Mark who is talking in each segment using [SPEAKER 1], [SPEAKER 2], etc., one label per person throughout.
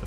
[SPEAKER 1] The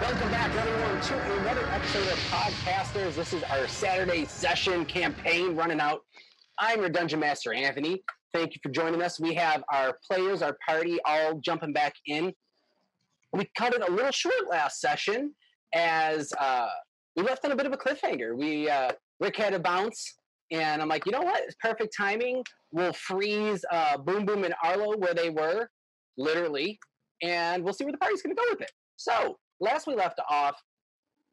[SPEAKER 2] Welcome back, everyone, to another episode of Podcasters. This is our Saturday session campaign running out. I'm your Dungeon Master, Anthony. Thank you for joining us. We have our players, our party, all jumping back in. We cut it a little short last session as uh, we left on a bit of a cliffhanger. We uh, Rick had a bounce, and I'm like, you know what? It's perfect timing. We'll freeze uh, Boom Boom and Arlo where they were, literally, and we'll see where the party's going to go with it. So, last we left off,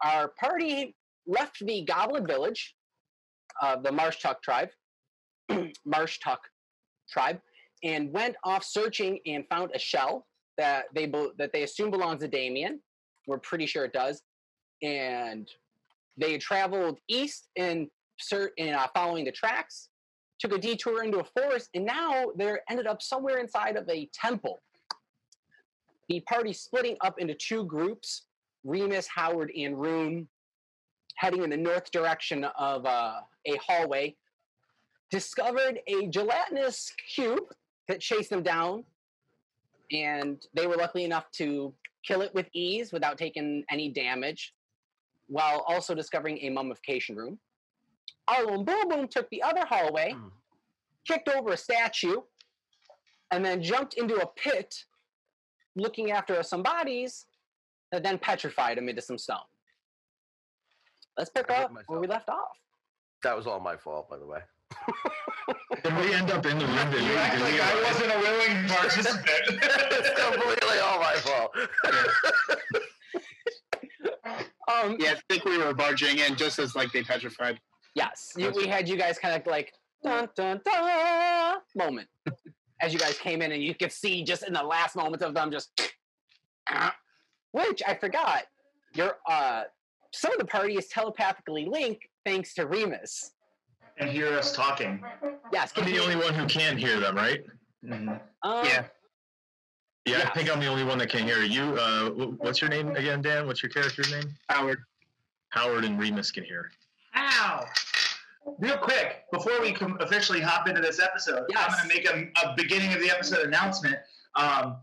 [SPEAKER 2] our party left the Goblin Village of the Marsh Tuck tribe, Marsh Tuck tribe, and went off searching and found a shell that they bel that they assume belongs to Damien. We're pretty sure it does, and they traveled east and ser- and uh, following the tracks, took a detour into a forest, and now they're ended up somewhere inside of a temple the party splitting up into two groups remus howard and rune heading in the north direction of uh, a hallway discovered a gelatinous cube that chased them down and they were lucky enough to kill it with ease without taking any damage while also discovering a mummification room arlo and boom boom took the other hallway
[SPEAKER 3] Hmm.
[SPEAKER 2] kicked over a statue and then jumped into a pit looking after some bodies that then petrified him into some stone. Let's pick
[SPEAKER 3] I hit
[SPEAKER 2] up where we left off.
[SPEAKER 3] That was all my fault, by the way.
[SPEAKER 4] Did we end up in the room? Did we,
[SPEAKER 5] You act
[SPEAKER 4] did
[SPEAKER 5] like
[SPEAKER 4] we-
[SPEAKER 5] I wasn't a willing
[SPEAKER 3] it's
[SPEAKER 5] participant.
[SPEAKER 3] completely all my fault.
[SPEAKER 2] Um,
[SPEAKER 5] yeah, I think we were barging in just as like they petrified.
[SPEAKER 2] Yes, you, we had you guys kind of like dun dun dun moment as you guys came in, and you could see just in the last moments of them just, which I forgot. Your uh, some of the party is telepathically linked thanks to Remus.
[SPEAKER 5] And hear us talking.
[SPEAKER 2] Yes,
[SPEAKER 4] I'm
[SPEAKER 2] can
[SPEAKER 4] the
[SPEAKER 2] you-
[SPEAKER 4] only one who can hear them, right?
[SPEAKER 5] Mm-hmm.
[SPEAKER 2] um,
[SPEAKER 5] Yeah.
[SPEAKER 4] Yeah,
[SPEAKER 2] Yeah.
[SPEAKER 4] I think I'm the only one that can hear you. Uh, wh- what's your name again, Dan? What's your character's name?
[SPEAKER 5] Howard.
[SPEAKER 4] Howard and Remus can hear.
[SPEAKER 5] Ow! Real quick, before we com- officially hop into this episode,
[SPEAKER 2] Yes.
[SPEAKER 5] I'm going to make a, a beginning of the episode announcement. Um,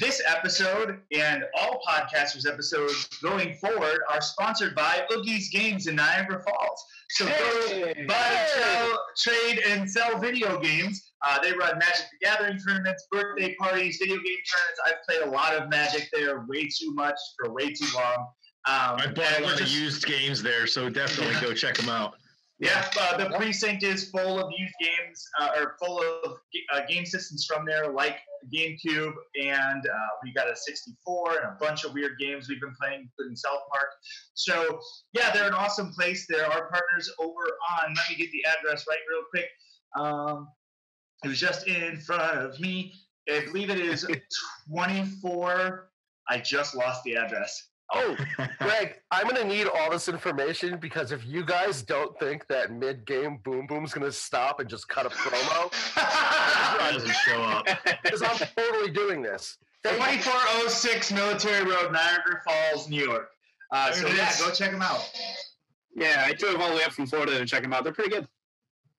[SPEAKER 5] this episode and all podcasters episodes going forward are sponsored by Oogie's Games in Niagara Falls. So go buy, sell, trade, and sell video games. Uh, they run Magic the Gathering tournaments, birthday parties, video game tournaments. I've played a lot of Magic there, way too much for way too long. Um,
[SPEAKER 4] I bought a
[SPEAKER 5] and we're
[SPEAKER 4] lot of
[SPEAKER 5] just-
[SPEAKER 4] used games there, so definitely go check them out.
[SPEAKER 5] yeah, uh, the precinct is full of youth games, uh, or full of g- uh, game systems from there, like GameCube, and uh, we got a 64 and a bunch of weird games we've been playing, including South Park. So, yeah, they're an awesome place. They're our partners over on, let me get the address right real quick. Um, it was just in front of me. I believe it is 24. I just lost the address.
[SPEAKER 3] oh, Greg, I'm going to need all this information because if you guys don't think that mid game Boom Boom's going to stop and just cut a promo,
[SPEAKER 4] That doesn't show up.
[SPEAKER 3] because I'm totally doing this. Thank you.
[SPEAKER 5] 2406 Military Road, Niagara Falls, New York. Uh, so yeah, go check them out.
[SPEAKER 6] Yeah, I drove all the way up from Florida to check them out. They're pretty good.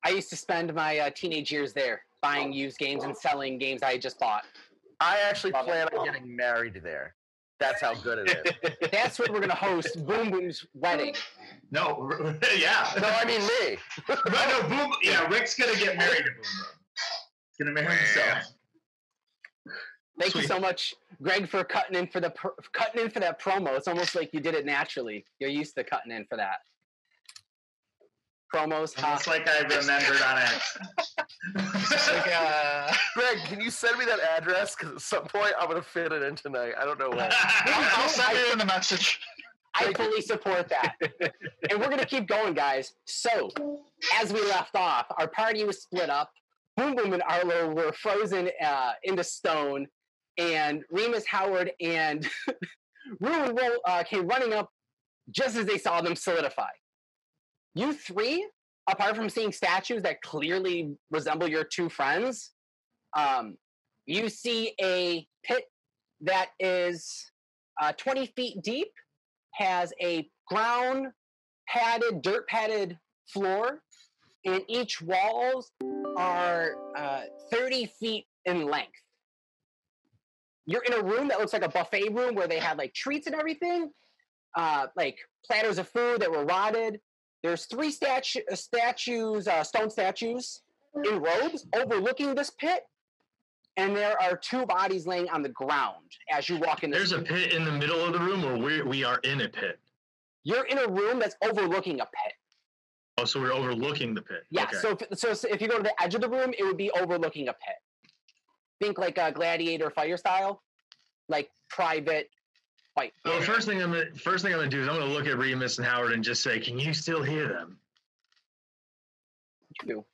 [SPEAKER 2] I used to spend my uh, teenage years there buying used games and selling games I had just bought.
[SPEAKER 3] I actually
[SPEAKER 2] Love it.
[SPEAKER 3] plan on getting married there. That's how good it is.
[SPEAKER 2] That's where we're gonna host Boom Boom's wedding.
[SPEAKER 5] No, yeah.
[SPEAKER 3] no, I mean me.
[SPEAKER 5] But no, Boom. Yeah, Rick's gonna get married to Boom Boom. He's gonna marry himself.
[SPEAKER 2] Thank you
[SPEAKER 4] Sweet.
[SPEAKER 2] so much, Greg, for cutting in for the pr- cutting in for that promo. It's almost like you did it naturally. You're used to cutting in for that. Promos, ha.
[SPEAKER 5] Just like I remembered on it.
[SPEAKER 2] uh,
[SPEAKER 3] Greg, can you send me that address? Because at some point I'm going to fit it in tonight. I don't know when.
[SPEAKER 2] I'll send
[SPEAKER 5] you the message.
[SPEAKER 2] I fully support that. and we're gonna keep going, guys. So, as we left off, our party was split up. Boom Boom and Arlo were frozen uh, into stone, and Remus Howard and Rue uh, came running up just as they saw them solidify. You three, apart from seeing statues that clearly resemble your two friends, um, you see a pit that is uh, 20 feet deep, has a ground padded, dirt padded floor, and each walls are uh, 30 feet in length. You're in a room that looks like a buffet room where they had like treats and everything, uh, like platters of food that were rotted. There's three statu- uh, statues, uh, stone statues in robes overlooking this pit, and there are two bodies laying on the ground as you walk in. This
[SPEAKER 4] There's a pit in the middle of the room where we we are in a pit.
[SPEAKER 2] You're in a room that's overlooking a pit.
[SPEAKER 4] Oh, so we're overlooking the pit.
[SPEAKER 2] Yeah.
[SPEAKER 4] Okay.
[SPEAKER 2] So, if, so s- if you go to the edge of the room, it would be overlooking a pit. Think like a gladiator fire style, like private fight.
[SPEAKER 5] Oh,
[SPEAKER 4] Well, the first thing I'm gonna, first thing I'm gonna do is I'm gonna look at Remus and Howard and just say, "Can you still hear them?"
[SPEAKER 2] do.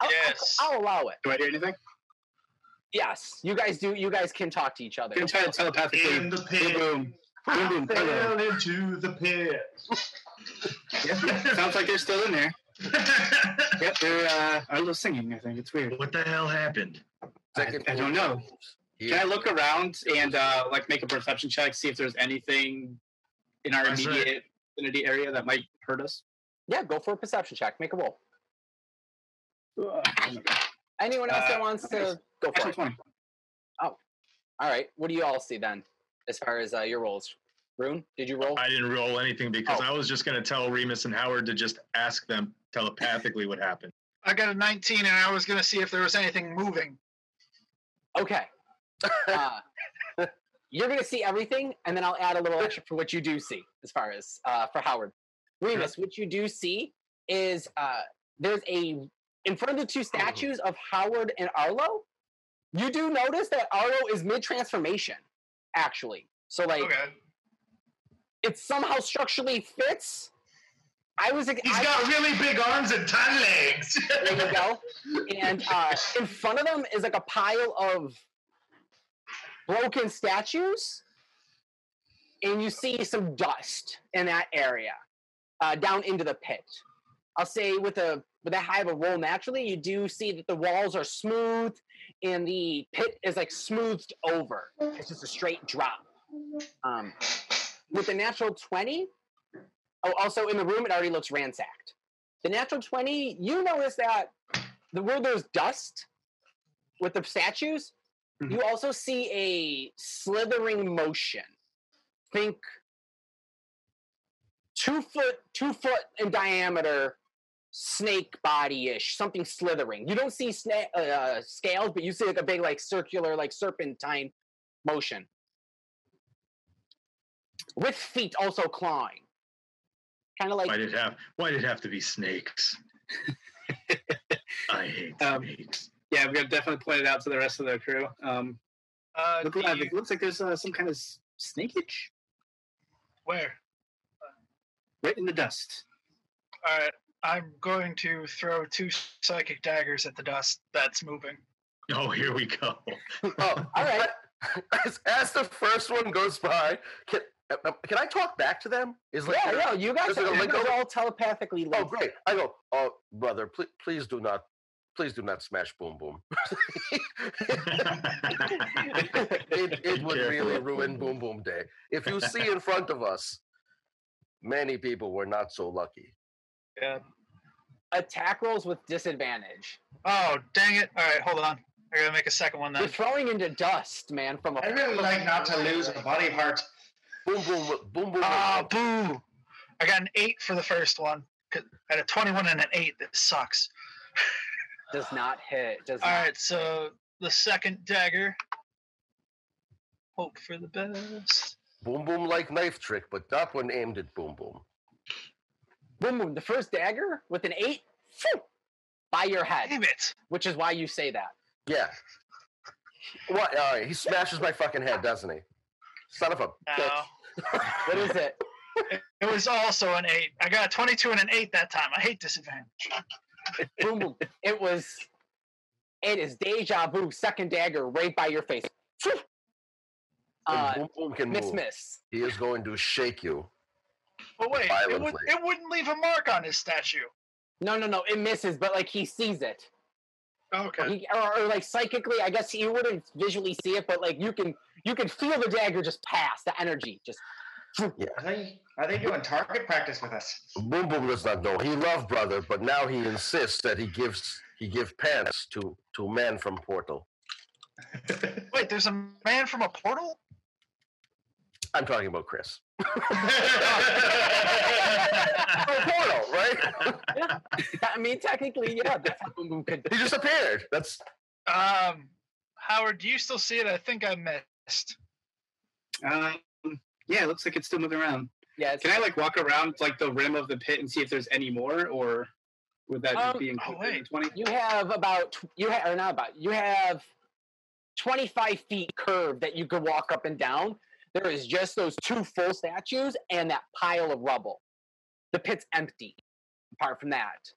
[SPEAKER 2] I'll, I'll-
[SPEAKER 6] Yes.
[SPEAKER 2] I'll, allow it.
[SPEAKER 6] Do I hear anything?
[SPEAKER 2] Yes, you guys do. You guys can talk to each other.
[SPEAKER 6] I'm trying to telepathically.
[SPEAKER 5] In the
[SPEAKER 6] Boom,
[SPEAKER 5] pit.
[SPEAKER 6] boom, boom, boom, boom.
[SPEAKER 5] Fell into the pit.
[SPEAKER 6] Sounds like they're still in there. Yep, they're uh, are little singing. I think it's weird.
[SPEAKER 4] What the hell happened?
[SPEAKER 6] I, I don't know. Can I look around and uh, like make a perception check, see if there's anything in our
[SPEAKER 4] That's right.
[SPEAKER 6] immediate vicinity area that might hurt us?
[SPEAKER 2] Yeah, go for a perception check. Make a roll.
[SPEAKER 6] Ugh, oh my God.
[SPEAKER 2] Anyone else that
[SPEAKER 6] Uh,
[SPEAKER 2] wants to go for
[SPEAKER 6] Actually,
[SPEAKER 2] it?
[SPEAKER 6] 20.
[SPEAKER 2] All right. What do you all see then, as far as uh, your rolls? Rune, did you roll?
[SPEAKER 4] I didn't roll anything because
[SPEAKER 2] Oh.
[SPEAKER 4] I was just gonna tell Remus and Howard to just ask them telepathically what happened.
[SPEAKER 7] I got a 19, and I was going to see if there was anything moving.
[SPEAKER 2] Okay. Uh, you're gonna see everything, and then I'll add a little extra for what you do see, as far as uh, for Howard. Remus, what you do see is uh, there's a in front of the two statues of Howard and Arlo. You do notice that Arlo is mid transformation, actually. So like
[SPEAKER 7] Okay.
[SPEAKER 2] it somehow structurally fits. I was ex-
[SPEAKER 5] He's
[SPEAKER 2] I-
[SPEAKER 5] got really big arms and ton legs.
[SPEAKER 2] there you go. And uh, in front of them is like a pile of broken statues, and you see some dust in that area, uh, down into the pit. I'll say with a with that high of a roll, naturally, you do see that the walls are smooth, and the pit is like smoothed over. It's just a straight drop. Um, with a natural twenty. Oh, also in the room, it already looks ransacked the natural 20 you notice that the where there's dust with the statues you also see a slithering motion think two foot two foot in diameter snake body-ish something slithering you don't see sna- uh, uh, scales but you see like a big like circular like serpentine motion with feet also clawing kind of like
[SPEAKER 4] Why did it have Why did it have to be snakes? I hate
[SPEAKER 6] Um,
[SPEAKER 4] snakes.
[SPEAKER 6] Yeah, we're gonna definitely point it out to the rest of the crew. Um,
[SPEAKER 7] Uh,
[SPEAKER 6] look
[SPEAKER 7] do
[SPEAKER 6] alive.
[SPEAKER 7] you-
[SPEAKER 6] It looks like there's uh, some kind of s- snakeage
[SPEAKER 7] where?
[SPEAKER 6] right in the dust.
[SPEAKER 7] All right. uh, I'm going to throw two psychic daggers at the dust that's moving.
[SPEAKER 4] Oh, here we go.
[SPEAKER 3] Oh,
[SPEAKER 2] all right
[SPEAKER 3] as, as the first one goes by, can, uh, uh, can I talk back to them? Is like,
[SPEAKER 2] Yeah, no, you guys,
[SPEAKER 3] Is it a
[SPEAKER 2] are, you
[SPEAKER 3] link
[SPEAKER 2] guys
[SPEAKER 3] over?
[SPEAKER 2] are all telepathically linked.
[SPEAKER 3] oh great! I go, oh brother, please, please do not, please do not smash Boom Boom. it, it
[SPEAKER 4] Be
[SPEAKER 3] would
[SPEAKER 4] careful
[SPEAKER 3] really
[SPEAKER 4] of Boom
[SPEAKER 3] ruin
[SPEAKER 4] Boom.
[SPEAKER 3] Boom Boom Day. If you see in front of us, many people were not so lucky.
[SPEAKER 7] Yeah.
[SPEAKER 2] Attack rolls with disadvantage.
[SPEAKER 7] Oh, dang it. All right, hold on. I gotta make a second one
[SPEAKER 2] You're
[SPEAKER 7] then.
[SPEAKER 2] throwing into dust, man, from a
[SPEAKER 5] I really like not to lose a body part.
[SPEAKER 3] Boom Boom, wa- Boom Boom.
[SPEAKER 7] Ah,
[SPEAKER 3] was
[SPEAKER 7] boo. I got an eight for the first one. 'cause I had a 21 and an eight. That sucks.
[SPEAKER 2] does not hit. Does
[SPEAKER 7] All
[SPEAKER 2] not.
[SPEAKER 7] right, so the second dagger. Hope for the best.
[SPEAKER 3] boom Boom like knife trick, but not when aimed at Boom Boom.
[SPEAKER 2] Boom, boom. The first dagger with an eight, phew, by your head,
[SPEAKER 7] Damn it.
[SPEAKER 2] which is why you say that.
[SPEAKER 3] Yeah. What? All right, he smashes my fucking head, doesn't he? Son of a bitch.
[SPEAKER 7] No.
[SPEAKER 2] What is it?
[SPEAKER 7] It was also an eight. I got a 22 and an eight that time. I hate disadvantage.
[SPEAKER 2] boom, boom. It was. It is deja vu. Second dagger right by your face. Phew.
[SPEAKER 3] And
[SPEAKER 2] Uh,
[SPEAKER 3] boom boom can
[SPEAKER 2] miss,
[SPEAKER 3] move.
[SPEAKER 2] miss.
[SPEAKER 3] He is going to shake you.
[SPEAKER 7] But wait, it, would,
[SPEAKER 3] Violently.
[SPEAKER 7] it wouldn't leave a mark on his statue.
[SPEAKER 2] No, no, no. It misses, but like he sees it.
[SPEAKER 6] Oh,
[SPEAKER 7] Okay.
[SPEAKER 2] He, or, or like psychically, I guess you wouldn't visually see it, but like you can you can feel the dagger just pass the energy. Just
[SPEAKER 5] Are they, are they doing target practice with us?
[SPEAKER 3] Boom Boom does not know. He loved brother, but now he insists that he gives he give pants to to a man from Portal.
[SPEAKER 7] Wait, there's a man from a portal?
[SPEAKER 3] I'm talking about Chris. From Portal, right?
[SPEAKER 2] Oh, I mean, technically, yeah, that's how boom boom could.
[SPEAKER 3] He just appeared. That's
[SPEAKER 7] Um, Howard, do you still see it? I think I missed.
[SPEAKER 6] Um, yeah, it looks like it's still moving around.
[SPEAKER 2] Yeah, it's,
[SPEAKER 6] Can I like walk around like the rim of the pit and see if there's any more, or would that
[SPEAKER 2] Um,
[SPEAKER 6] be
[SPEAKER 7] oh,
[SPEAKER 6] included? in
[SPEAKER 7] wait.
[SPEAKER 6] the Twenty.
[SPEAKER 2] you have about tw- you ha- or not about you have twenty five feet curve that you could walk up and down. There is just those two full statues and that pile of rubble. The pit's empty. Apart from that,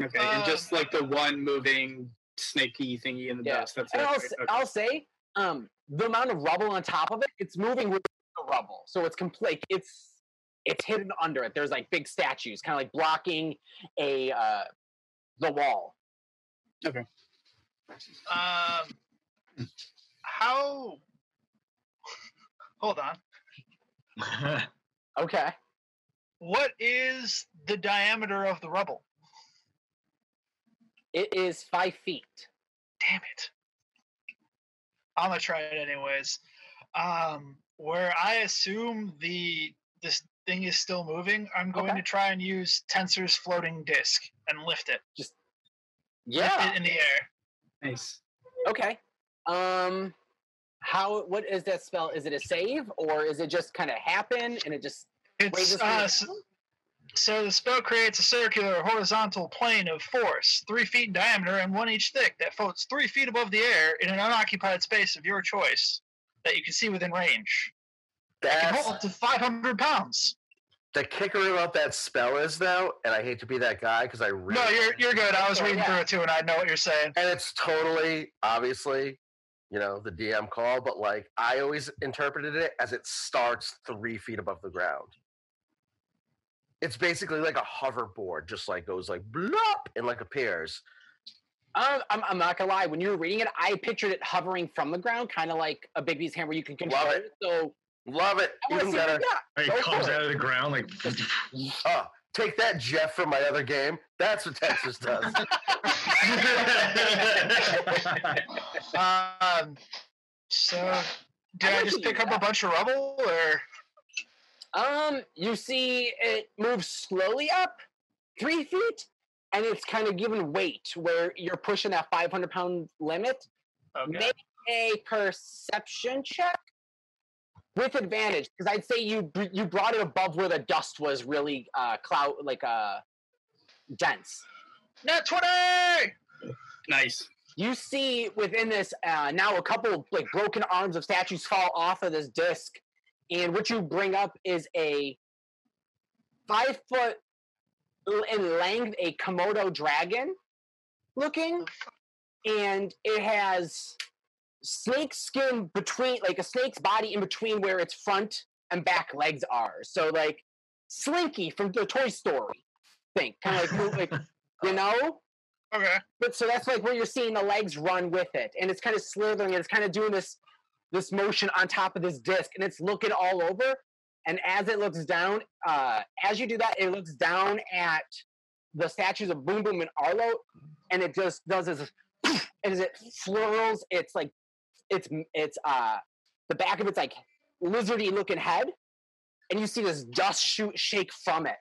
[SPEAKER 6] Okay,
[SPEAKER 2] uh,
[SPEAKER 6] and just like the one moving snaky thingy in the
[SPEAKER 2] Yeah.
[SPEAKER 6] dust. That's it.
[SPEAKER 2] and I'll,
[SPEAKER 6] right?
[SPEAKER 2] s
[SPEAKER 6] Okay.
[SPEAKER 2] will say um, the amount of rubble on top of it, it's moving with the rubble, so it's complete. It's it's hidden under it. There's like big statues, kind of like blocking a uh, the wall.
[SPEAKER 7] Um, how? Hold on.
[SPEAKER 2] Okay,
[SPEAKER 7] What is the diameter of the rubble?
[SPEAKER 2] it is five feet.
[SPEAKER 7] Damn it! I'm gonna try it anyways. Um, where I assume the this thing is still moving, I'm going
[SPEAKER 2] Okay.
[SPEAKER 7] to try and use Tensor's floating disc and lift it
[SPEAKER 2] Yeah.
[SPEAKER 7] in, in the air.
[SPEAKER 6] nice.
[SPEAKER 2] Okay. Um, how? What is that spell? Is it a save or is it just kind of happen and it just?
[SPEAKER 7] It's
[SPEAKER 2] raises
[SPEAKER 7] uh,
[SPEAKER 2] me
[SPEAKER 7] s-
[SPEAKER 2] down?
[SPEAKER 7] So the spell creates a circular horizontal plane of force, three feet in diameter and one inch thick, that floats three feet above the air in an unoccupied space of your choice that you can see within range. It can
[SPEAKER 3] that's
[SPEAKER 7] hold up to 500 pounds.
[SPEAKER 3] the kicker about that spell is though, and I hate to be that guy because I really Oh,
[SPEAKER 7] No, you're you're good. I was
[SPEAKER 2] Okay,
[SPEAKER 7] reading
[SPEAKER 2] yeah.
[SPEAKER 7] through it too, and I know what you're saying.
[SPEAKER 3] and it's totally obviously you know the dm call but like i always interpreted it as it starts three feet above the ground it's basically like a hoverboard just like goes like blop and like appears
[SPEAKER 2] Um, I'm, I'm not gonna lie. When you were reading it, I pictured it hovering from the ground, kind of like a Bigby's hand where you can control
[SPEAKER 3] Love
[SPEAKER 2] it. So
[SPEAKER 3] love it
[SPEAKER 2] I wanna
[SPEAKER 3] even
[SPEAKER 2] see what
[SPEAKER 3] better
[SPEAKER 2] you got. Go
[SPEAKER 4] it
[SPEAKER 2] for
[SPEAKER 4] comes
[SPEAKER 2] it.
[SPEAKER 4] out of the ground like.
[SPEAKER 3] oh take that jeff from my other game that's what texas does
[SPEAKER 7] Um, so did
[SPEAKER 2] I'm
[SPEAKER 7] I
[SPEAKER 2] okay
[SPEAKER 7] just pick
[SPEAKER 2] with
[SPEAKER 7] up a
[SPEAKER 2] that.
[SPEAKER 7] bunch of rubble, or
[SPEAKER 2] Um, you see it moves slowly up three feet, and it's kind of given weight where you're pushing that 500 pound limit.
[SPEAKER 7] okay,
[SPEAKER 2] Make a perception check with advantage, because I'd say you br- you brought it above where the dust was really uh cloud like uh dense.
[SPEAKER 7] not 20?
[SPEAKER 6] Nice.
[SPEAKER 2] You see within this uh, now a couple like broken arms of statues fall off of this disc, and what you bring up is a five foot l- in length a Komodo dragon looking, and it has snake skin between like a snake's body in between where its front and back legs are. So like Slinky from the Toy Story thing, kind of like, move- like you know.
[SPEAKER 7] Okay,
[SPEAKER 2] But so that's like where you're seeing the legs run with it, and it's kind of slithering, and it's kind of doing this this motion on top of this disc, and it's looking all over. And as it looks down, uh, as you do that, it looks down at the statues of Boom Boom and Arlo, and it just does this, and as it flurls, it's like it's it's uh the back of its like lizardy looking head, and you see this dust shoot shake from it.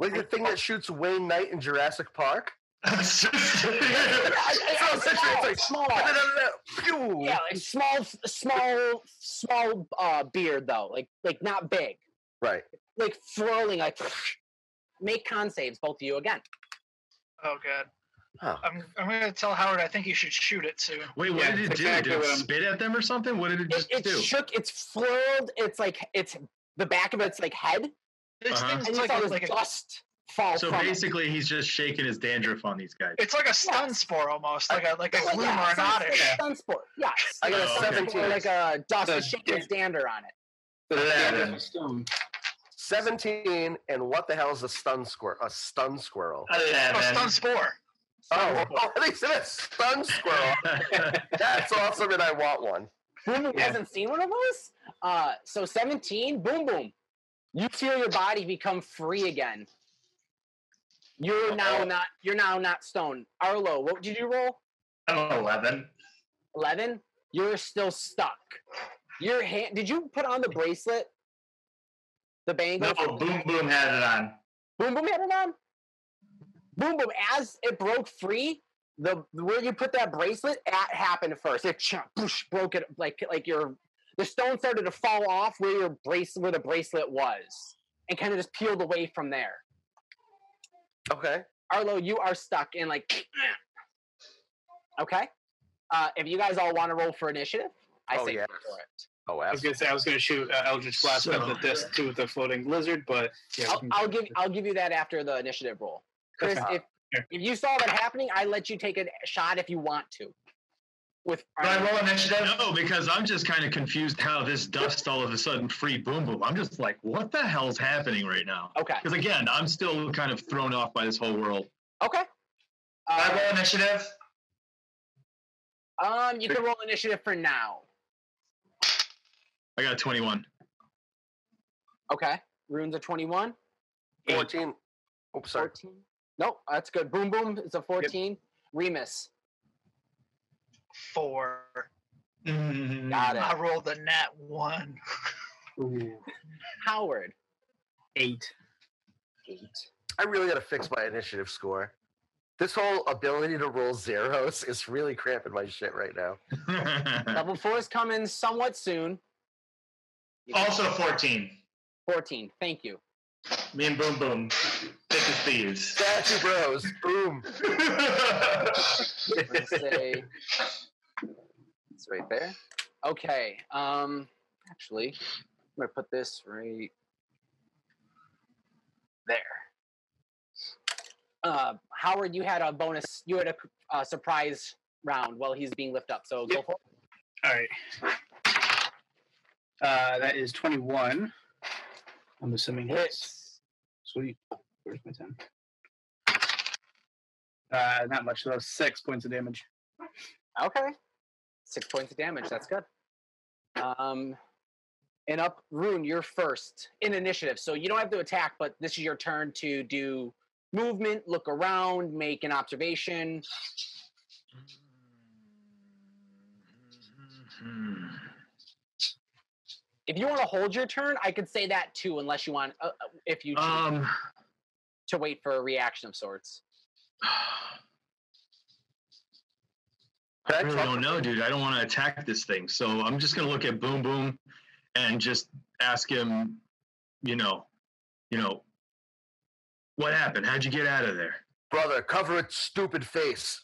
[SPEAKER 3] like the thing that shoots wayne knight in jurassic park
[SPEAKER 2] I- I-
[SPEAKER 3] So
[SPEAKER 2] it's
[SPEAKER 3] essentially it's
[SPEAKER 2] small,
[SPEAKER 3] like,
[SPEAKER 2] small.
[SPEAKER 3] Pew!
[SPEAKER 2] Yeah, like small, f- small, small uh, beard though, like like not big,
[SPEAKER 3] right
[SPEAKER 2] like swirling, like make con saves, both of you again.
[SPEAKER 7] oh god,
[SPEAKER 3] Huh.
[SPEAKER 7] I'm I'm gonna tell Howard I think he should shoot it soon.
[SPEAKER 4] Wait, what
[SPEAKER 6] Yeah,
[SPEAKER 4] did it do?
[SPEAKER 6] exactly
[SPEAKER 4] Did
[SPEAKER 6] what
[SPEAKER 4] it
[SPEAKER 6] I'm-
[SPEAKER 4] spit at them or something? What did it
[SPEAKER 2] It,
[SPEAKER 4] just
[SPEAKER 2] it
[SPEAKER 4] do?
[SPEAKER 2] shook, it's flurled, it's like it's the back of its like head,
[SPEAKER 7] This
[SPEAKER 4] Uh-huh.
[SPEAKER 7] thing's
[SPEAKER 2] and you
[SPEAKER 7] like
[SPEAKER 2] saw
[SPEAKER 7] a,
[SPEAKER 2] this
[SPEAKER 7] like a
[SPEAKER 2] dust fall
[SPEAKER 4] So
[SPEAKER 2] from it.
[SPEAKER 4] basically, he's just shaking his dandruff on these guys.
[SPEAKER 7] It's like a stun
[SPEAKER 2] Yeah.
[SPEAKER 7] spore almost, like a like a
[SPEAKER 2] Like,
[SPEAKER 7] gloom
[SPEAKER 2] yeah,
[SPEAKER 7] or an
[SPEAKER 2] some
[SPEAKER 7] otter.
[SPEAKER 2] sort of Sun sport, yeah.
[SPEAKER 3] i got
[SPEAKER 4] Oh, okay.
[SPEAKER 3] a
[SPEAKER 2] Or
[SPEAKER 3] 17
[SPEAKER 2] like a dust
[SPEAKER 6] So,
[SPEAKER 2] with shaking
[SPEAKER 6] yeah.
[SPEAKER 2] his dander on it.
[SPEAKER 6] The
[SPEAKER 3] Eleven.
[SPEAKER 6] damage of stone.
[SPEAKER 3] 17, and what the hell is a stun squirrel? A stun squirrel.
[SPEAKER 7] Oh, stun
[SPEAKER 8] Eleven.
[SPEAKER 7] spore.
[SPEAKER 3] Oh, oh at least it is stun squirrel. That's awesome, and I want one.
[SPEAKER 2] Boom Boom hasn't seen one of those. Uh, so 17, Boom Boom. You feel your body become free again. You're now not you're now not stoned. Arlo, what did you roll?
[SPEAKER 8] I'm eleven.
[SPEAKER 2] 11 you're still stuck your hand did you put on the bracelet the bangle
[SPEAKER 8] No, boom, boom had it on.
[SPEAKER 2] boom boom had it on boom boom as it broke free the where you put that bracelet that happened first it chomp, poosh, broke it like like your the stone started to fall off where your bracelet where the bracelet was and kind of just peeled away from there
[SPEAKER 3] Okay.
[SPEAKER 2] Arlo, you are stuck in like. okay. Uh, if you guys all want to roll for initiative, I
[SPEAKER 3] Oh,
[SPEAKER 2] say
[SPEAKER 3] yes.
[SPEAKER 2] go for it.
[SPEAKER 3] Oh,
[SPEAKER 6] I was gonna say I was gonna shoot uh, Eldritch Blast
[SPEAKER 5] So-
[SPEAKER 6] up at this too with the floating lizard, but yeah, we
[SPEAKER 2] I'll,
[SPEAKER 6] can-
[SPEAKER 2] I'll give I'll give you that after the initiative roll. Chris,
[SPEAKER 6] Okay.
[SPEAKER 2] if,
[SPEAKER 6] Sure.
[SPEAKER 2] if you saw that happening, I let you take a shot if you want to. With
[SPEAKER 8] Can I roll initiative?
[SPEAKER 5] No, because I'm just kind of confused how this dust all of a sudden free boom boom. I'm just like, what the hell's happening right now?
[SPEAKER 2] okay,
[SPEAKER 5] Because again, I'm still kind of thrown off by this whole world.
[SPEAKER 2] okay.
[SPEAKER 8] Can I
[SPEAKER 2] Uh,
[SPEAKER 8] roll initiative?
[SPEAKER 2] um, you can roll initiative for now.
[SPEAKER 5] I got 21.
[SPEAKER 2] Okay, runes a twenty-one.
[SPEAKER 3] 14. Oh, sorry.
[SPEAKER 2] 14. No, that's good. Boom boom is a fourteen. Remus,
[SPEAKER 7] Four.
[SPEAKER 2] got it.
[SPEAKER 7] I rolled a nat one.
[SPEAKER 6] Ooh,
[SPEAKER 2] Howard,
[SPEAKER 6] eight.
[SPEAKER 2] eight.
[SPEAKER 3] I really got to fix my initiative score. This whole ability to roll zeros is really cramping my shit right now.
[SPEAKER 2] Level four is coming somewhat soon. You got
[SPEAKER 8] Also fourteen.
[SPEAKER 2] 14. Thank you.
[SPEAKER 8] Me and Boom Boom. Thick as thieves.
[SPEAKER 3] Statue Bros. Boom.
[SPEAKER 2] Let's say it's right there. Okay. Um, actually, I'm gonna put this right there. Uh, Howard, you had a bonus. You had a uh, surprise round while he's being lifted up. So go for it.
[SPEAKER 6] All right. Uh, that is 21. I'm assuming hits. Sweet. Where's my 10? Uh, not much, though. Six points of damage.
[SPEAKER 2] Okay. Six points of damage. That's good. Um, and up, Rune, you're first in initiative. So you don't have to attack, but this is your turn to do movement, look around, make an observation. If you want to hold your turn, I could say that too, unless you want, uh, uh, if you choose
[SPEAKER 5] um,
[SPEAKER 2] to wait for a reaction of sorts.
[SPEAKER 5] I
[SPEAKER 3] Can I
[SPEAKER 5] really
[SPEAKER 3] talk-
[SPEAKER 5] don't know, dude. I don't want to attack this thing. So I'm just going to look at Boom Boom and just ask him, you know, you know, what happened? How'd you get out of there?
[SPEAKER 3] Brother, cover its stupid face.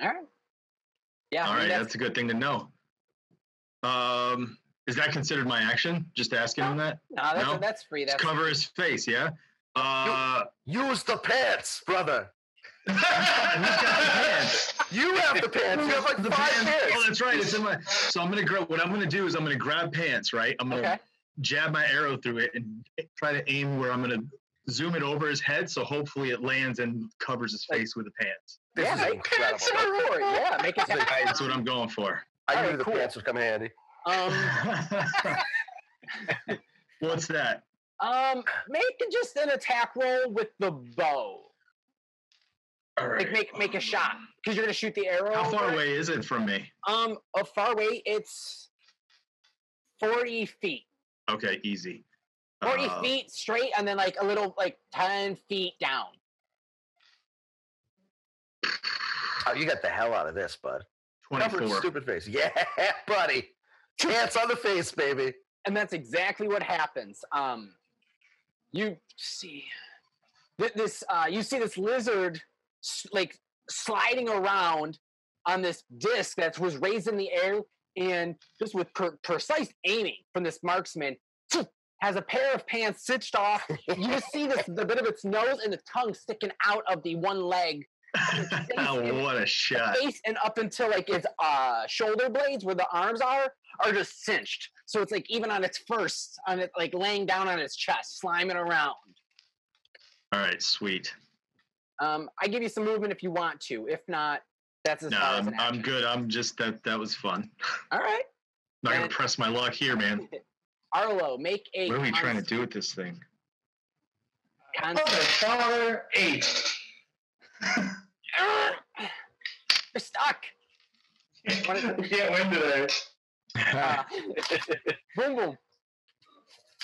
[SPEAKER 2] All right. Yeah. I
[SPEAKER 5] All
[SPEAKER 2] mean,
[SPEAKER 5] right,
[SPEAKER 2] that's-
[SPEAKER 5] that's a good thing to know. Um, is that considered my action? Just asking him that?
[SPEAKER 2] no, uh, that's,
[SPEAKER 5] no.
[SPEAKER 2] that's free. That's
[SPEAKER 5] Cover his face, yeah? Uh,
[SPEAKER 3] Use the pants, brother.
[SPEAKER 5] who's got the pants?
[SPEAKER 3] You have the pants. You have like
[SPEAKER 5] The
[SPEAKER 3] five
[SPEAKER 5] pants. Oh,
[SPEAKER 3] pants.
[SPEAKER 5] that's right. It's in my. So I'm gonna grab. What I'm gonna do is I'm gonna grab pants. Right. I'm gonna
[SPEAKER 2] okay.
[SPEAKER 5] jab my arrow through it and try to aim where I'm gonna zoom it over his head. So hopefully it lands and covers his face with the pants.
[SPEAKER 3] This
[SPEAKER 2] yeah,
[SPEAKER 3] is
[SPEAKER 2] make
[SPEAKER 3] incredible.
[SPEAKER 2] pants are for it. Yeah, make it happen.
[SPEAKER 5] I- That's what I'm going for.
[SPEAKER 3] I knew
[SPEAKER 2] Alright,
[SPEAKER 3] the
[SPEAKER 2] cool.
[SPEAKER 3] pants would come in handy.
[SPEAKER 2] Um,
[SPEAKER 5] What's that?
[SPEAKER 2] um, make just an attack roll with the bow.
[SPEAKER 5] All
[SPEAKER 2] Like make make a shot because you're gonna shoot the arrow.
[SPEAKER 5] How
[SPEAKER 2] over
[SPEAKER 5] far
[SPEAKER 2] it.
[SPEAKER 5] away is it from me?
[SPEAKER 2] Um, a far away. It's forty feet.
[SPEAKER 5] Okay, easy.
[SPEAKER 2] 40
[SPEAKER 5] Uh,
[SPEAKER 2] feet straight and then like a little like 10 feet down
[SPEAKER 3] Oh, you got the hell out of this, bud. Cover its
[SPEAKER 5] 24.
[SPEAKER 3] stupid face. Yeah, buddy. Pants on the face, baby.
[SPEAKER 2] and that's exactly what happens um you see th- this uh you see this lizard s- like sliding around on this disc that was raised in the air and just with per- precise aiming from this marksman has a pair of pants stitched off you just see this the bit of its nose and the tongue sticking out of the one leg
[SPEAKER 4] what a shot.
[SPEAKER 2] face and up until like its uh, shoulder blades where the arms are are just cinched. So it's like even on its first, on it like laying down on its chest, sliming around.
[SPEAKER 4] All right, sweet.
[SPEAKER 2] Um, I give you some movement if you want to. If not, that's as
[SPEAKER 4] No,
[SPEAKER 2] far as
[SPEAKER 4] I'm,
[SPEAKER 2] an
[SPEAKER 4] I'm
[SPEAKER 2] action.
[SPEAKER 4] good. I'm just that that was fun.
[SPEAKER 2] All right,
[SPEAKER 4] Not gonna
[SPEAKER 2] And-
[SPEAKER 4] press my luck here, man.
[SPEAKER 2] Arlo, make a.
[SPEAKER 4] What are we
[SPEAKER 2] con-
[SPEAKER 4] trying to do with this thing?
[SPEAKER 2] con-
[SPEAKER 5] Father eight.
[SPEAKER 2] You're stuck.
[SPEAKER 5] we can't win today.
[SPEAKER 2] Uh, boom, boom.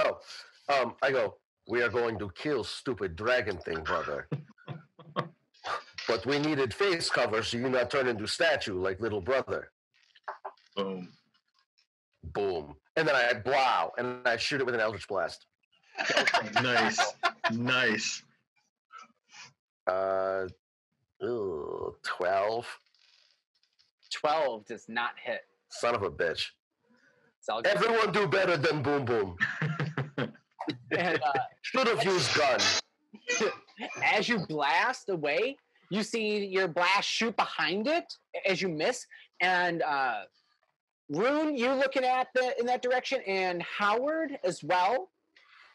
[SPEAKER 3] Oh, um, I go, we are going to kill stupid dragon thing, brother. but we needed face cover so you not turn into statue like little brother.
[SPEAKER 4] Boom.
[SPEAKER 3] Boom. And then I blow and I shoot it with an eldritch blast.
[SPEAKER 4] Nice. nice.
[SPEAKER 3] Uh, ooh, 12.
[SPEAKER 2] Twelve does not hit.
[SPEAKER 3] Son of a bitch.
[SPEAKER 2] It's all good.
[SPEAKER 3] Everyone do better than Boom Boom.
[SPEAKER 2] And, uh,
[SPEAKER 3] Should have used gun.
[SPEAKER 2] as you blast away, you see your blast shoot behind it as you miss. And uh, Rune, you looking at the in that direction, and Howard as well.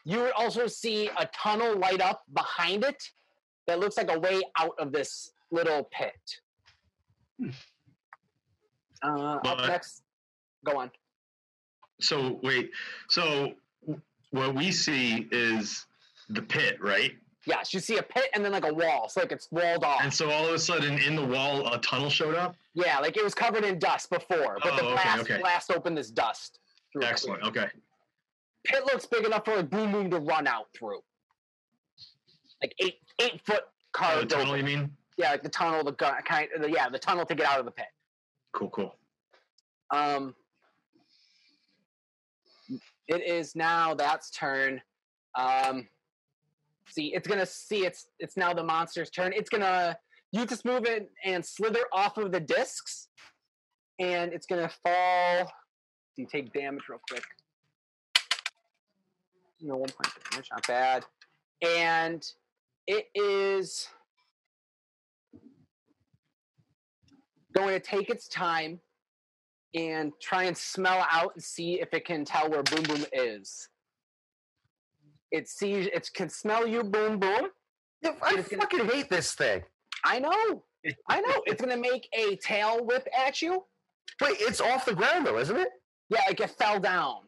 [SPEAKER 2] You would also see a tunnel light up behind it that looks like a way out of this little pit. Uh, up
[SPEAKER 4] But-
[SPEAKER 2] next, go on.
[SPEAKER 4] So wait. So w- what we see is the pit, right?
[SPEAKER 2] Yes, you see a pit and then like a wall. So like it's walled off.
[SPEAKER 4] And so all of a sudden, in the wall, a tunnel showed up.
[SPEAKER 2] Yeah, like it was covered in dust before, but the
[SPEAKER 4] Oh, okay,
[SPEAKER 2] blast
[SPEAKER 4] okay.
[SPEAKER 2] blast opened this dust. through it.
[SPEAKER 4] Excellent. Okay.
[SPEAKER 2] Pit looks big enough for a boom boom to run out through. Like eight eight foot
[SPEAKER 4] Oh,
[SPEAKER 2] car.
[SPEAKER 7] Uh,
[SPEAKER 4] the tunnel, you mean?
[SPEAKER 2] Yeah, like the tunnel, the gun kind the, yeah, the tunnel to get out of the pit.
[SPEAKER 4] Cool. Cool.
[SPEAKER 2] Um it is now that's turn. Um see, it's gonna see it's it's now the monster's turn. It's gonna you just move it and slither off of the discs and it's gonna fall. Do you take damage real quick? You know, one point damage, not bad. And it is going to take its time and try and smell out and see if it can tell where Boom Boom is. It sees it can smell you, Boom Boom.
[SPEAKER 3] I fucking hate this thing.
[SPEAKER 2] I know, I know. It's gonna make a tail whip at you.
[SPEAKER 3] Wait, it's off the ground though, isn't it?
[SPEAKER 2] Yeah, like it fell down.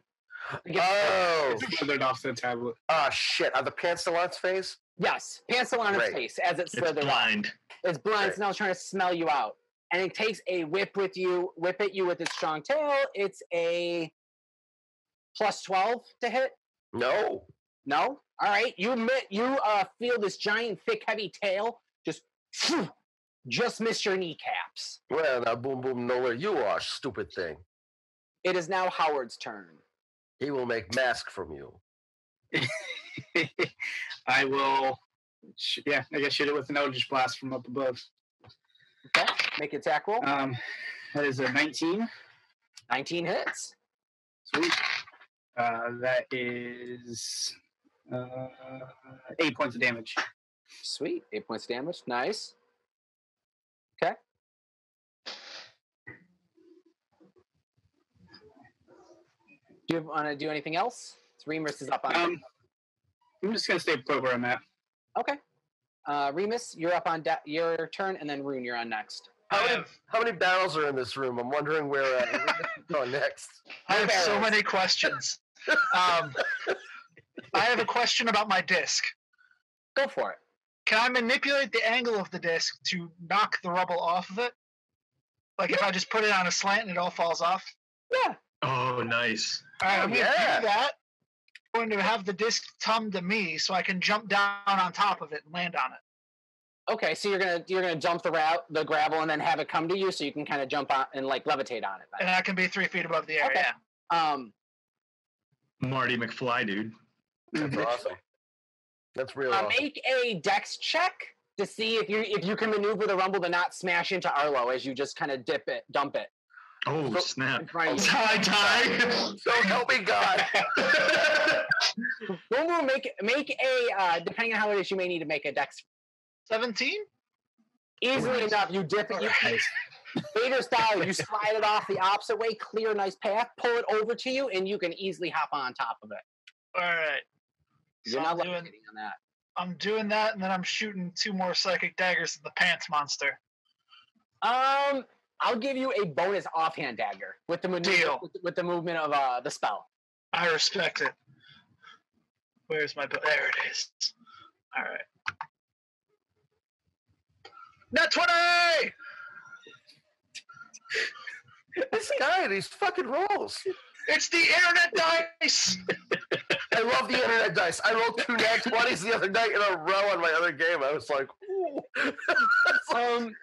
[SPEAKER 2] Like it-
[SPEAKER 3] Oh,
[SPEAKER 6] Slithered off the tablet.
[SPEAKER 3] ah, shit. Are the pants still on its face?
[SPEAKER 2] yes, pants still on its
[SPEAKER 3] Great.
[SPEAKER 2] face as it
[SPEAKER 4] It's
[SPEAKER 2] slithered. off.
[SPEAKER 4] blind.
[SPEAKER 2] It's blind.
[SPEAKER 3] Great.
[SPEAKER 2] It's now trying to smell you out, and it takes a whip with you, whip at you with its strong tail. It's a plus twelve to hit.
[SPEAKER 3] No.
[SPEAKER 2] No. All right. You mi- you uh, feel this giant, thick, heavy tail just phew, just miss your kneecaps.
[SPEAKER 3] Well, now Boom Boom know where you are, stupid thing.
[SPEAKER 2] It is now Howard's turn.
[SPEAKER 3] He will make mask from you.
[SPEAKER 6] I will. Sh- yeah, I guess shoot it with an Eldritch Blast from up above.
[SPEAKER 2] Okay. Make an attack roll.
[SPEAKER 6] Um, that is a 19.
[SPEAKER 2] Nineteen hits.
[SPEAKER 6] Sweet. Uh, that is uh, eight points of damage.
[SPEAKER 2] Sweet. Eight points of damage. Nice. Okay. Do you want to do anything else? It's Remus is up on.
[SPEAKER 6] Um, I'm just gonna stay put where I'm at.
[SPEAKER 2] okay. Uh, Remus, you're up on da- your turn, and then Rune, you're on next.
[SPEAKER 5] I
[SPEAKER 3] How many,
[SPEAKER 5] have,
[SPEAKER 3] how many barrels are in this room? I'm wondering where uh, we're going next.
[SPEAKER 7] I have so
[SPEAKER 2] Barrels.
[SPEAKER 7] many questions. Um, I have a question about my disc.
[SPEAKER 2] Go for it.
[SPEAKER 7] Can I manipulate the angle of the disc to knock the rubble off of it? Like if I just put it on a slant and it all falls off?
[SPEAKER 2] Yeah.
[SPEAKER 4] Oh, nice.
[SPEAKER 7] All right, I'm going to
[SPEAKER 3] yeah.
[SPEAKER 7] do that. I'm going to have the disc come to me so I can jump down on top of it and land on it.
[SPEAKER 2] Okay, so you're gonna you're gonna jump the route the gravel and then have it come to you, so you can kind of jump on and like levitate on it.
[SPEAKER 7] And
[SPEAKER 2] then.
[SPEAKER 7] I can be three feet above the air.
[SPEAKER 2] Okay.
[SPEAKER 7] Yeah.
[SPEAKER 2] Um,
[SPEAKER 4] Marty McFly, dude.
[SPEAKER 3] That's
[SPEAKER 7] Mhm.
[SPEAKER 3] awesome. That's real
[SPEAKER 2] uh,
[SPEAKER 3] awesome.
[SPEAKER 2] make a dex check to see if you if you can maneuver the rumble to not smash into Arlo as you just kind of dip it, dump it.
[SPEAKER 4] Oh,
[SPEAKER 3] So-
[SPEAKER 4] snap.
[SPEAKER 2] in front of you.
[SPEAKER 4] Tie, tie.
[SPEAKER 3] So help me God.
[SPEAKER 2] Boom, boom, make make a uh, depending on how it is, you may need to make a dex.
[SPEAKER 7] 17?
[SPEAKER 2] Easily
[SPEAKER 7] Nice.
[SPEAKER 2] enough, you dip it. You,
[SPEAKER 7] Alright.
[SPEAKER 2] Vader style, you slide it off the opposite way, clear a nice path, pull it over to you, and you can easily hop on top of it.
[SPEAKER 7] All right. So
[SPEAKER 2] You're not
[SPEAKER 7] I'm
[SPEAKER 2] looking
[SPEAKER 7] doing,
[SPEAKER 2] on that.
[SPEAKER 7] I'm doing that, and then I'm shooting two more psychic daggers at the pants monster.
[SPEAKER 2] Um, I'll give you a bonus offhand dagger with the maneuver,
[SPEAKER 7] Deal.
[SPEAKER 2] with, with the movement of uh, the spell.
[SPEAKER 7] I respect it. Where's my bill? There it is. All right. Not 20!
[SPEAKER 3] This guy, these fucking rolls.
[SPEAKER 7] It's the internet dice!
[SPEAKER 3] I love the internet dice. I rolled two nat 20s the other night in a row on my other game. I was like, ooh.
[SPEAKER 2] Um,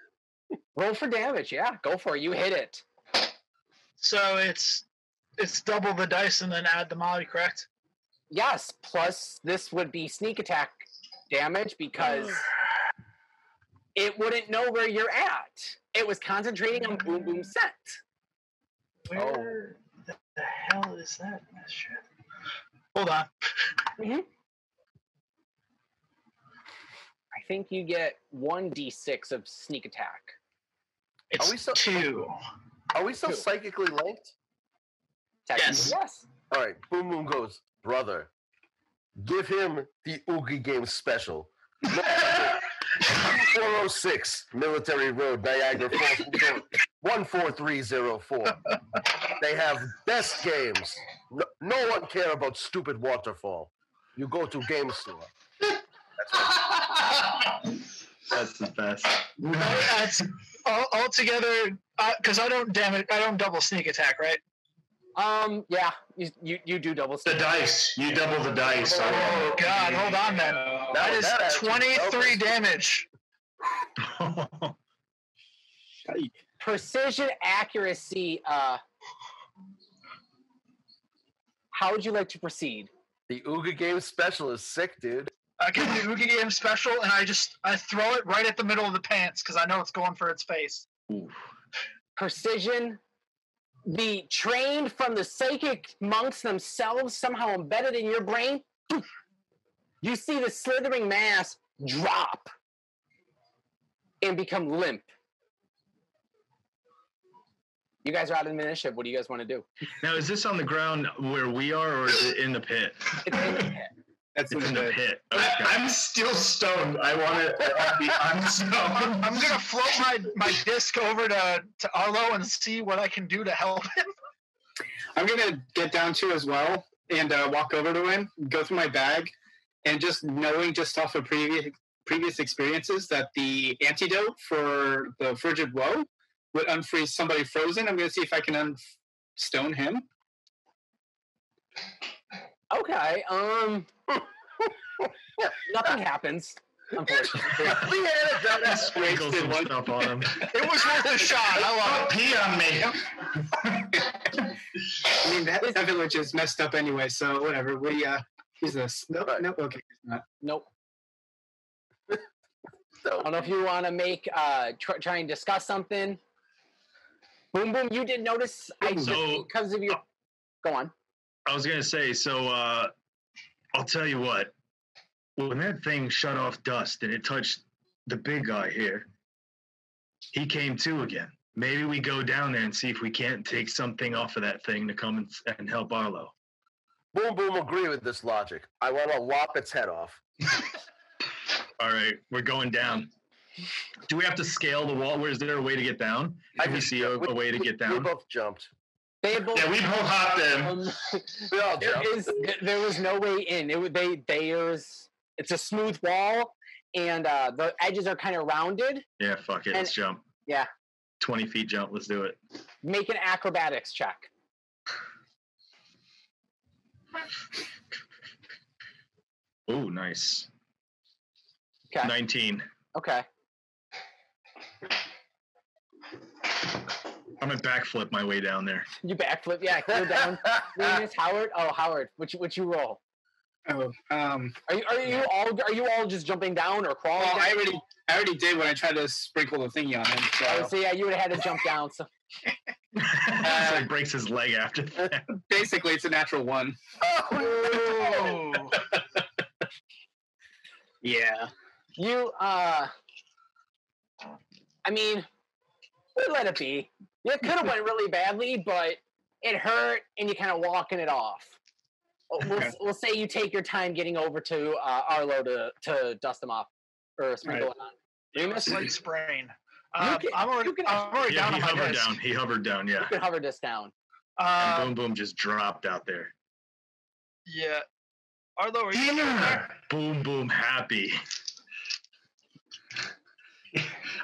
[SPEAKER 2] roll for damage. Yeah, go for it. You hit it.
[SPEAKER 7] So it's it's double the dice and then add the molly, correct?
[SPEAKER 2] Yes. Plus, this would be sneak attack damage because it wouldn't know where you're at. It was concentrating on boom boom scent.
[SPEAKER 3] oh,
[SPEAKER 7] Where the hell is that shit? Hold on.
[SPEAKER 2] I think you get one d6 of sneak attack.
[SPEAKER 7] It's
[SPEAKER 3] we still-
[SPEAKER 7] two.
[SPEAKER 3] Are we still
[SPEAKER 2] Two.
[SPEAKER 3] psychically linked?
[SPEAKER 2] Technically,
[SPEAKER 7] Yes.
[SPEAKER 2] Yes.
[SPEAKER 3] All right, Boom Boom goes, brother, give him the Oogie Game special. 406 Military Road, Niagara Falls, New York, 14304. They have best games. No, no one care about stupid waterfall. You go to game store.
[SPEAKER 4] That's the best.
[SPEAKER 7] That's all, altogether because I don't damage. I don't double sneak attack, right?
[SPEAKER 2] Um. Yeah. You you, you do double
[SPEAKER 5] The
[SPEAKER 2] sneak.
[SPEAKER 5] dice. You double the dice.
[SPEAKER 7] Oh God! Hold on, then.
[SPEAKER 6] Uh,
[SPEAKER 7] That is
[SPEAKER 3] that actually
[SPEAKER 7] twenty-three
[SPEAKER 3] doubles.
[SPEAKER 7] damage.
[SPEAKER 2] precision accuracy uh how would you like to proceed
[SPEAKER 3] The Oogie Game special is sick, dude.
[SPEAKER 7] I can do Oogie Game special, and I just I throw it right at the middle of the pants because I know it's going for its face.
[SPEAKER 2] precision the trained from the psychic monks themselves somehow embedded in your brain you see the slithering mass drop and become limp you guys are out of the initiative what do you guys want to do
[SPEAKER 4] Now, is this on the ground where we are, or is it in the pit?
[SPEAKER 2] it's in the pit.
[SPEAKER 6] That's
[SPEAKER 4] It's in the pit. Okay.
[SPEAKER 5] I'm still stoned. I want to be
[SPEAKER 7] I'm,
[SPEAKER 5] unstoned.
[SPEAKER 7] I'm gonna float my, my disc over to to Arlo and see what I can do to help him.
[SPEAKER 6] I'm gonna get down to as well and uh, walk over to him, go through my bag, and just knowing just off of previous previous experiences that the antidote for the frigid woe would unfreeze somebody frozen. I'm gonna see if I can unstone him.
[SPEAKER 2] Okay. Um. nothing happens. Unfortunately.
[SPEAKER 3] The anecdote is
[SPEAKER 4] Sprinkle some stuff on him.
[SPEAKER 7] It was worth a shot. I love
[SPEAKER 5] Don't pee on me.
[SPEAKER 6] I mean that, that village is messed up anyway, so whatever. We uh, use this. Nope,
[SPEAKER 3] Right.
[SPEAKER 6] nope. Okay, it's not.
[SPEAKER 2] Nope. I
[SPEAKER 3] so-
[SPEAKER 2] don't know if you want to make uh try, try and discuss something. Boom, boom. You did notice I just
[SPEAKER 4] So-
[SPEAKER 2] because of your. Go on.
[SPEAKER 4] I was gonna say, so uh, I'll tell you what. When that thing shut off dust and it touched the big guy here, he came to again. Maybe we go down there and see if we can't take something off of that thing to come and, s- and help Arlo.
[SPEAKER 3] Boom Boom agree with this logic. I want to lop its head off.
[SPEAKER 4] All right, we're going down. Do we have to scale the wall? Where is there a way to get down?
[SPEAKER 3] I
[SPEAKER 4] Can we
[SPEAKER 3] just
[SPEAKER 4] see a,
[SPEAKER 3] jumped.
[SPEAKER 4] a way to
[SPEAKER 3] We-
[SPEAKER 4] get
[SPEAKER 3] We
[SPEAKER 4] down?
[SPEAKER 3] both jumped.
[SPEAKER 2] They both.
[SPEAKER 5] Yeah, we both hopped in.
[SPEAKER 2] um,
[SPEAKER 3] We all
[SPEAKER 2] there
[SPEAKER 3] jumped.
[SPEAKER 2] is th- there was no way in. It would they there's it's a smooth wall and uh the edges are kind of rounded.
[SPEAKER 4] Yeah, fuck it, let's jump.
[SPEAKER 2] yeah.
[SPEAKER 4] twenty feet jump. Let's do it.
[SPEAKER 2] Make an acrobatics check.
[SPEAKER 4] Oh, nice.
[SPEAKER 2] Okay.
[SPEAKER 4] Nineteen.
[SPEAKER 2] Okay.
[SPEAKER 4] I'm gonna backflip my way down there.
[SPEAKER 2] You backflip. Yeah, you're down. Remus, Howard. Oh, Howard. Which which you roll?
[SPEAKER 6] Oh, um,
[SPEAKER 2] Are you are you all are you all just jumping down or crawling?
[SPEAKER 6] well,
[SPEAKER 2] down?
[SPEAKER 6] I already, I already did when I tried to sprinkle the thingy on him. So.
[SPEAKER 2] Oh, so yeah, you would have had to jump down. So
[SPEAKER 4] so he breaks his leg after that.
[SPEAKER 6] basically it's a natural one.
[SPEAKER 7] it. Whoa.
[SPEAKER 6] Yeah.
[SPEAKER 2] you uh I mean, we let it be. It could have went really badly, but it hurt, and you kind of walking it off. We'll,
[SPEAKER 5] Okay.
[SPEAKER 2] we'll say you take your time getting over to uh, Arlo to to dust them off or sprinkle it on. Remus,
[SPEAKER 7] It's
[SPEAKER 2] you
[SPEAKER 7] like sprain. Uh,
[SPEAKER 2] can-
[SPEAKER 7] I'm already,
[SPEAKER 2] you can
[SPEAKER 7] I'm already
[SPEAKER 4] Yeah, he
[SPEAKER 7] down on my
[SPEAKER 4] hovered
[SPEAKER 7] disc.
[SPEAKER 4] down. He hovered down. Yeah.
[SPEAKER 2] can hover this down.
[SPEAKER 7] Uh,
[SPEAKER 4] and boom, boom, just dropped out there.
[SPEAKER 7] yeah. Arlo, are you
[SPEAKER 4] Dinner. Boom, boom, happy.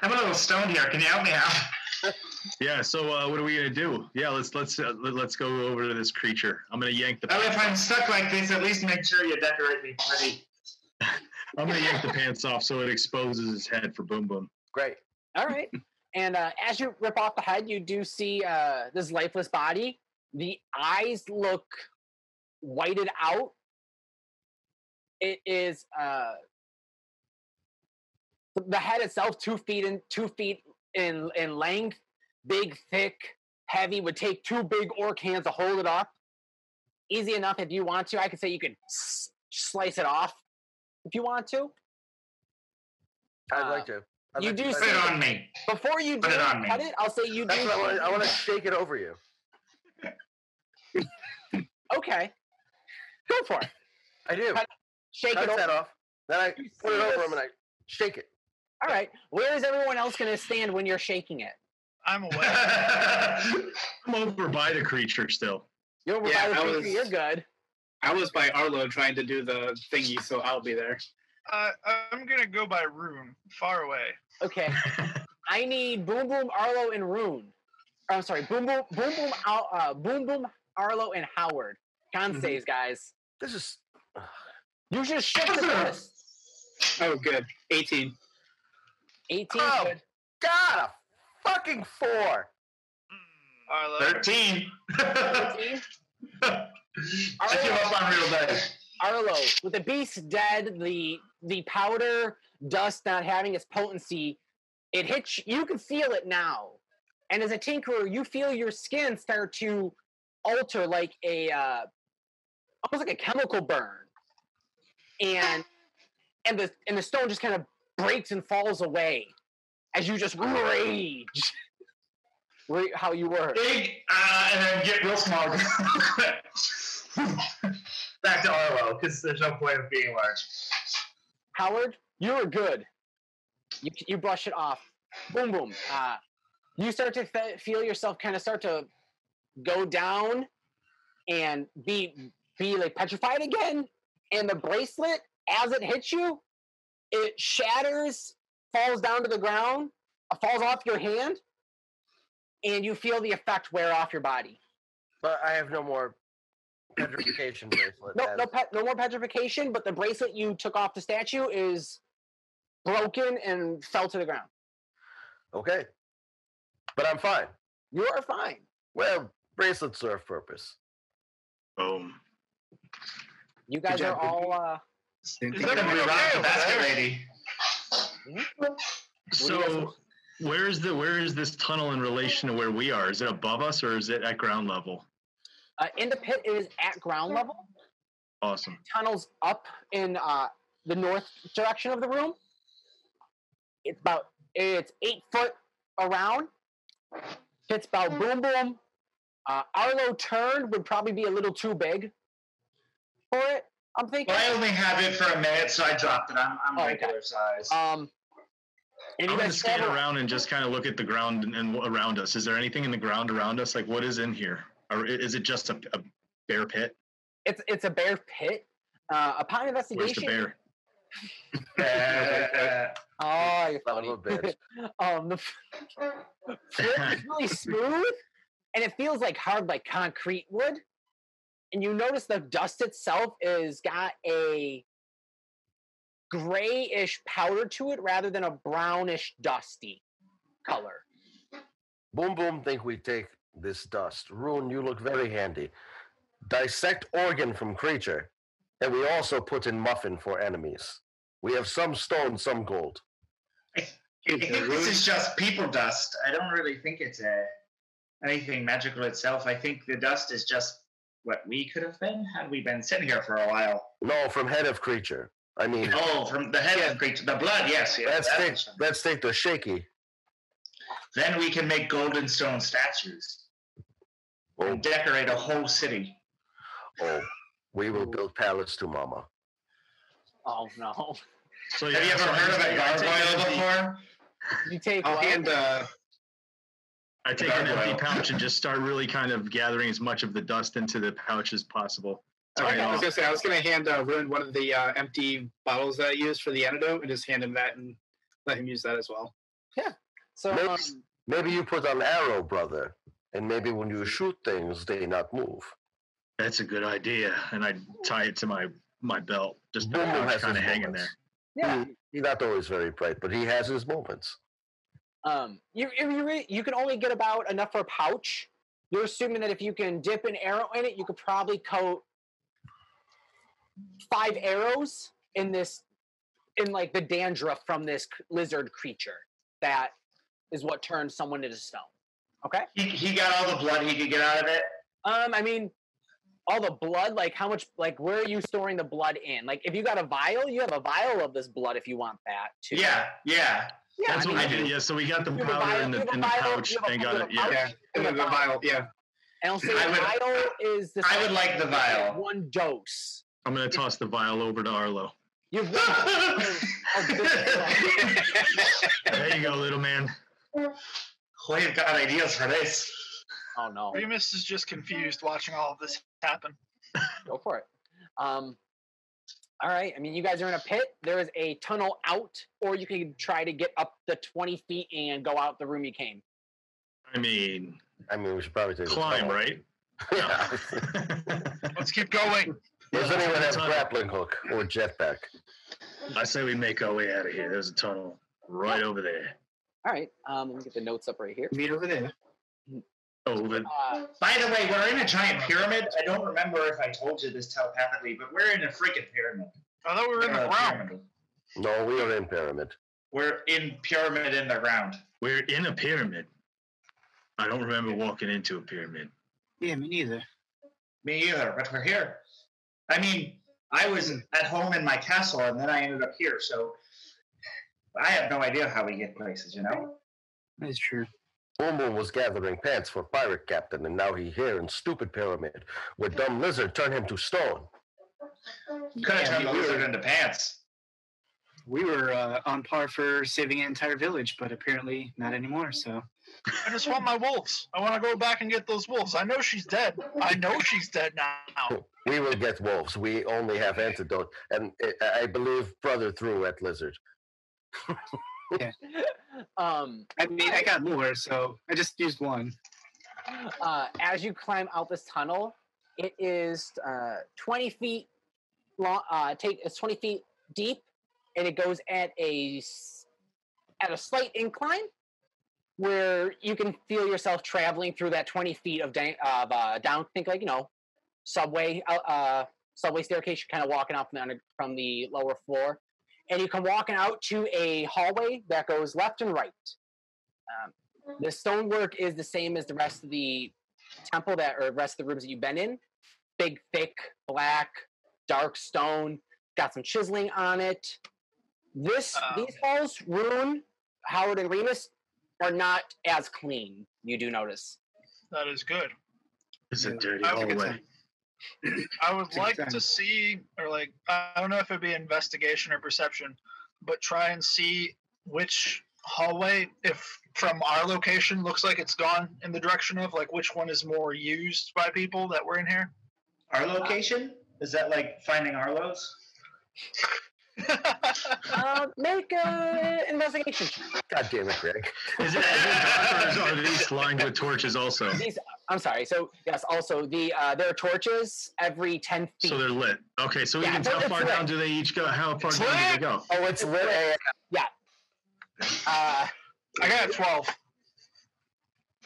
[SPEAKER 5] I'm a little stoned here. Can you help me out?
[SPEAKER 4] Yeah. So uh, what are we gonna do? Yeah, let's let's uh, let- let's go over to this creature. I'm gonna yank the
[SPEAKER 5] Well, if I'm stuck like this, at least make sure you decorate me pretty.
[SPEAKER 4] I'm gonna yank the pants off so it exposes his head for boom, boom.
[SPEAKER 3] Great.
[SPEAKER 2] All right. and uh, as you rip off the head, you do see uh, this lifeless body. The eyes look whited out. It is uh, th- the head itself, two feet in two feet in in length, big, thick, heavy. Would take two big orc hands to hold it up. Easy enough if you want to. I could say you could s- slice it off if you want to.
[SPEAKER 3] I'd
[SPEAKER 2] Uh,
[SPEAKER 3] like to. I'd
[SPEAKER 2] you
[SPEAKER 3] like to
[SPEAKER 2] do
[SPEAKER 3] try
[SPEAKER 5] Put
[SPEAKER 3] to-
[SPEAKER 5] it on me.
[SPEAKER 2] Before you do
[SPEAKER 5] Put it on me.
[SPEAKER 2] cut it, I'll say you
[SPEAKER 3] That's
[SPEAKER 2] do.
[SPEAKER 3] what I want. I want to shake it over you.
[SPEAKER 2] Okay. Go for it.
[SPEAKER 3] I do.
[SPEAKER 2] Cut- Shake
[SPEAKER 3] Cut
[SPEAKER 2] it over.
[SPEAKER 3] that off. Then I
[SPEAKER 2] You
[SPEAKER 3] put
[SPEAKER 2] see
[SPEAKER 3] it over
[SPEAKER 2] this?
[SPEAKER 3] him and I shake it.
[SPEAKER 2] All right. Where is everyone else going to stand when you're shaking it?
[SPEAKER 7] I'm away.
[SPEAKER 4] I'm over by the creature still.
[SPEAKER 2] You're over by
[SPEAKER 6] Yeah,
[SPEAKER 2] the
[SPEAKER 6] I
[SPEAKER 2] creature,
[SPEAKER 6] was-
[SPEAKER 2] You're good.
[SPEAKER 6] I was by Arlo trying to do the thingy, so I'll be there.
[SPEAKER 7] Uh, I'm gonna go by Rune, far away.
[SPEAKER 2] Okay. I need Boom Boom Arlo and Rune. Or, I'm sorry. Boom Boom Boom Boom Al- uh, Boom Boom Arlo and Howard. Con
[SPEAKER 6] Mhm.
[SPEAKER 2] saves, guys.
[SPEAKER 3] This is
[SPEAKER 2] You should shift the bonus.
[SPEAKER 6] Oh, good. 18.
[SPEAKER 2] 18.
[SPEAKER 7] Oh.
[SPEAKER 2] good.
[SPEAKER 3] God a fucking four.
[SPEAKER 7] Arlo,
[SPEAKER 5] 13. I
[SPEAKER 2] 18.
[SPEAKER 5] give up on real bad.
[SPEAKER 2] Arlo, with the beast dead, the the powder dust not having its potency, it hits you. You can feel it now, and as a tinkerer, you feel your skin start to alter like a uh, almost like a chemical burn, and and the and the stone just kind of breaks and falls away as you just rage. Ra- How you were?
[SPEAKER 5] Big, uh, and then get real small. Back to Arlo, because there's no point of being large.
[SPEAKER 2] Howard, you are good. You, you brush it off. Boom, boom. Uh, you start to fe- feel yourself kind of start to go down and be be like petrified again. And the bracelet, as it hits you, it shatters, falls down to the ground, uh, falls off your hand, and you feel the effect wear off your body.
[SPEAKER 3] But I have no more petrification bracelet.
[SPEAKER 2] No,
[SPEAKER 3] as-
[SPEAKER 2] no, pet, no more petrification. But the bracelet you took off the statue is broken and fell to the ground.
[SPEAKER 3] Okay. But I'm fine.
[SPEAKER 2] You are fine.
[SPEAKER 3] Well, bracelets serve purpose.
[SPEAKER 4] Boom.
[SPEAKER 2] You guys are
[SPEAKER 6] job, good
[SPEAKER 2] all. Uh,
[SPEAKER 7] is
[SPEAKER 5] Then
[SPEAKER 7] everyone
[SPEAKER 5] we rob
[SPEAKER 7] okay
[SPEAKER 5] the
[SPEAKER 7] over
[SPEAKER 5] basket
[SPEAKER 7] there?
[SPEAKER 5] lady.
[SPEAKER 2] What do you guys
[SPEAKER 4] So where is the where is this tunnel in relation to where we are? Is it above us or is it at ground level?
[SPEAKER 2] uh, in the pit is at ground level.
[SPEAKER 4] Awesome.
[SPEAKER 2] Tunnels up in uh, the north direction of the room. It's about it's eight foot around. It's about boom boom. Uh, Arlo turned would probably be a little too big for it. I'm thinking.
[SPEAKER 5] Well, I only have it for a minute, so I dropped it. I'm, I'm
[SPEAKER 2] Oh, okay.
[SPEAKER 5] regular size.
[SPEAKER 2] Um, and
[SPEAKER 4] I'm
[SPEAKER 2] you
[SPEAKER 4] gonna
[SPEAKER 2] guys
[SPEAKER 4] scan
[SPEAKER 2] travel-
[SPEAKER 4] around and just kind of look at the ground and, and wh- around us. Is there anything in the ground around us? Like what is in here? Or i- is it just a, a bear pit?
[SPEAKER 2] It's it's a bear pit. Uh, upon
[SPEAKER 4] Where's the
[SPEAKER 2] investigation,
[SPEAKER 4] bear?
[SPEAKER 2] Oh, you're
[SPEAKER 3] Son of
[SPEAKER 2] funny.
[SPEAKER 3] a bitch.
[SPEAKER 2] um, the f- floor is really smooth, and it feels like hard like concrete would. And you notice the dust itself is got a grayish powder to it rather than a brownish dusty color.
[SPEAKER 3] Boom boom think we take this dust. Rune, you look very handy. Dissect organ from creature. And we also put in muffin for enemies. We have some stone, some gold.
[SPEAKER 5] I think this is just people dust. I don't really think it's uh anything magical itself. I think the dust is just what we could have been had we been sitting here for a while.
[SPEAKER 3] No, from head of creature. I mean
[SPEAKER 5] Oh, from the head of creature, the blood. Yes, yes.
[SPEAKER 3] let's take
[SPEAKER 5] that's-
[SPEAKER 3] let's take the shaky.
[SPEAKER 5] Then we can make golden stone statues
[SPEAKER 3] Oh,
[SPEAKER 5] and decorate a whole city.
[SPEAKER 3] oh, we will build palace to mama.
[SPEAKER 2] Oh no!
[SPEAKER 4] So
[SPEAKER 5] Have you ever
[SPEAKER 4] so I
[SPEAKER 5] heard of
[SPEAKER 4] just- I take
[SPEAKER 5] a
[SPEAKER 4] an
[SPEAKER 5] gargoyle
[SPEAKER 4] empty-
[SPEAKER 5] before?
[SPEAKER 2] You take
[SPEAKER 3] Oh,
[SPEAKER 6] I'll
[SPEAKER 2] what?
[SPEAKER 6] hand uh,
[SPEAKER 4] I take an empty
[SPEAKER 5] Gargoyle.
[SPEAKER 4] pouch and just start really kind of gathering as much of the dust into the pouch as possible.
[SPEAKER 6] Okay, I
[SPEAKER 4] Tie it
[SPEAKER 6] was
[SPEAKER 4] off.
[SPEAKER 6] gonna say I was gonna hand uh, Ruin one of the uh, empty bottles that I used for the antidote and just hand him that and let him use that as well.
[SPEAKER 2] so um,
[SPEAKER 3] Let's- Maybe you put an arrow, brother, and maybe when you shoot things, they not move.
[SPEAKER 4] That's a good idea, and I tie it to my my belt, just
[SPEAKER 3] Boom Boom has
[SPEAKER 4] kind of
[SPEAKER 3] his
[SPEAKER 4] hanging there.
[SPEAKER 3] moments.
[SPEAKER 2] yeah.
[SPEAKER 3] He- He not always very bright, but he has his moments.
[SPEAKER 2] um, you you you, re- you can only get about enough for a pouch. You're assuming that if you can dip an arrow in it, you could probably coat five arrows in this in like the dandruff from this c- lizard creature. That is what turns someone into stone. Okay.
[SPEAKER 5] He, he got all the blood he could get out of it.
[SPEAKER 2] Um, I mean, all the blood. Like, how much? Like, where are you storing the blood in? Like, if you got a vial, you have a vial of this blood if you want that too.
[SPEAKER 5] Yeah, yeah.
[SPEAKER 2] yeah.
[SPEAKER 4] That's
[SPEAKER 2] I
[SPEAKER 4] what
[SPEAKER 2] mean,
[SPEAKER 4] we did. Yeah, so we got the
[SPEAKER 2] you have a
[SPEAKER 4] powder
[SPEAKER 2] vial-
[SPEAKER 4] in
[SPEAKER 2] you
[SPEAKER 4] the
[SPEAKER 2] have a
[SPEAKER 4] in the
[SPEAKER 2] vial-
[SPEAKER 4] pouch.
[SPEAKER 2] you have a
[SPEAKER 4] They
[SPEAKER 2] vial-
[SPEAKER 4] got it.
[SPEAKER 2] you have a
[SPEAKER 4] Yeah,
[SPEAKER 6] Yeah, and then the vial. Yeah,
[SPEAKER 2] and I'll say
[SPEAKER 5] I
[SPEAKER 2] the
[SPEAKER 5] would-
[SPEAKER 2] vial is the.
[SPEAKER 5] I
[SPEAKER 2] size
[SPEAKER 5] would like the
[SPEAKER 2] of
[SPEAKER 5] vial.
[SPEAKER 2] One dose.
[SPEAKER 4] I'm gonna toss the vial over to Arlo.
[SPEAKER 2] You have one dose of this blood.
[SPEAKER 4] There you go, little man.
[SPEAKER 5] We've got ideas for this.
[SPEAKER 2] Oh no!
[SPEAKER 7] Remus is just confused watching all of this happen.
[SPEAKER 2] Go for it. Um, all right. I mean, you guys are in a pit. There is a tunnel out, or you can try to get up the twenty feet and go out the room you came.
[SPEAKER 4] I mean,
[SPEAKER 3] I mean, we should probably take the
[SPEAKER 4] climb,
[SPEAKER 3] tunnel.
[SPEAKER 4] right?
[SPEAKER 3] Yeah.
[SPEAKER 7] Let's keep going.
[SPEAKER 3] Does anyone have
[SPEAKER 4] Tunnel.
[SPEAKER 3] grappling hook or jetpack?
[SPEAKER 4] I say we make our way out of here. There's a tunnel right over there.
[SPEAKER 2] All right. Um, let me get the notes up right here.
[SPEAKER 6] meet over there.
[SPEAKER 4] Over.
[SPEAKER 2] Uh,
[SPEAKER 5] By the way, we're in a giant pyramid. I don't remember if I told you this telepathically, but we're in a freaking pyramid.
[SPEAKER 7] I thought we were in the
[SPEAKER 5] Uh,
[SPEAKER 7] ground.
[SPEAKER 5] pyramid.
[SPEAKER 3] No, we are in pyramid.
[SPEAKER 5] We're in pyramid in the ground.
[SPEAKER 4] We're in a pyramid. I don't remember walking into a pyramid.
[SPEAKER 6] Yeah, me neither.
[SPEAKER 5] Me either, but we're here. I mean, I was at home in my castle, and then I ended up here. So I have no idea how we get places. You know,
[SPEAKER 6] That's true.
[SPEAKER 3] Boom Boom was gathering pants for pirate captain, and now he here in stupid pyramid, where dumb lizard turned him to stone.
[SPEAKER 5] could have turned the
[SPEAKER 6] we
[SPEAKER 5] lizard into pants.
[SPEAKER 6] We were uh, on par for saving an entire village, but apparently not anymore. So
[SPEAKER 7] I just want my wolves. I want to go back and get those wolves. I know she's dead. I know she's dead now.
[SPEAKER 3] We will get wolves. We only have antidote, and I- I believe brother threw at lizard.
[SPEAKER 2] um,
[SPEAKER 6] I mean, I got more, so I just used one.
[SPEAKER 2] uh, as you climb out this tunnel, it is uh, 20 feet long. Uh, take it's 20 feet deep, and it goes at a s- at a slight incline, where you can feel yourself traveling through that 20 feet of down, of uh, down. Think like you know, subway uh, uh, subway staircase. You're kind of walking out from the under, from the lower floor, and you come walking out to a hallway that goes left and right. Um, the stonework is the same as the rest of the temple that or rest of the rooms that you've been in big thick black dark stone got some chiseling on it this
[SPEAKER 7] Um,
[SPEAKER 2] these halls rune howard and remus are not as clean you do notice
[SPEAKER 7] That is good.
[SPEAKER 4] It's a
[SPEAKER 6] Yeah.
[SPEAKER 4] dirty
[SPEAKER 7] I was gonna
[SPEAKER 4] hallway.
[SPEAKER 7] I would
[SPEAKER 6] Take your
[SPEAKER 7] like
[SPEAKER 6] time.
[SPEAKER 7] to see, or like, I I don't know if it'd be investigation or perception, but try and see which hallway, if from our location, looks like it's gone in the direction of, like, which one is more used by people that were in here.
[SPEAKER 5] Our location is that like finding Arlo's?
[SPEAKER 2] uh, make a investigation check.
[SPEAKER 3] God damn it, Greg.
[SPEAKER 4] Is it, is it dark or is, are these lined with torches also?
[SPEAKER 2] these i'm sorry so yes also the uh there are torches every 10 feet
[SPEAKER 4] So they're lit. Okay, so
[SPEAKER 2] Yeah,
[SPEAKER 4] even
[SPEAKER 2] they're-
[SPEAKER 4] how
[SPEAKER 2] it's
[SPEAKER 4] far
[SPEAKER 2] lit.
[SPEAKER 4] down do they each go? How far
[SPEAKER 7] It's
[SPEAKER 4] down do they
[SPEAKER 7] lit.
[SPEAKER 4] go?
[SPEAKER 3] Oh, it's lit AF.
[SPEAKER 2] uh
[SPEAKER 7] I got a 12.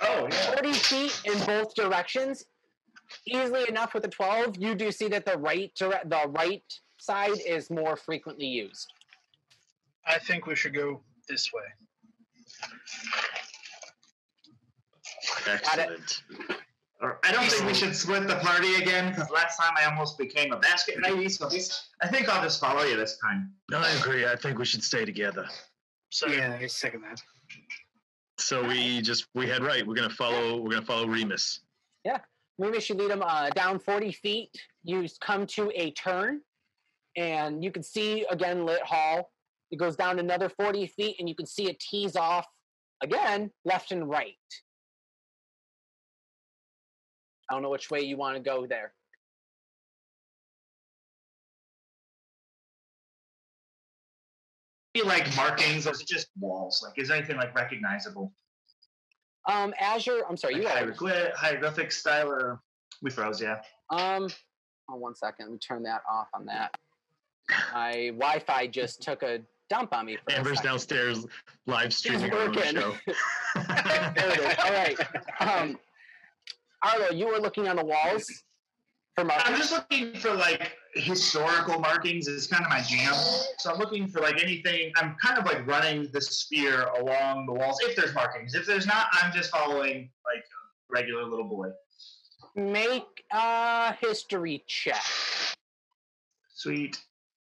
[SPEAKER 5] Oh yeah.
[SPEAKER 2] 40 feet in both directions easily enough with the 12 you do see that the right dire- the right side is more frequently used
[SPEAKER 7] I think we should go this way.
[SPEAKER 4] Excellent.
[SPEAKER 5] Or- I don't think we should split the party again because last time I almost became a basket lady. So this, I think I'll just follow you this time.
[SPEAKER 4] I agree. I think we should stay together.
[SPEAKER 7] So
[SPEAKER 6] Yeah, I second that.
[SPEAKER 4] So we just we had right. We're gonna follow. We're gonna follow Remus.
[SPEAKER 2] Remus, you lead them uh, down 40 feet. You s- come to a turn, and you can see again Lit Hall. It goes down another 40 feet, and you can see it tees off again, left and right. I don't know which way you want to go there.
[SPEAKER 5] Be like markings, or is it just walls? Like, is there anything like recognizable?
[SPEAKER 2] Um, Azure, I'm sorry,
[SPEAKER 5] Like
[SPEAKER 2] you are.
[SPEAKER 5] hieroglyph, hieroglyphic style, or we froze, yeah.
[SPEAKER 2] Um, oh, one second, let me turn that off on that. My Wi-Fi just took a dump on me. For a
[SPEAKER 4] Amber's
[SPEAKER 2] second.
[SPEAKER 4] downstairs live streaming her own
[SPEAKER 2] working.
[SPEAKER 4] show.
[SPEAKER 2] There it is. All right. Um, Arlo, you were looking on the walls for
[SPEAKER 5] I'm
[SPEAKER 2] markings.
[SPEAKER 5] just looking for like historical markings. It's kind of my jam. So I'm looking for like anything. I'm kind of like running the spear along the walls if there's markings. If there's not, I'm just following like a regular little boy.
[SPEAKER 2] Make a history check.
[SPEAKER 5] Sweet.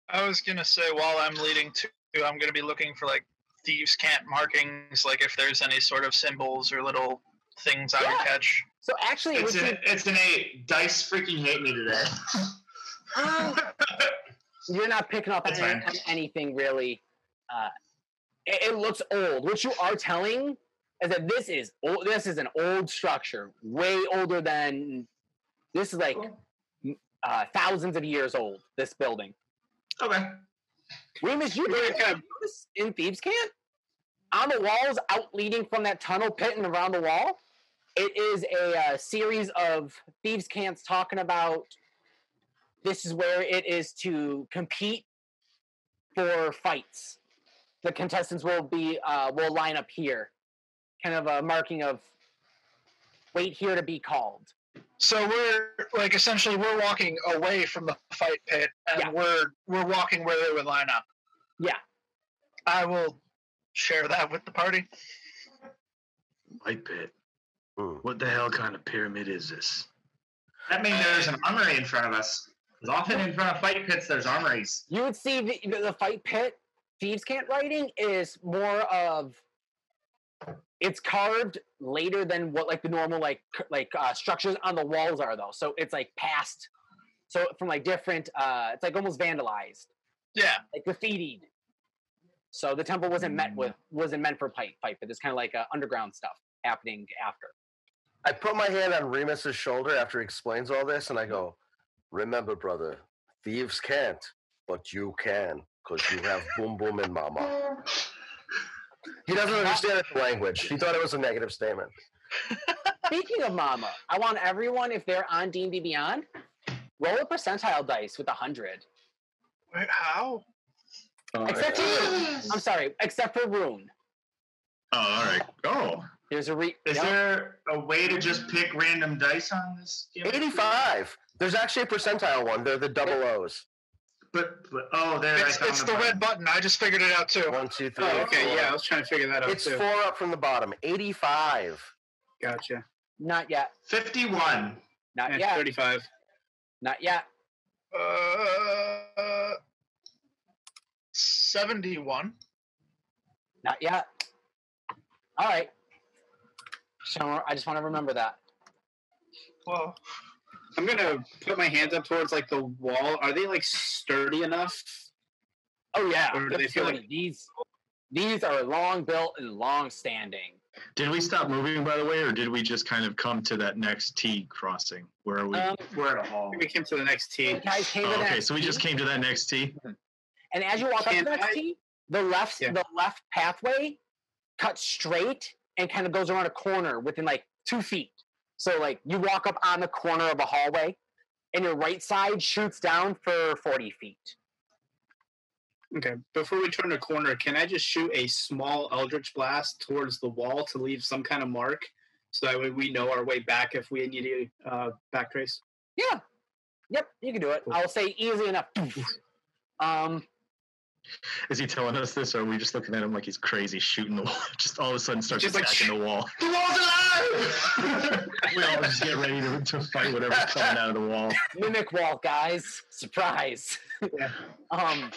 [SPEAKER 7] I was gonna say while I'm leading too, I'm gonna be looking for like thieves' can't markings, like if there's any sort of symbols or little things I
[SPEAKER 2] Yeah.
[SPEAKER 7] would catch.
[SPEAKER 2] So actually, it
[SPEAKER 5] It's
[SPEAKER 2] would
[SPEAKER 5] an, it's an eight. Dice freaking hate me today.
[SPEAKER 2] Oh. be, you're not picking up
[SPEAKER 5] That's
[SPEAKER 2] any,
[SPEAKER 5] fine.
[SPEAKER 2] on anything really. Uh, it, it looks old. What you are telling is that this is old. This is an old structure, way older than this is like m- uh, thousands of years old. This building.
[SPEAKER 5] okay.
[SPEAKER 2] Remus, you
[SPEAKER 6] Wait,
[SPEAKER 2] did
[SPEAKER 6] can
[SPEAKER 2] notice in Thieves' Camp? On the walls, out leading from that tunnel pit and around the wall, it is a uh, series of Thieves' Camps talking about this is where it is to compete for fights. The contestants will be uh, will line up here, kind of a marking of wait here to be called.
[SPEAKER 7] So we're like essentially we're walking away from the fight pit, and
[SPEAKER 2] Yeah.
[SPEAKER 7] we're we're walking where they would line up.
[SPEAKER 2] Yeah.
[SPEAKER 7] I will share that with the party.
[SPEAKER 4] Light pit.
[SPEAKER 3] Mm.
[SPEAKER 4] What the hell kind of pyramid is this?
[SPEAKER 5] That means there's an armory in front of us. 'Cause often in front of fight pits, there's armories.
[SPEAKER 2] you would see the, the, the fight pit thieves can't writing is more of it's carved later than what like the normal like c- like uh, structures on the walls are though so it's like past so from like different uh it's like almost vandalized
[SPEAKER 7] Yeah.
[SPEAKER 2] like graffitied so the temple wasn't met with wasn't meant for pipe pipe but it's kind of like uh, underground stuff happening after
[SPEAKER 3] I put my hand on Remus's shoulder after he explains all this, and I go, "Remember, brother, thieves can't, but you can, because you have boom boom and mama." He doesn't understand the language. He thought it was a negative statement.
[SPEAKER 2] Speaking of Mama, I want everyone if they're on D and D Beyond, roll a percentile dice with a hundred.
[SPEAKER 7] Wait, how?
[SPEAKER 2] Except for Rune. I'm sorry, except for Rune.
[SPEAKER 4] Oh, all right. Oh,
[SPEAKER 2] There's a re.
[SPEAKER 5] Is
[SPEAKER 2] Yep.
[SPEAKER 5] there a way to just pick random dice on this? game?
[SPEAKER 3] Eighty-five. There's actually a percentile one. They're the double O's.
[SPEAKER 5] But, but oh, there I
[SPEAKER 7] It's,
[SPEAKER 5] found
[SPEAKER 7] it's
[SPEAKER 5] the
[SPEAKER 7] the
[SPEAKER 5] button.
[SPEAKER 7] red button. I just figured it out too.
[SPEAKER 3] One, two, three.
[SPEAKER 6] Oh, okay.
[SPEAKER 3] four.
[SPEAKER 6] Yeah, I was trying to figure that out
[SPEAKER 3] It's
[SPEAKER 6] too.
[SPEAKER 3] four up from the bottom. Eighty-five.
[SPEAKER 6] Gotcha.
[SPEAKER 2] Not yet.
[SPEAKER 5] 51.
[SPEAKER 2] Not
[SPEAKER 6] And
[SPEAKER 2] yet.
[SPEAKER 6] thirty-five.
[SPEAKER 2] Not yet.
[SPEAKER 7] Uh, seventy-one.
[SPEAKER 2] Not yet. All right. So I just want to remember that.
[SPEAKER 7] Well,
[SPEAKER 6] I'm gonna put my hands up towards like the wall. Are they like sturdy enough?
[SPEAKER 2] Oh yeah.
[SPEAKER 6] Or do they feel like-
[SPEAKER 2] These these are long built and long standing.
[SPEAKER 4] did we stop moving by the way, or did we just kind of come to that next T crossing? Where are we?
[SPEAKER 2] Um,
[SPEAKER 5] We're at a hall.
[SPEAKER 6] We came to the next
[SPEAKER 2] you
[SPEAKER 6] team.
[SPEAKER 2] guys came
[SPEAKER 4] Oh,
[SPEAKER 2] to
[SPEAKER 4] okay,
[SPEAKER 2] that
[SPEAKER 4] so we just
[SPEAKER 2] T,
[SPEAKER 4] came to that next T.
[SPEAKER 2] and as you walk up to
[SPEAKER 6] Can
[SPEAKER 2] that
[SPEAKER 6] I-
[SPEAKER 2] T, the left
[SPEAKER 6] Yeah.
[SPEAKER 2] the left pathway cuts straight and kind of goes around a corner within like two feet. So like you walk up on the corner of a hallway, and your right side shoots down for forty feet.
[SPEAKER 6] Okay. Before we turn the corner, can I just shoot a small Eldritch Blast towards the wall to leave some kind of mark, so that way we know our way back if we need to uh, backtrace?
[SPEAKER 2] Yeah. Yep, you can do it. I'll say easy enough. Um,
[SPEAKER 4] Is he telling us this, or are we just looking at him like he's crazy shooting the wall? Just all of a sudden starts
[SPEAKER 6] Just like,
[SPEAKER 4] attacking the wall.
[SPEAKER 5] The wall's alive!
[SPEAKER 4] We all just get ready to, to fight whatever's coming out of the wall.
[SPEAKER 2] mimic wall, guys. Surprise.
[SPEAKER 6] Yeah.
[SPEAKER 2] um,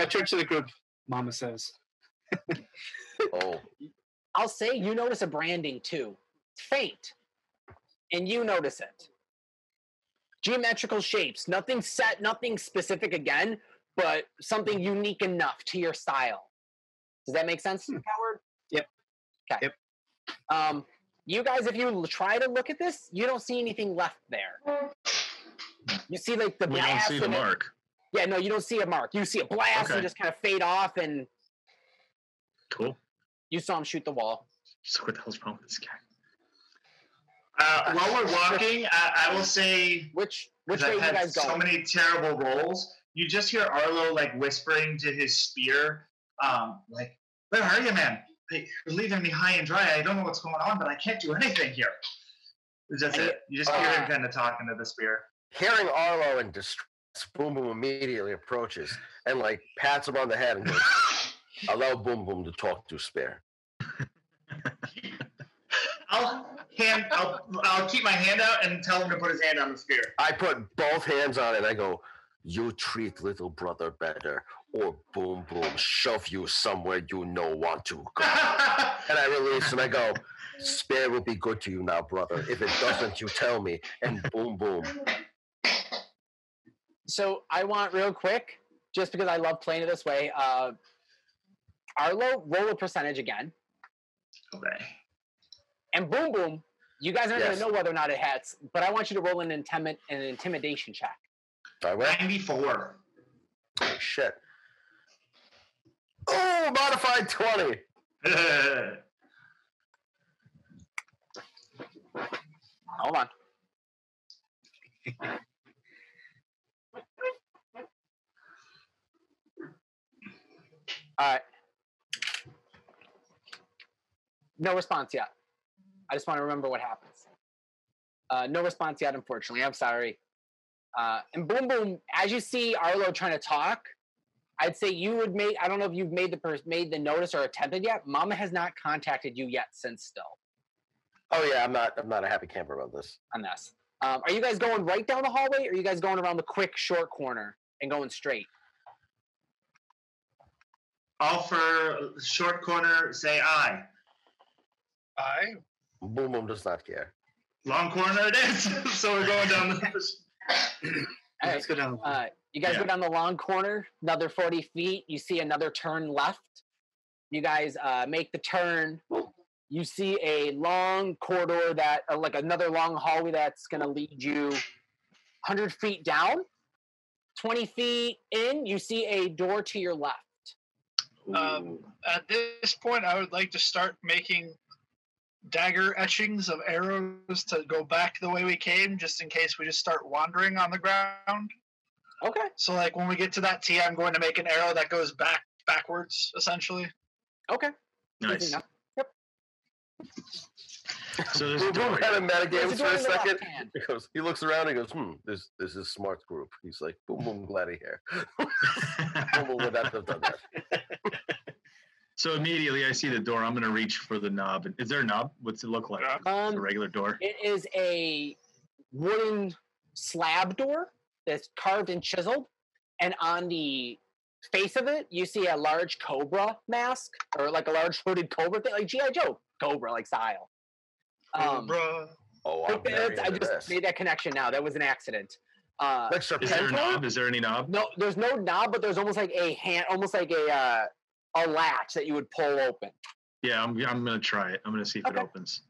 [SPEAKER 6] I turn to the group. Mama says,
[SPEAKER 3] Oh,
[SPEAKER 2] I'll say you notice a branding too. It's faint. And you notice it. Geometrical shapes, nothing set, nothing specific again, but something unique enough to your style. Does that make sense, Howard?
[SPEAKER 6] Yep.
[SPEAKER 2] Okay.
[SPEAKER 6] Yep.
[SPEAKER 2] Um, you guys, if you l- try to look at this, you don't see anything left there. You see like the
[SPEAKER 4] We don't
[SPEAKER 2] blast
[SPEAKER 4] see the
[SPEAKER 2] and it-
[SPEAKER 4] mark.
[SPEAKER 2] Yeah, no, you don't see a mark. You see a blast and
[SPEAKER 4] Okay.
[SPEAKER 2] just kind of fade off, and
[SPEAKER 4] Cool.
[SPEAKER 2] you saw him shoot the wall.
[SPEAKER 4] So what the hell's wrong with this guy?
[SPEAKER 5] Uh, while we're walking, I, I will say
[SPEAKER 2] Which which
[SPEAKER 5] 'cause
[SPEAKER 2] way
[SPEAKER 5] I've
[SPEAKER 2] you
[SPEAKER 5] had
[SPEAKER 2] guys
[SPEAKER 5] so
[SPEAKER 2] going?
[SPEAKER 5] many terrible rolls. You just hear Arlo like whispering to his spear, um, like, "Where are you, man? Hey, You're leaving me high and dry. I don't know what's going on, but I can't do anything here." That's
[SPEAKER 2] And
[SPEAKER 5] it. You just hear
[SPEAKER 2] uh,
[SPEAKER 5] him kind of talking to the spear.
[SPEAKER 3] Hearing Arlo in distress, Boom Boom immediately approaches and like pats him on the head and goes, "Allow Boom Boom to talk to Spare."
[SPEAKER 5] I'll hand. I'll, I'll keep my hand out and tell him to put his hand on the spear.
[SPEAKER 3] I put both hands on it. and I go, "You treat little brother better, or Boom Boom shove you somewhere you no want to go." And I release and I go, "Spare will be good to you now, brother. If it doesn't, you tell me." And Boom Boom
[SPEAKER 2] So I want real quick, just because I love playing it this way. Uh, Arlo, roll a percentage again,
[SPEAKER 5] okay.
[SPEAKER 2] and boom, boom. You guys aren't
[SPEAKER 3] Yes.
[SPEAKER 2] gonna know whether or not it hits, but I want you to roll an intimid an intimidation check.
[SPEAKER 3] I went.
[SPEAKER 5] Ninety-four.
[SPEAKER 3] Shit. Oh, modified 20.
[SPEAKER 2] Hold on. All right. No response yet. I just want to remember what happens. Uh, no response yet, unfortunately. I'm sorry. Uh, and boom, boom. As you see Arlo trying to talk, I'd say you would make. I don't know if you've made the pers- made the notice or attempted yet. Mama has not contacted you yet since still
[SPEAKER 3] Oh yeah, I'm not I'm not a happy camper about this.
[SPEAKER 2] on this. Um, are you guys going right down the hallway, or are you guys going around the quick short corner and going straight?
[SPEAKER 5] All for short corner. Say aye.
[SPEAKER 7] I
[SPEAKER 3] Boom boom does not care.
[SPEAKER 5] Long corner it is. so we're going down the.
[SPEAKER 2] All right,
[SPEAKER 6] Let's go down.
[SPEAKER 2] uh, you guys go
[SPEAKER 4] Yeah.
[SPEAKER 2] down the long corner, another forty feet. You see another turn left. You guys uh, make the turn. You see a long corridor that, uh, like another long hallway that's going to lead you hundred feet down. Twenty feet in, you see a door to your left.
[SPEAKER 7] Um, at this point, I would like to start making dagger etchings of arrows to go back the way we came, just in case we just start wandering on the ground.
[SPEAKER 2] Okay.
[SPEAKER 7] So, like when we get to that T, I'm going to make an arrow that goes back backwards, essentially.
[SPEAKER 2] Okay. easy
[SPEAKER 4] nice.
[SPEAKER 2] enough.
[SPEAKER 4] So there's a
[SPEAKER 3] Boom boom
[SPEAKER 4] door.
[SPEAKER 3] kind
[SPEAKER 4] here.
[SPEAKER 3] of
[SPEAKER 2] There's a
[SPEAKER 3] metagames
[SPEAKER 2] door
[SPEAKER 3] for a
[SPEAKER 2] to the left
[SPEAKER 3] second.
[SPEAKER 2] hand.
[SPEAKER 3] He goes, he looks around and goes, hmm, this this is smart's group. He's like, boom boom, glad he here. Boom boom would not have done that.
[SPEAKER 4] so immediately I see the door. I'm gonna reach for the knob. Is there a knob? What's it look like?
[SPEAKER 7] Um,
[SPEAKER 4] It's
[SPEAKER 2] Um,
[SPEAKER 4] a regular door.
[SPEAKER 2] It is a wooden slab door that's carved and chiseled, and on the face of it, you see a large cobra mask or like a large hooded cobra thing, like GI Joe cobra like style. Um,
[SPEAKER 7] Bruh.
[SPEAKER 3] Oh,
[SPEAKER 2] like
[SPEAKER 3] I'm very
[SPEAKER 2] that's- I
[SPEAKER 3] into
[SPEAKER 2] just
[SPEAKER 3] this.
[SPEAKER 2] made that connection now. That was an accident. Uh,
[SPEAKER 3] Like Sir
[SPEAKER 4] Is there a
[SPEAKER 3] Penfold?
[SPEAKER 4] knob? Is there any knob?
[SPEAKER 2] no, there's no knob, but there's almost like a hand, almost like a uh, a latch that you would pull open.
[SPEAKER 4] Yeah, I'm. I'm gonna try it. I'm gonna see if
[SPEAKER 2] Okay.
[SPEAKER 4] it opens.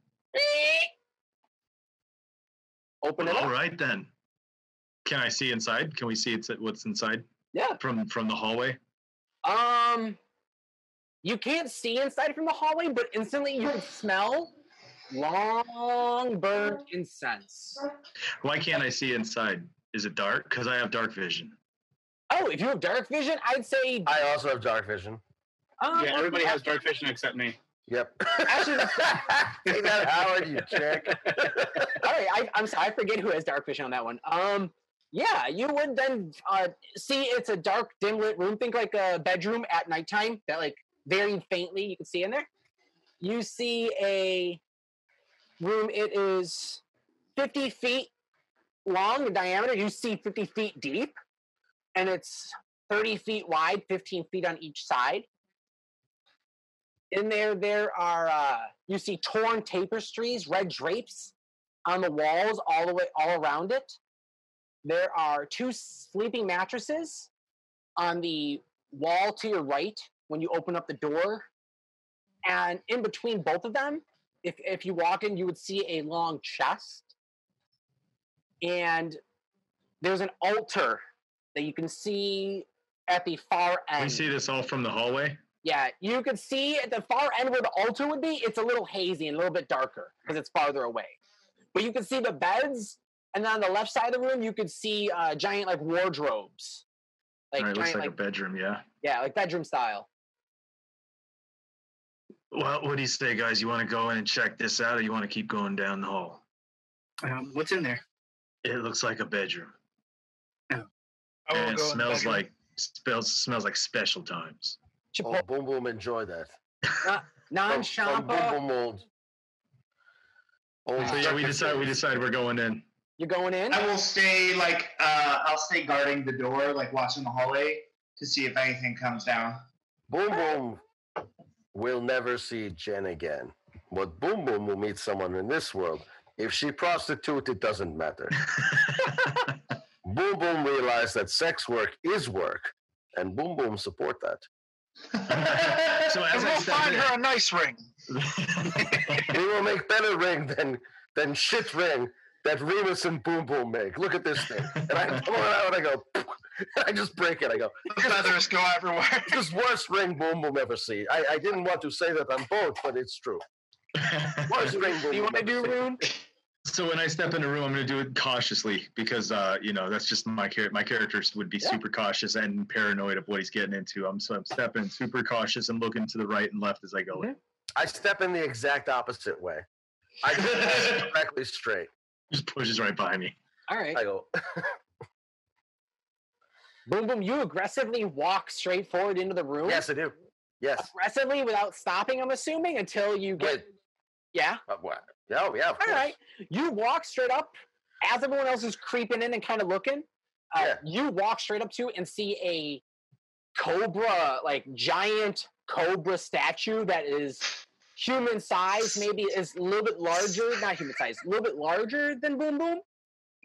[SPEAKER 2] Open it
[SPEAKER 4] All
[SPEAKER 2] up.
[SPEAKER 4] right then. Can I see inside? Can we see it's, what's inside
[SPEAKER 2] Yeah.
[SPEAKER 4] from from the hallway?
[SPEAKER 2] Um, you can't see inside from the hallway, but instantly you can smell long burned incense.
[SPEAKER 4] Why can't I see inside? Is it dark? Because I have dark vision.
[SPEAKER 2] Oh, if you have dark vision, I'd say.
[SPEAKER 3] I also have dark vision.
[SPEAKER 2] Um,
[SPEAKER 6] yeah, everybody has dark vision except me.
[SPEAKER 3] Yep.
[SPEAKER 2] Actually,
[SPEAKER 3] Take that Howard, you chick.
[SPEAKER 2] All right, I, I'm sorry, I forget who has dark vision on that one. Um, yeah, you would then uh, see it's a dark, dim lit room. Think like a bedroom at nighttime. That like very faintly you can see in there. You see a room. It is 50 feet long in diameter. You see 50 feet deep, and it's 30 feet wide, 15 feet on each side. In there, there are uh, you see torn tapestries, red drapes on the walls, all the way all around it. There are two sleeping mattresses on the wall to your right when you open up the door, and in between both of them, if if you walk in, you would see a long chest, and there's an altar that you can see at the far end.
[SPEAKER 4] We see this all from the hallway.
[SPEAKER 2] Yeah, you could see at the far end where the altar would be. It's a little hazy and a little bit darker because it's farther away. But you can see the beds, and then on the left side of the room, you could see uh, giant like wardrobes, like
[SPEAKER 4] All right, looks
[SPEAKER 2] giant
[SPEAKER 4] like,
[SPEAKER 2] like
[SPEAKER 4] a bedroom. Yeah.
[SPEAKER 2] yeah, like bedroom style.
[SPEAKER 4] Well, what do you say, guys? You want to go in and check this out, or you want to keep going down the hall?
[SPEAKER 6] Um, what's in there?
[SPEAKER 4] It looks like a bedroom,
[SPEAKER 7] I
[SPEAKER 4] and it
[SPEAKER 7] will go in the
[SPEAKER 4] smells
[SPEAKER 7] bedroom.
[SPEAKER 4] like smells smells like special times.
[SPEAKER 2] Chipotle,
[SPEAKER 3] Oh, boom boom, enjoy that.
[SPEAKER 2] non
[SPEAKER 3] From- from boom
[SPEAKER 2] champa.
[SPEAKER 3] boom old. Old
[SPEAKER 4] So yeah, we decide we decide we're going in.
[SPEAKER 2] You're going in.
[SPEAKER 5] I will stay like uh, I'll stay guarding the door, like watching the hallway to see if anything comes down.
[SPEAKER 3] Boom boom will never see Jen again. But boom boom will meet someone in this world. If she prostitute, it doesn't matter. boom boom realized that sex work is work, and boom boom support that.
[SPEAKER 4] so
[SPEAKER 7] And
[SPEAKER 4] as I
[SPEAKER 7] we'll
[SPEAKER 4] step
[SPEAKER 7] find
[SPEAKER 4] in,
[SPEAKER 7] her a nice ring.
[SPEAKER 3] we will make better ring than than shit ring that Remus and Boom Boom make. Look at this thing. And I pull it out and I go, I just break it. I go,
[SPEAKER 7] The feathers go everywhere.
[SPEAKER 3] this is worst ring Boom Boom ever see. I, I didn't want to say that on both, but it's true. Worst ring Boom
[SPEAKER 2] do you
[SPEAKER 3] Boom
[SPEAKER 2] want to do
[SPEAKER 3] ever seen.
[SPEAKER 2] Rune?
[SPEAKER 4] so when I step in the room, I'm going to do it cautiously because uh, you know that's just my character. My characters would be
[SPEAKER 2] Yeah.
[SPEAKER 4] super cautious and paranoid of what he's getting into. I'm so I'm stepping super cautious and looking to the right and left as I go. in.
[SPEAKER 3] I step in the exact opposite way. I just pass directly straight.
[SPEAKER 4] Just pushes right by me.
[SPEAKER 2] All right.
[SPEAKER 3] I go,
[SPEAKER 2] Boom, boom. You aggressively walk straight forward into the room.
[SPEAKER 3] yes, I do. Yes.
[SPEAKER 2] Aggressively without stopping, I'm assuming, until you get.
[SPEAKER 3] Wait.
[SPEAKER 2] Yeah.
[SPEAKER 3] Uh, what? Yeah, oh, yeah. Of
[SPEAKER 2] All
[SPEAKER 3] course.
[SPEAKER 2] right. You walk straight up as everyone else is creeping in and kind of looking. Uh,
[SPEAKER 3] Yeah.
[SPEAKER 2] You walk straight up to and see a cobra, like giant cobra statue that is human size, maybe is a little bit larger, not human size, a little bit larger than Boom Boom.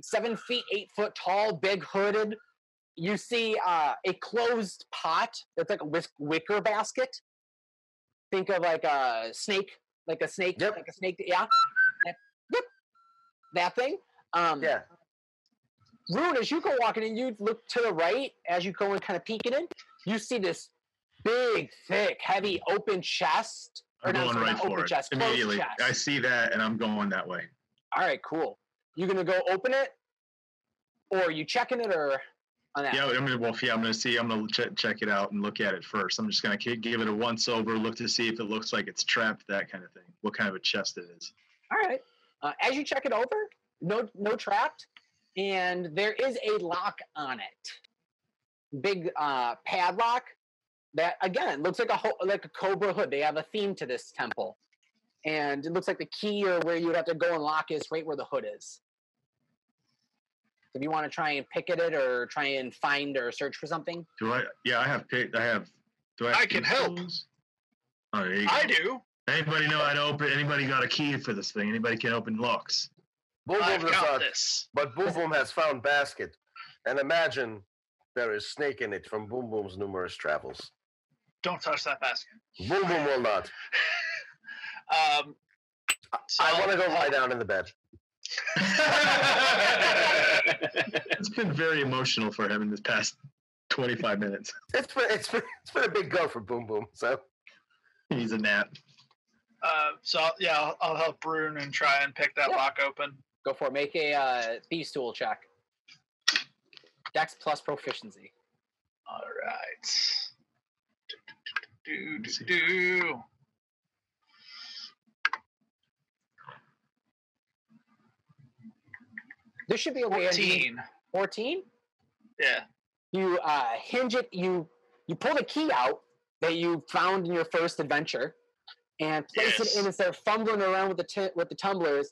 [SPEAKER 2] Seven feet, eight foot tall, big hooded. You see uh, a closed pot that's like a whisk- wicker basket. Think of like a snake, like a snake,
[SPEAKER 3] Yep.
[SPEAKER 2] like a snake. Yeah, that, yep, that thing. Um,
[SPEAKER 3] Yeah.
[SPEAKER 2] Rune, as you go walking in, you look to the right as you go and kind of peeking in. You see this big, thick, heavy, open chest.
[SPEAKER 4] I'm
[SPEAKER 2] not-
[SPEAKER 4] going
[SPEAKER 2] sorry,
[SPEAKER 4] right
[SPEAKER 2] not open
[SPEAKER 4] for it
[SPEAKER 2] chest, closed
[SPEAKER 4] immediately.
[SPEAKER 2] chest.
[SPEAKER 4] I see that and I'm going that way.
[SPEAKER 2] All right, cool. You gonna go open it, or you checking it, or on that?
[SPEAKER 4] Yeah, I'm gonna. Well, yeah, I'm gonna see. I'm gonna ch- check it out and look at it first. I'm just gonna ki- give it a once over, look to see if it looks like it's trapped, that kind of thing. What kind of a chest it is.
[SPEAKER 2] All right. Uh, as you check it over, no no trapped, and there is a lock on it. Big uh, padlock that again looks like a ho- like a cobra hood. They have a theme to this temple, and it looks like the key or where you would have to go and lock is right where the hood is. If you want to try and pick at it or try and find or search for something,
[SPEAKER 4] Do I? Yeah, I have. pic- I have. Do I?
[SPEAKER 7] I
[SPEAKER 4] have
[SPEAKER 7] can
[SPEAKER 4] key
[SPEAKER 7] help.
[SPEAKER 4] tools? Oh, there you go.
[SPEAKER 7] I do.
[SPEAKER 4] Anybody know how to open? Anybody got a key for this thing? Anybody can open locks?
[SPEAKER 3] Boom
[SPEAKER 7] I've
[SPEAKER 3] Boom
[SPEAKER 7] got
[SPEAKER 3] thought,
[SPEAKER 7] this.
[SPEAKER 3] But Boom Boom has found basket, and imagine there is snake in it from Boom Boom's numerous travels.
[SPEAKER 7] Don't touch that basket.
[SPEAKER 3] Boom Boom will not.
[SPEAKER 7] Um, Oh,
[SPEAKER 3] I want to go lie down in the bed.
[SPEAKER 4] It's been very emotional for him in this past 25 minutes.
[SPEAKER 3] It's been it's been it's been a big go for Boom Boom. So
[SPEAKER 4] He needs a nap.
[SPEAKER 7] Uh, so I'll, yeah, I'll, I'll help Brune and try and pick that
[SPEAKER 2] Yeah.
[SPEAKER 7] lock open.
[SPEAKER 2] go for it. Make a uh, thieves tool check. Dex plus proficiency.
[SPEAKER 7] All right. Do, do, do.
[SPEAKER 2] There should be a way. in-
[SPEAKER 7] 14.
[SPEAKER 2] 14?
[SPEAKER 7] Yeah.
[SPEAKER 2] you uh, hinge it you you pull the key out that you found in your first adventure and place it in
[SPEAKER 7] Yes.
[SPEAKER 2] instead of fumbling around with the t- with the tumblers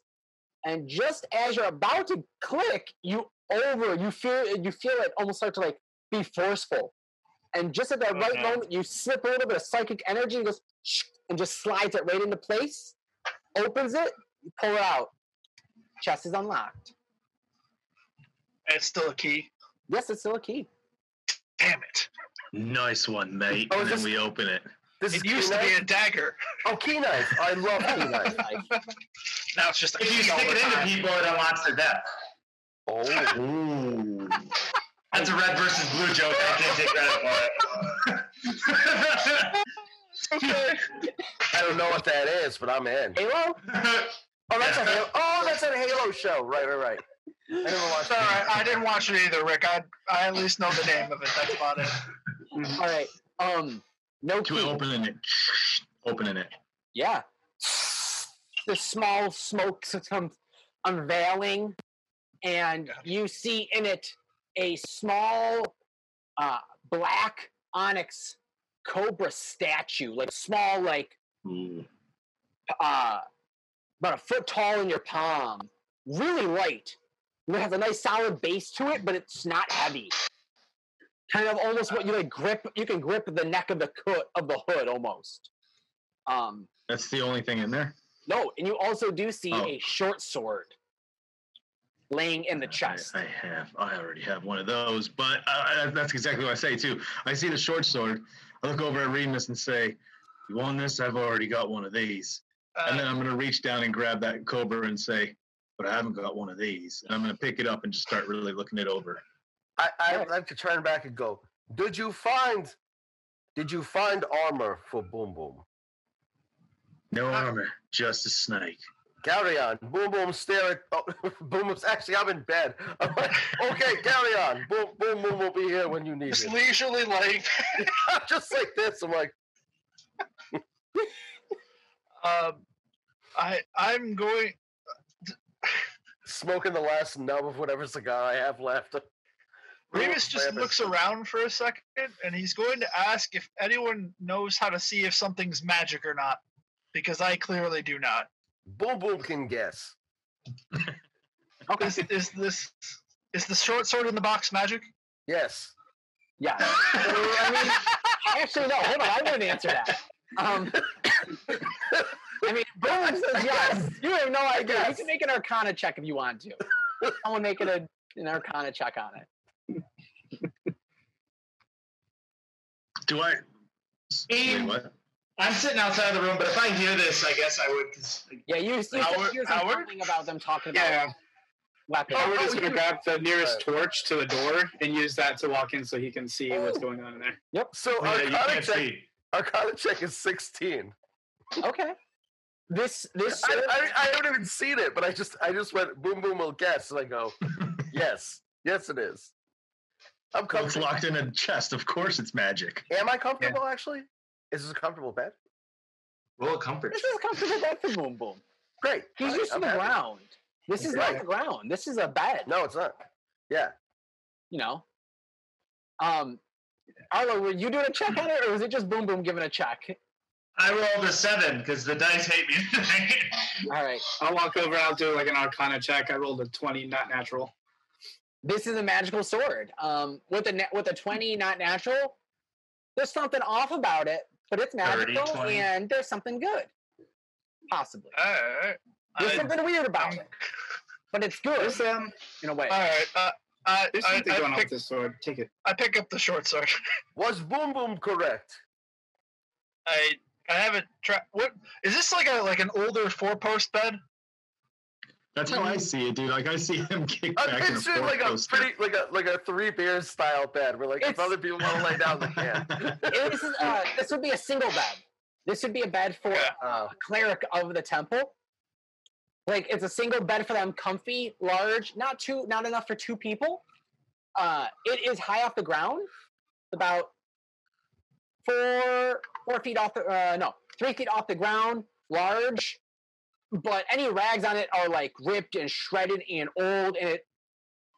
[SPEAKER 2] and just as you're about to click you over you feel you feel it almost start to like be forceful and just at that
[SPEAKER 7] Oh,
[SPEAKER 2] right
[SPEAKER 7] no.
[SPEAKER 2] moment you slip a little bit of psychic energy and it goes and just slides it right into place. Opens it, you pull it out. Chest is unlocked.
[SPEAKER 7] It's still a key.
[SPEAKER 2] Yes, it's still a key.
[SPEAKER 7] Damn it.
[SPEAKER 4] Nice one, mate.
[SPEAKER 3] Oh,
[SPEAKER 4] and
[SPEAKER 3] this-
[SPEAKER 4] then we open it.
[SPEAKER 3] This
[SPEAKER 7] It
[SPEAKER 3] is
[SPEAKER 7] used
[SPEAKER 3] key
[SPEAKER 7] to be
[SPEAKER 3] knife?
[SPEAKER 7] a dagger.
[SPEAKER 3] Oh, key knife. I love key knife.
[SPEAKER 7] Now it's just a
[SPEAKER 5] If you
[SPEAKER 7] key all
[SPEAKER 5] stick
[SPEAKER 7] the
[SPEAKER 5] it into
[SPEAKER 7] time.
[SPEAKER 5] people, it unlocks their death.
[SPEAKER 3] Oh,
[SPEAKER 4] Ooh.
[SPEAKER 5] That's a red versus blue joke. I can't take credit for
[SPEAKER 7] Okay.
[SPEAKER 3] I don't know what that is, but I'm in.
[SPEAKER 2] Halo?
[SPEAKER 5] it.
[SPEAKER 3] Oh, that's a
[SPEAKER 5] Yeah.
[SPEAKER 3] Halo. Oh, that's a Halo show. Right, right, right. I never watched.
[SPEAKER 7] Sorry, I didn't watch it either, Rick. I, I at least know the name of it. That's about it.
[SPEAKER 2] All right. Um, no
[SPEAKER 4] To
[SPEAKER 2] key.
[SPEAKER 4] opening it. Opening it.
[SPEAKER 2] Yeah. The small smoke comes unveiling, and you see in it a small uh, black onyx cobra statue, like small, like
[SPEAKER 4] Ooh.
[SPEAKER 2] uh, about a foot tall in your palm, really light. It has a nice solid base to it, but it's not heavy. Kind of almost what you like grip. You can grip the neck of the co- of the hood almost. Um,
[SPEAKER 4] That's the only thing in there.
[SPEAKER 2] no, and you also do see
[SPEAKER 4] Oh.
[SPEAKER 2] a short sword laying in the
[SPEAKER 4] I,
[SPEAKER 2] chest.
[SPEAKER 4] I have. I already have one of those. But uh, that's exactly what I say too. I see the short sword. I look over at Remus and say, "You want this? I've already got one of these." And then
[SPEAKER 7] Uh,
[SPEAKER 4] I'm gonna reach down and grab that cobra and say, "But I haven't got one of these." And I'm gonna pick it up and just start really looking it over.
[SPEAKER 3] I, I'd like to turn back and go. Did you find? Did you find armor for Boom Boom?
[SPEAKER 4] No armor, just a snake.
[SPEAKER 3] Carry on. Boom Boom staring. Oh, boom Boom's actually. I'm in bed. I'm like, okay, carry on. Boom Boom Boom will be here when you need
[SPEAKER 7] just
[SPEAKER 3] me.
[SPEAKER 7] leisurely like
[SPEAKER 3] I'm just like this. I'm like,
[SPEAKER 7] um, I I'm going
[SPEAKER 3] smoking the last nub of whatever cigar I have left. Oh,
[SPEAKER 7] Remus just
[SPEAKER 3] Rabbit.
[SPEAKER 7] looks around for a second and he's going to ask if anyone knows how to see if something's magic or not. Because I clearly do not.
[SPEAKER 3] Boom Boom can guess.
[SPEAKER 7] Is, is this is the short sword in the box magic?
[SPEAKER 3] Yes.
[SPEAKER 2] Yeah. I mean, actually, no. Hold on. I wouldn't answer that. Um, I mean, Boom says yes. You have no idea. You can make an Arcana check if you want to. Someone make it a, an Arcana check on it.
[SPEAKER 4] Do I? Wait,
[SPEAKER 5] In-
[SPEAKER 4] what?
[SPEAKER 5] I'm sitting outside of the room, but if I hear this, I guess I would. 'cause, like,
[SPEAKER 2] Yeah, you, you said
[SPEAKER 5] Howard-
[SPEAKER 2] you were
[SPEAKER 5] Howard?
[SPEAKER 2] complaining about them talking about
[SPEAKER 6] Yeah, Oh,
[SPEAKER 2] weapons.
[SPEAKER 6] Howard is going to grab the nearest
[SPEAKER 3] Right.
[SPEAKER 6] torch to the door and use that to walk in so he can see what's going on in there.
[SPEAKER 3] So
[SPEAKER 5] Oh, yeah, you
[SPEAKER 3] Arcana
[SPEAKER 5] can't
[SPEAKER 3] check.
[SPEAKER 5] see.
[SPEAKER 3] Arcana check is 16.
[SPEAKER 2] Okay. This this
[SPEAKER 3] I, I, I haven't even seen it, but I just I just went boom boom will guess, and I go, yes, yes it is. I'm
[SPEAKER 4] Well, It's
[SPEAKER 3] comfortable.
[SPEAKER 4] locked in a chest. Of course, it's magic.
[SPEAKER 3] Am I comfortable actually? Is this a comfortable bed?
[SPEAKER 5] Roll of comfort.
[SPEAKER 2] this is comfortable bed for Boom Boom.
[SPEAKER 3] Great.
[SPEAKER 2] He's
[SPEAKER 3] Alright,
[SPEAKER 2] used to
[SPEAKER 3] I'm
[SPEAKER 2] the
[SPEAKER 3] happy.
[SPEAKER 2] ground. This is not
[SPEAKER 3] Right.
[SPEAKER 2] the ground. This is a bed.
[SPEAKER 3] No, it's not. Yeah.
[SPEAKER 2] you know. Um, Arlo, were you doing a check on it, or was it just Boom Boom giving a check?
[SPEAKER 5] I rolled a seven because the dice hate me.
[SPEAKER 2] All right,
[SPEAKER 6] I'll walk over. I'll do like an Arcana check. I rolled a twenty, not natural.
[SPEAKER 2] this is a magical sword. Um, with a na- with a twenty, not natural. There's something off about it, but it's
[SPEAKER 5] 30,
[SPEAKER 2] magical,
[SPEAKER 5] 20.
[SPEAKER 2] and there's something good, possibly.
[SPEAKER 7] Alright.
[SPEAKER 2] There's
[SPEAKER 7] I-
[SPEAKER 2] something weird about it, but it's good
[SPEAKER 6] There's um,
[SPEAKER 2] in a way.
[SPEAKER 7] Alright. Uh, I,
[SPEAKER 6] there's
[SPEAKER 7] I,
[SPEAKER 6] something
[SPEAKER 7] I
[SPEAKER 6] going on
[SPEAKER 7] pick,
[SPEAKER 6] with this sword. Take it.
[SPEAKER 7] I pick up the short sword.
[SPEAKER 3] Was boom boom correct?
[SPEAKER 7] I I haven't tried what is this like a like an older four post bed?
[SPEAKER 4] That's how I see it, dude. Like I see him kick
[SPEAKER 3] I'm
[SPEAKER 4] back in a
[SPEAKER 3] picturing like a
[SPEAKER 4] four-poster.
[SPEAKER 3] pretty like a like a three beers style bed where like if
[SPEAKER 2] It's-
[SPEAKER 3] other people want to lay down they can.
[SPEAKER 2] This is uh, this would be a single bed. This would be a bed for
[SPEAKER 7] Yeah.
[SPEAKER 3] Oh,
[SPEAKER 2] cleric of the temple. Like it's a single bed for them, comfy, large, not too, not enough for two people. Uh, it is high off the ground, about four four feet off the uh, no three feet off the ground, large. But any rags on it are like ripped and shredded and old, and it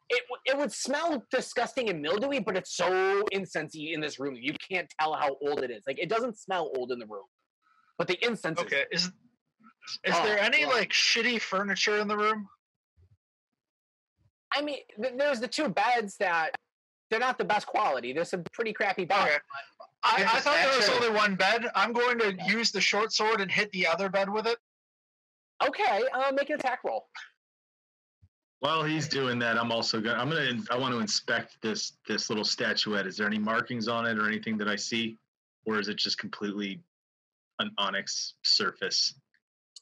[SPEAKER 2] it w- it would smell disgusting and mildewy. But it's so incensey in this room, you can't tell how old it is. Like it doesn't smell old in the room, but the incense is
[SPEAKER 7] Okay. Is is there
[SPEAKER 2] Oh,
[SPEAKER 7] any
[SPEAKER 2] yeah.
[SPEAKER 7] like shitty furniture in the room?
[SPEAKER 2] I mean, th- there's the two beds that they're not the best quality. There's some pretty crappy beds.
[SPEAKER 7] Okay. I, I thought there was
[SPEAKER 6] Action.
[SPEAKER 7] only one bed. I'm going to use the short sword and hit the other bed with it.
[SPEAKER 2] Okay, uh, make an attack roll.
[SPEAKER 4] While he's doing that, I'm also gonna. I'm gonna. I want to inspect this this little statuette. Is there any markings on it or anything that I see, or is it just completely an onyx surface?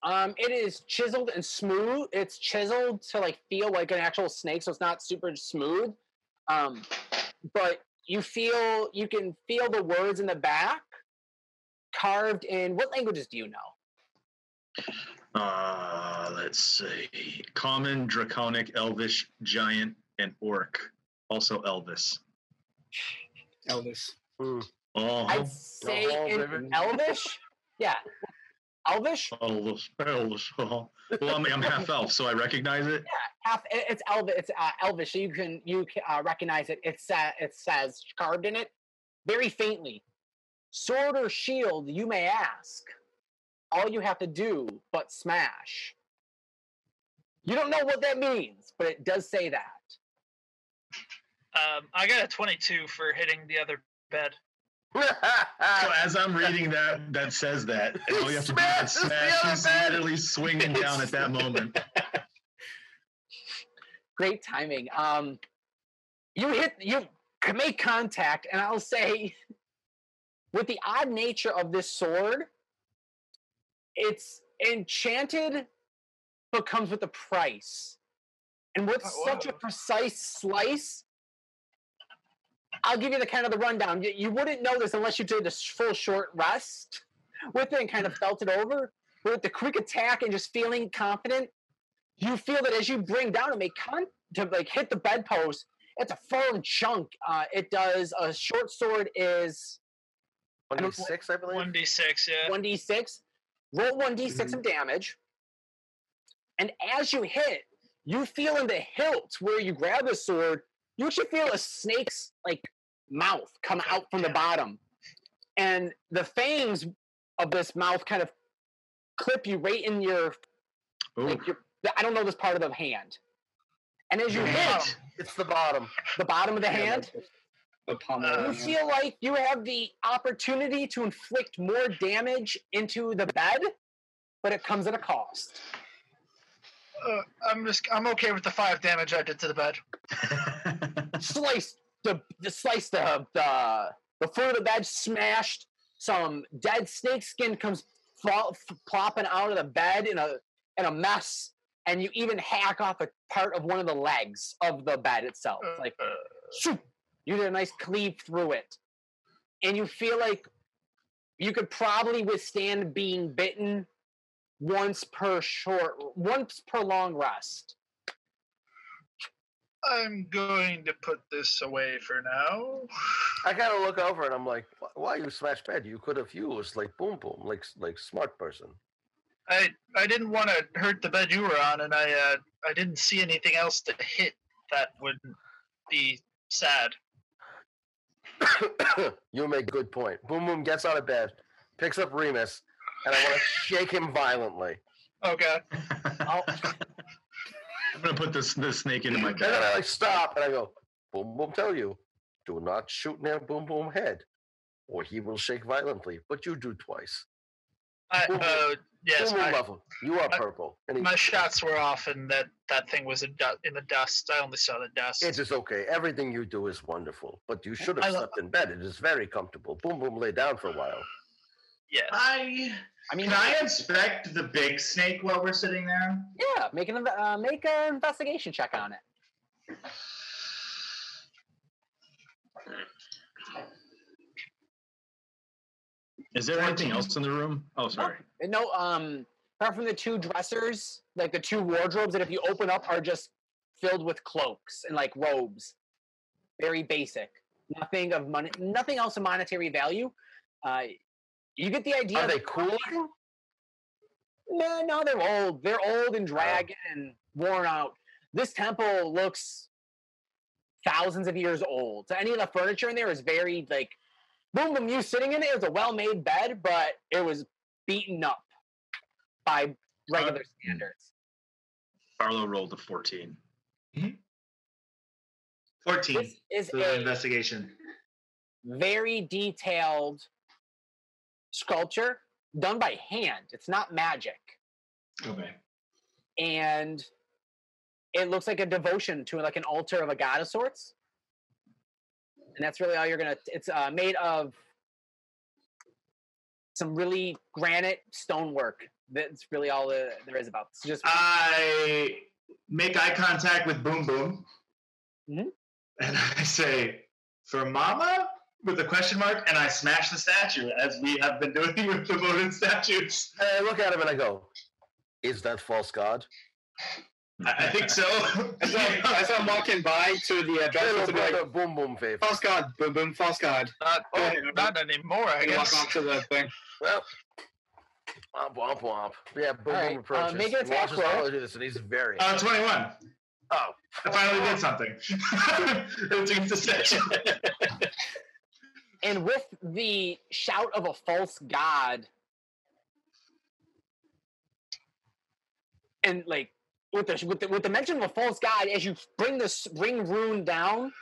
[SPEAKER 2] Um, it is chiseled and smooth. It's chiseled to like feel like an actual snake, so it's not super smooth. Um, but you feel you can feel the words in the back carved in what languages do you know?
[SPEAKER 4] Uh, let's see. Common, draconic, elvish, giant, and orc. Also Elvis.
[SPEAKER 6] Elvis.
[SPEAKER 4] Oh,
[SPEAKER 2] I'd say
[SPEAKER 3] whole
[SPEAKER 2] in
[SPEAKER 3] ribbon.
[SPEAKER 2] Elvish. Yeah, Elvish.
[SPEAKER 4] Elvis, Elvis. Well, I'm, I'm half elf, so I recognize it.
[SPEAKER 2] Half, it- it's Elvish. It's uh, Elvish. So you can you ca- uh, recognize it. It's uh, it says carved in it, very faintly. Sword or shield, you may ask. All you have to do, but smash. You don't know what that means, but it does say that.
[SPEAKER 7] Um, I got a 22 for hitting the other bed.
[SPEAKER 4] So as I'm reading that, that says that. And all you have to do is
[SPEAKER 3] Smash the
[SPEAKER 4] smash.
[SPEAKER 3] other
[SPEAKER 4] He's
[SPEAKER 3] man.
[SPEAKER 4] literally swinging down at that moment.
[SPEAKER 2] Great timing. Um, you hit you c- make contact, and I'll say, with the odd nature of this sword, it's enchanted, but comes with a price. And with
[SPEAKER 7] Oh,
[SPEAKER 2] such a
[SPEAKER 7] wow.
[SPEAKER 2] precise slice, I'll give you the kind of the rundown. You, you wouldn't know this unless you did a s- full short rest with it and kind of felt it over. But with the quick attack and just feeling confident, you feel that as you bring down and make con to like hit the bedpost, it's a firm chunk. Uh, it does a short sword is
[SPEAKER 3] 26, I believe.
[SPEAKER 7] 1d6, yeah.
[SPEAKER 2] one d six. Roll one d six of damage, and as you hit, you feel in the hilt where you grab the sword. You should feel a snake's like mouth come out from the bottom, and the fangs of this mouth kind of clip you right in your
[SPEAKER 4] Ooh,
[SPEAKER 2] like your, I don't know this part of the hand. And as you hit
[SPEAKER 3] It's the bottom.
[SPEAKER 2] the bottom of the hand,
[SPEAKER 6] The pommel.
[SPEAKER 7] Uh,
[SPEAKER 2] you
[SPEAKER 6] of the hand.
[SPEAKER 2] feel like you have the opportunity to inflict more damage into the bed, but it comes at a cost.
[SPEAKER 7] Uh, I'm just I'm okay with the five damage I did to the bed.
[SPEAKER 2] Slice the, the slice the, the the foot of the bed smashed. Some dead snake skin comes fall, f- plopping out of the bed in a in a mess, and you even hack off a part of one of the legs of the bed itself. Like
[SPEAKER 7] Uh,
[SPEAKER 2] Shoop! you did a nice cleave through it and you feel like you could probably withstand being bitten once per short once per long rest
[SPEAKER 7] I'm going to put this away for now.
[SPEAKER 3] I gotta look over and I'm like, "Wh- why you smash bed? You could have used like boom boom, like s- like smart person.
[SPEAKER 7] I I didn't want to hurt the bed you were on, and I uh, I didn't see anything else to hit that would be sad.
[SPEAKER 3] you make good point. Boom boom gets out of bed, picks up Remus, and I want to shake him violently.
[SPEAKER 7] Okay.
[SPEAKER 2] oh,
[SPEAKER 4] I'm gonna put this this snake into my
[SPEAKER 3] And then
[SPEAKER 4] bed.
[SPEAKER 3] I like stop and I go, boom boom, tell you, do not shoot near boom boom head, or he will shake violently. But you do twice.
[SPEAKER 7] I, uh, yes,
[SPEAKER 3] boom boom,
[SPEAKER 7] I,
[SPEAKER 3] love him. You are
[SPEAKER 7] my-
[SPEAKER 3] purple. And he,
[SPEAKER 7] my shots were off, and that that thing was in, du- in the dust. I only saw the dust.
[SPEAKER 3] It is okay. Everything you do is wonderful, but you should
[SPEAKER 7] I
[SPEAKER 3] have
[SPEAKER 7] lo-
[SPEAKER 3] slept in bed. It is very comfortable. Boom boom, lay down for a while.
[SPEAKER 7] yes.
[SPEAKER 5] I
[SPEAKER 2] i mean
[SPEAKER 5] can I inspect the big snake while we're sitting there?
[SPEAKER 2] yeah make an inve- uh, make an investigation check on it
[SPEAKER 4] Is there anything else in the room? Oh, sorry.
[SPEAKER 2] And no um apart from the two dressers like the two wardrobes that if you open up are just filled with cloaks and like robes very basic nothing of money nothing else of monetary value uh you get the idea
[SPEAKER 3] Are they Uh,
[SPEAKER 2] that-
[SPEAKER 3] cool looking?
[SPEAKER 2] No, no, they're old. They're old and dragged and worn out. This temple looks thousands of years old. So any of the furniture in there is very like boom boom you sitting in it. It was a well-made bed, but it was beaten up by regular standards.
[SPEAKER 4] Carlo rolled a 14.
[SPEAKER 5] 14
[SPEAKER 2] This is
[SPEAKER 5] for the
[SPEAKER 2] a
[SPEAKER 5] investigation.
[SPEAKER 2] very detailed sculpture done by hand. It's not magic.
[SPEAKER 5] Okay.
[SPEAKER 2] And it looks like a devotion to like an altar of a god of sorts. And that's really all you're gonna. It's uh, made of some really granite stonework. That's really all uh, there is about. It's just
[SPEAKER 5] Uh, I make eye contact with Boom Boom,
[SPEAKER 2] Mhm.
[SPEAKER 5] and I say, "For Mama?" with a question mark, and I smash the statue as we have been doing with devoted statues.
[SPEAKER 3] And I look at him and I go, "Is that false god?"
[SPEAKER 5] I, I think so.
[SPEAKER 6] As I'm, as I'm walking by to the uh, drive-thru,
[SPEAKER 3] Little
[SPEAKER 6] to be like,
[SPEAKER 3] brother, boom boom favor.
[SPEAKER 7] Oh.
[SPEAKER 6] false god, boom, boom, false god.
[SPEAKER 7] Not,
[SPEAKER 6] Oh,
[SPEAKER 7] Uh, not anymore, I
[SPEAKER 6] And walk
[SPEAKER 7] guess.
[SPEAKER 6] off to the thing.
[SPEAKER 3] Well, womp womp womp. Yeah, boom
[SPEAKER 2] All right,
[SPEAKER 3] boom
[SPEAKER 2] uh,
[SPEAKER 3] approaches.
[SPEAKER 2] make an
[SPEAKER 3] He
[SPEAKER 2] attack
[SPEAKER 3] watches
[SPEAKER 2] roll.
[SPEAKER 3] Apollo do this, and he's very.
[SPEAKER 5] Uh, 21.
[SPEAKER 3] oh,
[SPEAKER 5] I finally did something. it's against the statue.
[SPEAKER 2] and with the shout of a false god and like with the with the, with the mention of a false god as you bring this bring rune down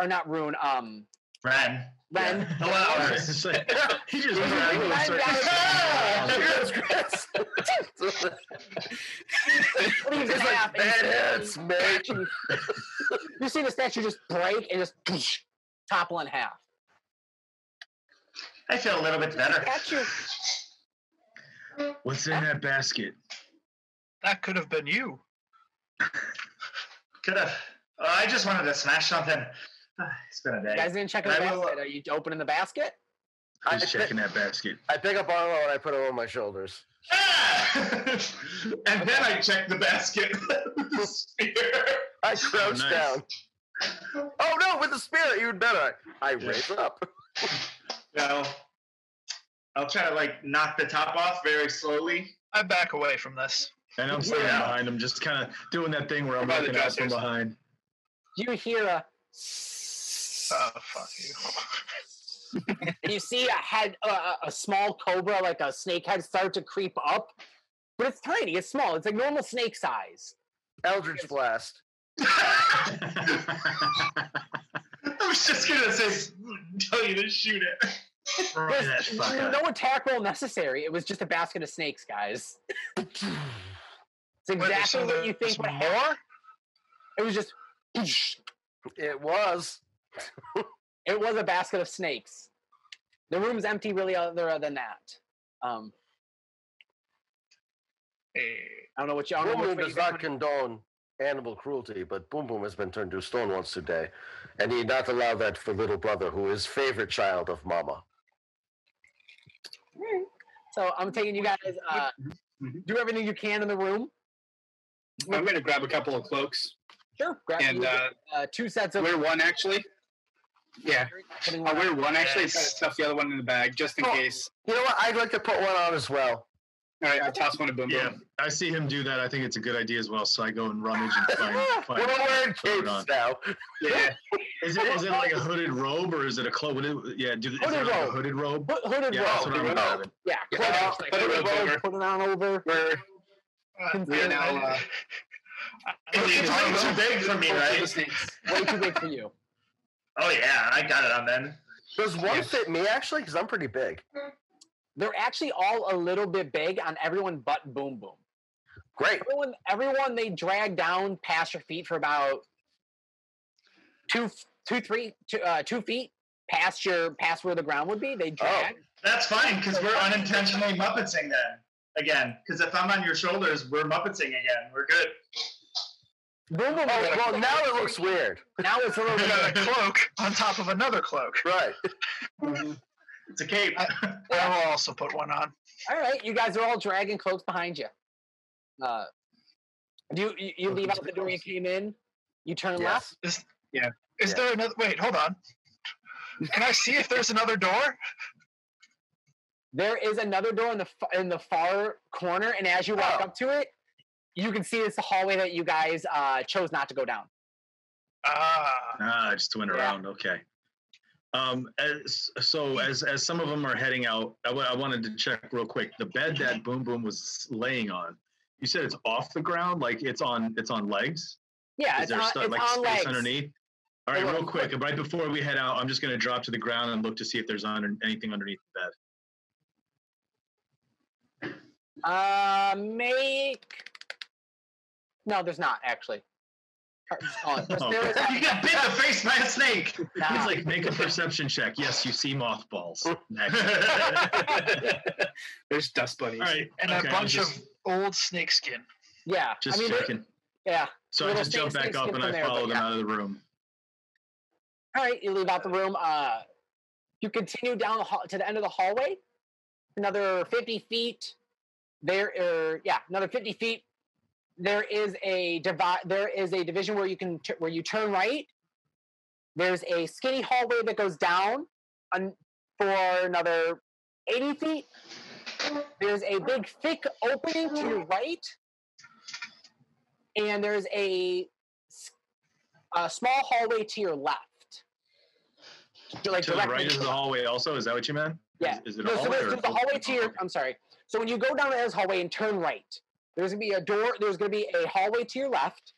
[SPEAKER 2] or not rune um
[SPEAKER 5] Ren.
[SPEAKER 2] Ren,
[SPEAKER 5] Hello.
[SPEAKER 4] It's like, he just
[SPEAKER 2] Ren
[SPEAKER 4] ran in
[SPEAKER 2] down-
[SPEAKER 4] circles.
[SPEAKER 3] Yes, Chris. it's
[SPEAKER 2] leaves his half
[SPEAKER 3] like
[SPEAKER 2] and
[SPEAKER 3] bad
[SPEAKER 2] you
[SPEAKER 3] hits,
[SPEAKER 2] see-
[SPEAKER 3] man.
[SPEAKER 2] you see the statue just break and just topple in half
[SPEAKER 5] I feel a little bit better.
[SPEAKER 2] statue
[SPEAKER 4] What's in that basket?
[SPEAKER 7] That could have been you.
[SPEAKER 5] Could have. Uh, I just wanted to smash something. Ah, It's been a
[SPEAKER 2] you guys
[SPEAKER 5] day.
[SPEAKER 2] didn't check in the
[SPEAKER 5] I will-
[SPEAKER 2] basket are you opening the basket
[SPEAKER 3] I
[SPEAKER 4] Who's checking that basket?
[SPEAKER 3] I pick up Arlo and I put him on my shoulders.
[SPEAKER 5] Ah! and then I checked the basket. with the spear.
[SPEAKER 3] I crouch
[SPEAKER 4] nice.
[SPEAKER 3] down. Oh no, with the spear, even better. I raise up.
[SPEAKER 5] So I'll try to like knock the top off very slowly.
[SPEAKER 7] I back away from this.
[SPEAKER 4] And I'm standing
[SPEAKER 5] Yeah.
[SPEAKER 4] behind him, just kind of doing that thing where I'm
[SPEAKER 6] By the
[SPEAKER 4] looking at from
[SPEAKER 6] dressers.
[SPEAKER 4] behind.
[SPEAKER 2] you hear a
[SPEAKER 7] Oh, fuck you.
[SPEAKER 2] and you see a head, a- a, a small cobra, like a snake head, start to creep up. But it's tiny. It's small. It's like normal snake size.
[SPEAKER 3] Eldritch blast.
[SPEAKER 5] I was just gonna say, tell you to shoot it.
[SPEAKER 4] Right, that
[SPEAKER 2] There's
[SPEAKER 4] fucker.
[SPEAKER 2] no attack roll necessary. It was just a basket of snakes, guys. It's
[SPEAKER 7] Wait,
[SPEAKER 2] exactly
[SPEAKER 7] so
[SPEAKER 2] what you
[SPEAKER 7] there's
[SPEAKER 2] think. Would happen.
[SPEAKER 7] more?
[SPEAKER 2] It was just.
[SPEAKER 3] It was.
[SPEAKER 2] It was a basket of snakes. The room's empty, really, other than that. Um,
[SPEAKER 7] Eh,
[SPEAKER 2] I don't know what you. I don't
[SPEAKER 3] Boom
[SPEAKER 2] know which
[SPEAKER 3] Boom
[SPEAKER 2] way you
[SPEAKER 3] does
[SPEAKER 2] guys wanna-
[SPEAKER 3] not condone animal cruelty, but Boom Boom has been turned to stone once today, and he did not allow that for little brother, who is favorite child of Mama.
[SPEAKER 2] So I'm taking you guys. Uh, do everything you can in the room.
[SPEAKER 6] I'm going to grab a couple of cloaks.
[SPEAKER 2] Sure. Grab
[SPEAKER 6] And
[SPEAKER 2] you,
[SPEAKER 6] uh,
[SPEAKER 2] uh, two sets of.
[SPEAKER 6] wear one, actually. Yeah,
[SPEAKER 2] putting
[SPEAKER 6] I'll
[SPEAKER 2] one
[SPEAKER 6] wear one, actually. and
[SPEAKER 7] Yes.
[SPEAKER 6] try to Stuff the other one in the bag, just in
[SPEAKER 3] Oh.
[SPEAKER 6] case.
[SPEAKER 3] You know what? I'd like to put one on as well.
[SPEAKER 6] All right, I toss one to Boom
[SPEAKER 4] Yeah,
[SPEAKER 6] Boom.
[SPEAKER 4] I see him do that. I think it's a good idea as well. So I go and rummage and find.
[SPEAKER 3] We're
[SPEAKER 4] find
[SPEAKER 3] wearing
[SPEAKER 4] throw it on.
[SPEAKER 3] capes now.
[SPEAKER 6] Yeah.
[SPEAKER 4] Is it, is it like a hooded robe or is it a cloak? What is- Yeah, do, is it
[SPEAKER 2] Hooded
[SPEAKER 4] like a
[SPEAKER 2] robe.
[SPEAKER 4] hooded robe?
[SPEAKER 2] Ho- hooded
[SPEAKER 4] Yeah,
[SPEAKER 2] robe.
[SPEAKER 4] that's what I'm
[SPEAKER 6] robe.
[SPEAKER 4] grabbing.
[SPEAKER 2] Yeah,
[SPEAKER 6] Yeah,
[SPEAKER 2] close.
[SPEAKER 6] I'll
[SPEAKER 2] Like,
[SPEAKER 6] put it
[SPEAKER 2] hooded
[SPEAKER 6] over.
[SPEAKER 2] robe, put it on over.
[SPEAKER 6] We're, we are
[SPEAKER 2] Consider
[SPEAKER 6] now uh,
[SPEAKER 5] It's way too big for me,
[SPEAKER 6] close to the
[SPEAKER 5] right?
[SPEAKER 6] snakes.
[SPEAKER 2] way too big for you.
[SPEAKER 5] Oh yeah, I got it on then.
[SPEAKER 3] Does one
[SPEAKER 6] Yeah.
[SPEAKER 3] fit me actually? Because I'm pretty big.
[SPEAKER 2] They're actually all a little bit big on everyone but Boom Boom.
[SPEAKER 3] Great.
[SPEAKER 2] Everyone, everyone they drag down past your feet for about two, two, three, two, uh, two feet past your past where the ground would be.
[SPEAKER 6] Oh.
[SPEAKER 2] They drag.
[SPEAKER 5] That's fine because we're unintentionally Muppeting then again. Because if I'm on your shoulders, we're Muppeting again. We're good.
[SPEAKER 2] Boom Boom.
[SPEAKER 3] Oh, well, now it looks weird.
[SPEAKER 2] now it's a little bit.
[SPEAKER 7] a cloak on top of another cloak.
[SPEAKER 3] Right.
[SPEAKER 5] It's a cape.
[SPEAKER 7] I will also put one on.
[SPEAKER 2] All right, you guys are all dragging cloaks behind you. Uh, do you, you, you leave out the door you came in? You turn left.
[SPEAKER 3] Yes.
[SPEAKER 7] Is
[SPEAKER 3] Yeah.
[SPEAKER 7] there another? Wait, hold on. Can I see if there's another door?
[SPEAKER 2] There is another door in the fa- in the far corner, and as you walk
[SPEAKER 3] Oh.
[SPEAKER 2] up to it, you can see it's the hallway that you guys uh, chose not to go down.
[SPEAKER 7] Ah,
[SPEAKER 4] Ah, I just went
[SPEAKER 2] Yeah.
[SPEAKER 4] around. Okay. Um, as, so as as some of them are heading out, I wa- I wanted to check real quick the bed that Boom Boom was laying on. You said it's off the ground, like it's on it's on legs.
[SPEAKER 2] Yeah,
[SPEAKER 4] Is
[SPEAKER 2] it's
[SPEAKER 4] there
[SPEAKER 2] on,
[SPEAKER 4] stu-
[SPEAKER 2] it's
[SPEAKER 4] like
[SPEAKER 2] on
[SPEAKER 4] space
[SPEAKER 2] legs.
[SPEAKER 4] underneath? All right, real quick, right before we head out, I'm just going to drop to the ground and look to see if there's under, anything underneath the bed.
[SPEAKER 2] Uh, make. No, there's not actually. Or- oh,
[SPEAKER 4] Oh.
[SPEAKER 2] there Ah. is-
[SPEAKER 5] You got bit in the face by a snake.
[SPEAKER 2] nah.
[SPEAKER 4] He's like, make a perception check. Yes, you see mothballs. Next.
[SPEAKER 6] There's dust bunnies.
[SPEAKER 4] All right.
[SPEAKER 7] and
[SPEAKER 4] okay,
[SPEAKER 7] a
[SPEAKER 4] I'm
[SPEAKER 7] bunch
[SPEAKER 4] just,
[SPEAKER 7] of old snake skin.
[SPEAKER 2] yeah,
[SPEAKER 4] Just
[SPEAKER 2] I mean, there-
[SPEAKER 4] checking.
[SPEAKER 2] yeah.
[SPEAKER 4] So I
[SPEAKER 2] little
[SPEAKER 4] just jump
[SPEAKER 2] things
[SPEAKER 4] back
[SPEAKER 2] sticking
[SPEAKER 4] up and
[SPEAKER 2] from
[SPEAKER 4] I
[SPEAKER 2] there, but
[SPEAKER 4] follow them
[SPEAKER 2] yeah.
[SPEAKER 4] out of the room.
[SPEAKER 2] All right, you leave out the room. Uh, you continue down the hall to the end of the hallway. Another fifty feet. There, er, yeah, another fifty feet. There is a divide. There is a division where you can tu- where you turn right. There's a skinny hallway that goes down, an- for another eighty feet. There's a big thick opening to your right, and there's a a small hallway to your left. So, Like
[SPEAKER 4] to the
[SPEAKER 2] directly
[SPEAKER 4] right
[SPEAKER 2] to
[SPEAKER 4] is
[SPEAKER 2] your
[SPEAKER 4] the
[SPEAKER 2] left.
[SPEAKER 4] hallway also. Is that what you meant?
[SPEAKER 2] Yeah.
[SPEAKER 4] Is, is it a
[SPEAKER 2] No, so
[SPEAKER 4] hallway?
[SPEAKER 2] there's,
[SPEAKER 4] or-
[SPEAKER 2] there's a hallway to your. I'm sorry. So when you go down this hallway and turn right, there's gonna be a door. There's gonna be a hallway to your left.